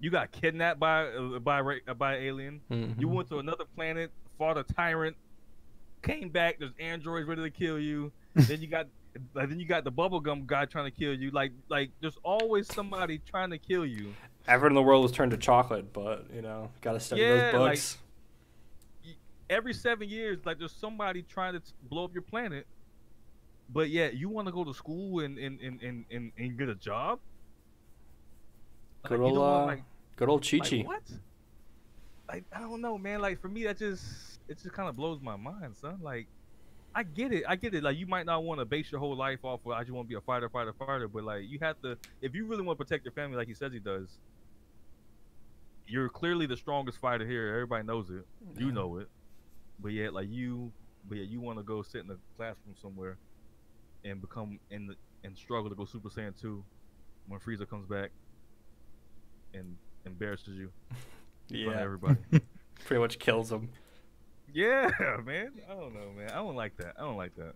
D: You got kidnapped by uh, by ra- uh, by alien.
A: Mm-hmm.
D: You went to another planet, fought a tyrant, came back. There's androids ready to kill you. then you got, like, then you got the bubblegum guy trying to kill you. Like, like there's always somebody trying to kill you.
A: Everyone in the world was turned to chocolate, but you know, gotta study
D: Yeah,
A: those
D: like-
A: books.
D: Every seven years, like there's somebody trying to t- blow up your planet. But yeah, you want to go to school and and, and, and, and and get a job. Like,
A: Good
D: you
A: old,
D: don't wanna,
A: uh,
D: like-
A: good old Chi
D: like,
A: Chi.
D: what? Like I don't know, man. Like for me, that just it just kind of blows my mind, son. Like I get it, I get it. Like you might not want to base your whole life off of I just want to be a fighter, fighter, fighter. But like you have to, if you really want to protect your family, like he says he does. You're clearly the strongest fighter here. Everybody knows it. You know it. But yet, like you, but yet you want to go sit in a classroom somewhere and become in the and struggle to go Super Saiyan two when Frieza comes back and embarrasses you in front of
A: yeah,
D: everybody.
A: pretty much kills him.
D: yeah, man. I don't know, man. I don't like that. I don't like that.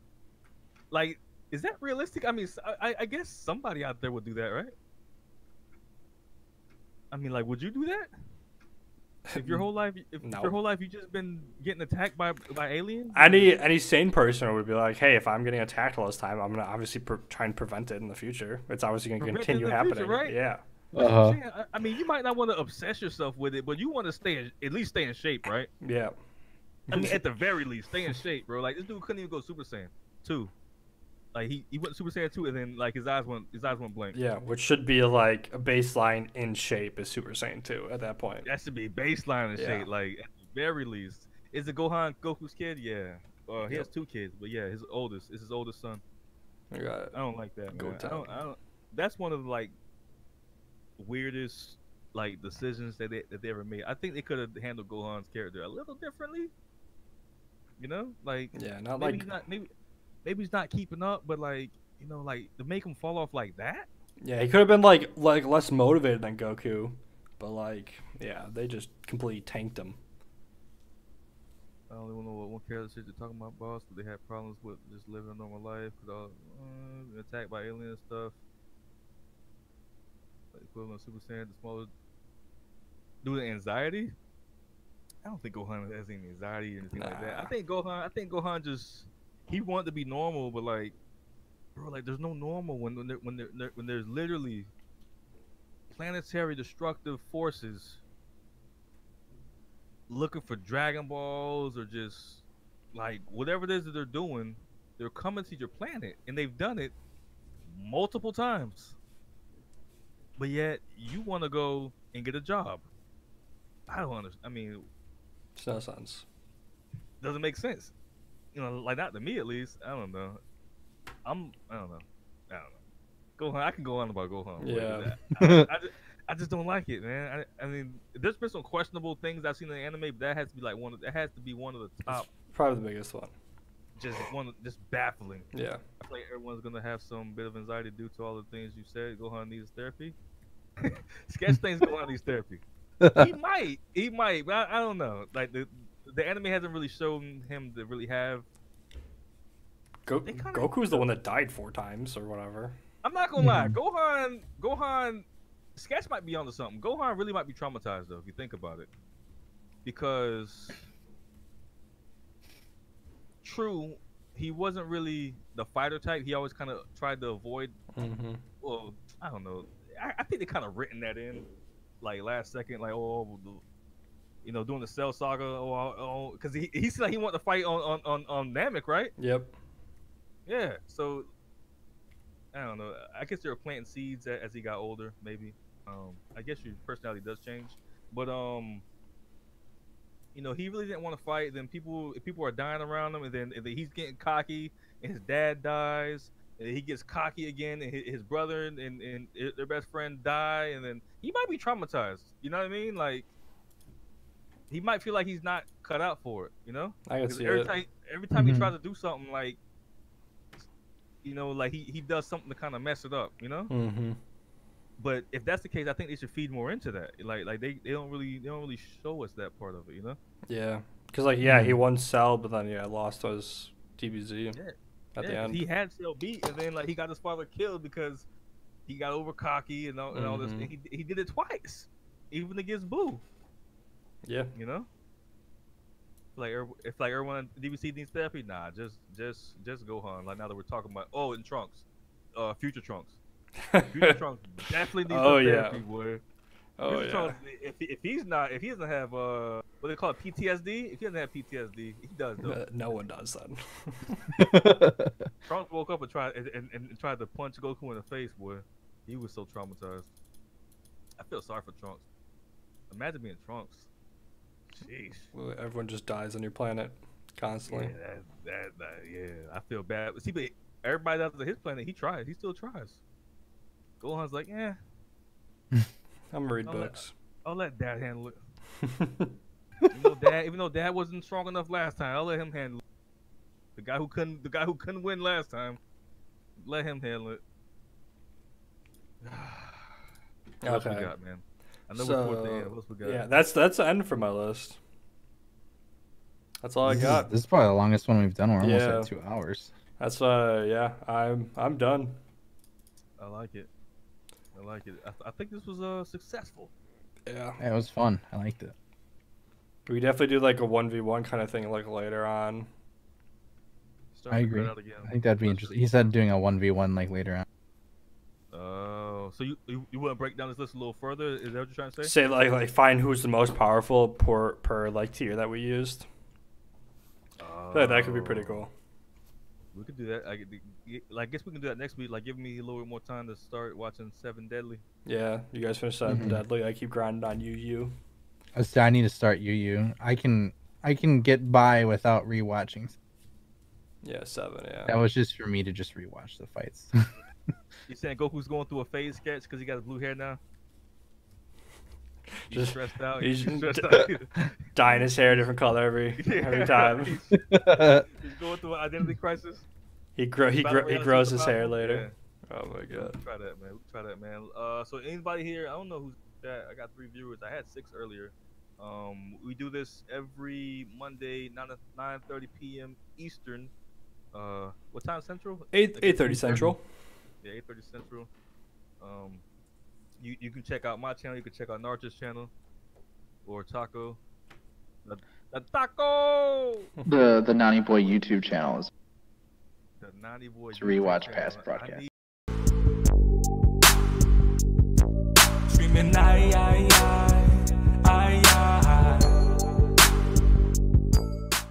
D: Like, is that realistic? I mean, s- I, I- I guess somebody out there would do that, right? I mean, like, would you do that? If your whole life, if
A: No.
D: your whole life you just been getting attacked by by aliens,
A: Any any sane person would be like, hey, if I'm getting attacked all this time, I'm gonna obviously pre- try and prevent it in the future. It's obviously gonna
D: Prevent it in
A: continue
D: the future,
A: happening.
D: right?
A: Yeah.
B: Uh-huh.
D: Yeah, I- I mean, you might not want to obsess yourself with it, but you want to stay in, at least stay in shape, right?
A: Yeah.
D: I mean, at the very least, stay in shape, bro. Like this dude couldn't even go Super Saiyan two. Like he, he went Super Saiyan two, and then like his eyes went his eyes went blank.
A: Yeah, which should be like a baseline in shape is Super Saiyan 2 at that point.
D: That should be baseline and
A: Yeah.
D: shit. Like at the very least, is it Gohan Goku's kid? Yeah. Uh, he has two kids, but yeah, his oldest is his oldest son.
A: I got it.
D: I don't like that.
A: Go
D: Man. I
A: time.
D: don't, I don't, that's one of the like weirdest like decisions that they, that they ever made. I think they could have handled Gohan's character a little differently. You know, like
A: Yeah, not
D: maybe
A: like
D: he's not maybe maybe he's not keeping up, but like you know, like to make him fall off like that.
A: yeah, he could have been like like less motivated than Goku, but like yeah, they just completely tanked him.
D: I don't even know what one character shit they're talking about, boss. But they had problems with just living a normal life, but all uh, been attacked by alien and stuff. Like equivalent of Super Saiyan, the smallest due to anxiety. I don't think Gohan has any anxiety or anything like that. I
A: Nah.
D: think Gohan, I think Gohan just he wanted to be normal, but like, bro, like there's no normal when when there, when there, when there's literally planetary destructive forces looking for Dragon Balls or just like whatever it is that they're doing, they're coming to your planet and they've done it multiple times. But yet you want to go and get a job. I don't understand. I mean,
A: It's no sense.
D: doesn't make sense. You know, like not to me at least. I don't know. I'm. I don't know. I don't know. Gohan. I can go on about Gohan. but
A: Yeah.
D: I, I, I, just, I just don't like it, man. I, I mean, there's been some questionable things I've seen in the anime, but that has to be like one. Of, that has to be one of the top.
A: Probably the biggest one.
D: Just one. of- Just baffling.
A: Yeah.
D: I feel like everyone's gonna have some bit of anxiety due to all the things you said. Gohan needs therapy. Sketch things. Gohan needs therapy he might. He might. But I, I don't know. Like the the anime hasn't really shown him to really have.
A: Go-
D: They kinda-
A: Goku's the one that died four times or whatever.
D: I'm not gonna lie. Gohan. Gohan. Sketch might be onto something. Gohan really might be traumatized though, if you think about it, because true, he wasn't really the fighter type. He always kind of tried to avoid
A: Mm-hmm.
D: well, I don't know. I, I think they kind of written that in, like last second, like oh, the- you know, doing the Cell Saga, oh, because he he said he wanted to fight on on on, on Namek, right?
A: Yep.
D: Yeah. So I don't know. I guess they were planting seeds a- as he got older, maybe. Um, I guess your personality does change, but um, you know, he really didn't want to fight. Then people if people are dying around him, and then, and then he's getting cocky, and his dad dies, and he gets cocky again, and his, his brother and, and and their best friend die, and then he might be traumatized. You know what I mean? Like he might feel like he's not cut out for it. You know?
A: I can
D: 'Cause
A: see
D: every
A: it.
D: time every time he
B: Mhm.
D: tries to do something like you know, like he, he does something to kind of mess it up, you know.
A: Mm-hmm.
D: But if that's the case, I think they should feed more into that. Like like they, they don't really they don't really show us that part of it, you know.
A: Yeah. Because like yeah, he won Cell, but then yeah, lost his DBZ
D: Hmm. Yeah.
A: at
D: Yeah,
A: the
D: 'cause
A: end.
D: he had Cell beat, and then like he got his father killed because he got over cocky and all, and all this.
A: Mhm.
D: And he he did it twice, even against Boo,
A: Yeah.
D: you know. Like er- if like everyone in DBC needs therapy, nah, just just just Gohan. Like now that we're talking about oh, and Trunks, uh, future Trunks. Future Trunks definitely needs
A: Oh,
D: some
A: yeah.
D: therapy, boy.
A: oh
D: Future
A: yeah.
D: Trunks, if, if he's not, if he doesn't have uh, what they call it, PTSD. If he doesn't have PTSD, he does though.
A: Uh, No one does then.
D: Trunks woke up and tried and, and, and tried to punch Goku in the face, boy. He was so traumatized. I feel sorry for Trunks. Imagine being Trunks. Jeez.
A: Well, Everyone just dies on your planet
D: Yeah,
A: constantly.
D: that, that, that- yeah, I feel bad. But see, but everybody that's on his planet, he tries. He still tries. Gohan's like, yeah,
A: I'm gonna read
D: I'll let-
A: books.
D: I'll let Dad handle it. even though dad, even though dad wasn't strong enough last time, I'll let him handle it. The guy who couldn't, the guy who couldn't win last time, let him handle it. What else we
A: Okay.
D: got, man? I know we're toward the end. What else we got?
A: yeah, that's that's the end for my list. That's all I
B: This is-
A: got.
B: This is probably the longest one we've done. We're almost
A: Yeah.
B: at two hours.
A: That's uh yeah, I'm I'm done.
D: I like it. I like it. I, I think this was uh successful.
A: Yeah.
B: Yeah, it was fun. I liked it.
A: We definitely do like a one v one kind of thing like later on.
D: Start
B: I
D: to cut
B: agree.
D: out again.
B: I think that'd be interesting. He said doing a one v one like later on.
D: Oh, so you you, you want to break down this list a little further? Is that what you're trying to say?
A: Say like like find who's the most powerful per per like tier that we used. I feel like that could be pretty
D: Oh.
A: cool.
D: We could do that. I, could- I guess we can do that next week. Like, give me a little bit more time to start watching Seven Deadly.
A: Yeah, you guys finish that
B: Mhm.
A: deadly. I keep grinding on you, you.
B: I said I need to start UU. I can I can get by without rewatching.
A: Yeah, seven.
B: That
A: Yeah.
B: was just for me to just rewatch the fights.
D: You saying Goku's going through a phase sketch because he got his blue hair now? He's
A: Just-
D: stressed out.
A: he's-
D: He's stressed out.
A: Dyeing his hair a different color every every time.
D: he's,
B: That's
D: he's going through an identity crisis.
A: He grow he
D: Battle
A: grow he
D: Royale
A: grows
D: Super
A: his hair
D: Battle?
A: later.
D: Yeah,
A: Oh my
D: yeah,
A: god.
D: we Try that, man. We Try that, man. Uh, so anybody here? I don't know who's that. I got three viewers. I had six earlier. Um, we do this every Monday, nine nine thirty p.m. Eastern. Uh, what time Central?
A: Eight
D: Like,
A: eight thirty
D: 8:30.
A: central.
D: Yeah, eight thirty Central. Um, you you can check out my channel. You can check out Narch's channel, or Taco. The, the Taco.
F: The the Nani Boy YouTube channel is
D: The Naughty Boy.
F: To rewatch
D: YouTube
F: past
D: channel. I
F: broadcasts.
D: need-
C: Screaming, ay, ay, ay.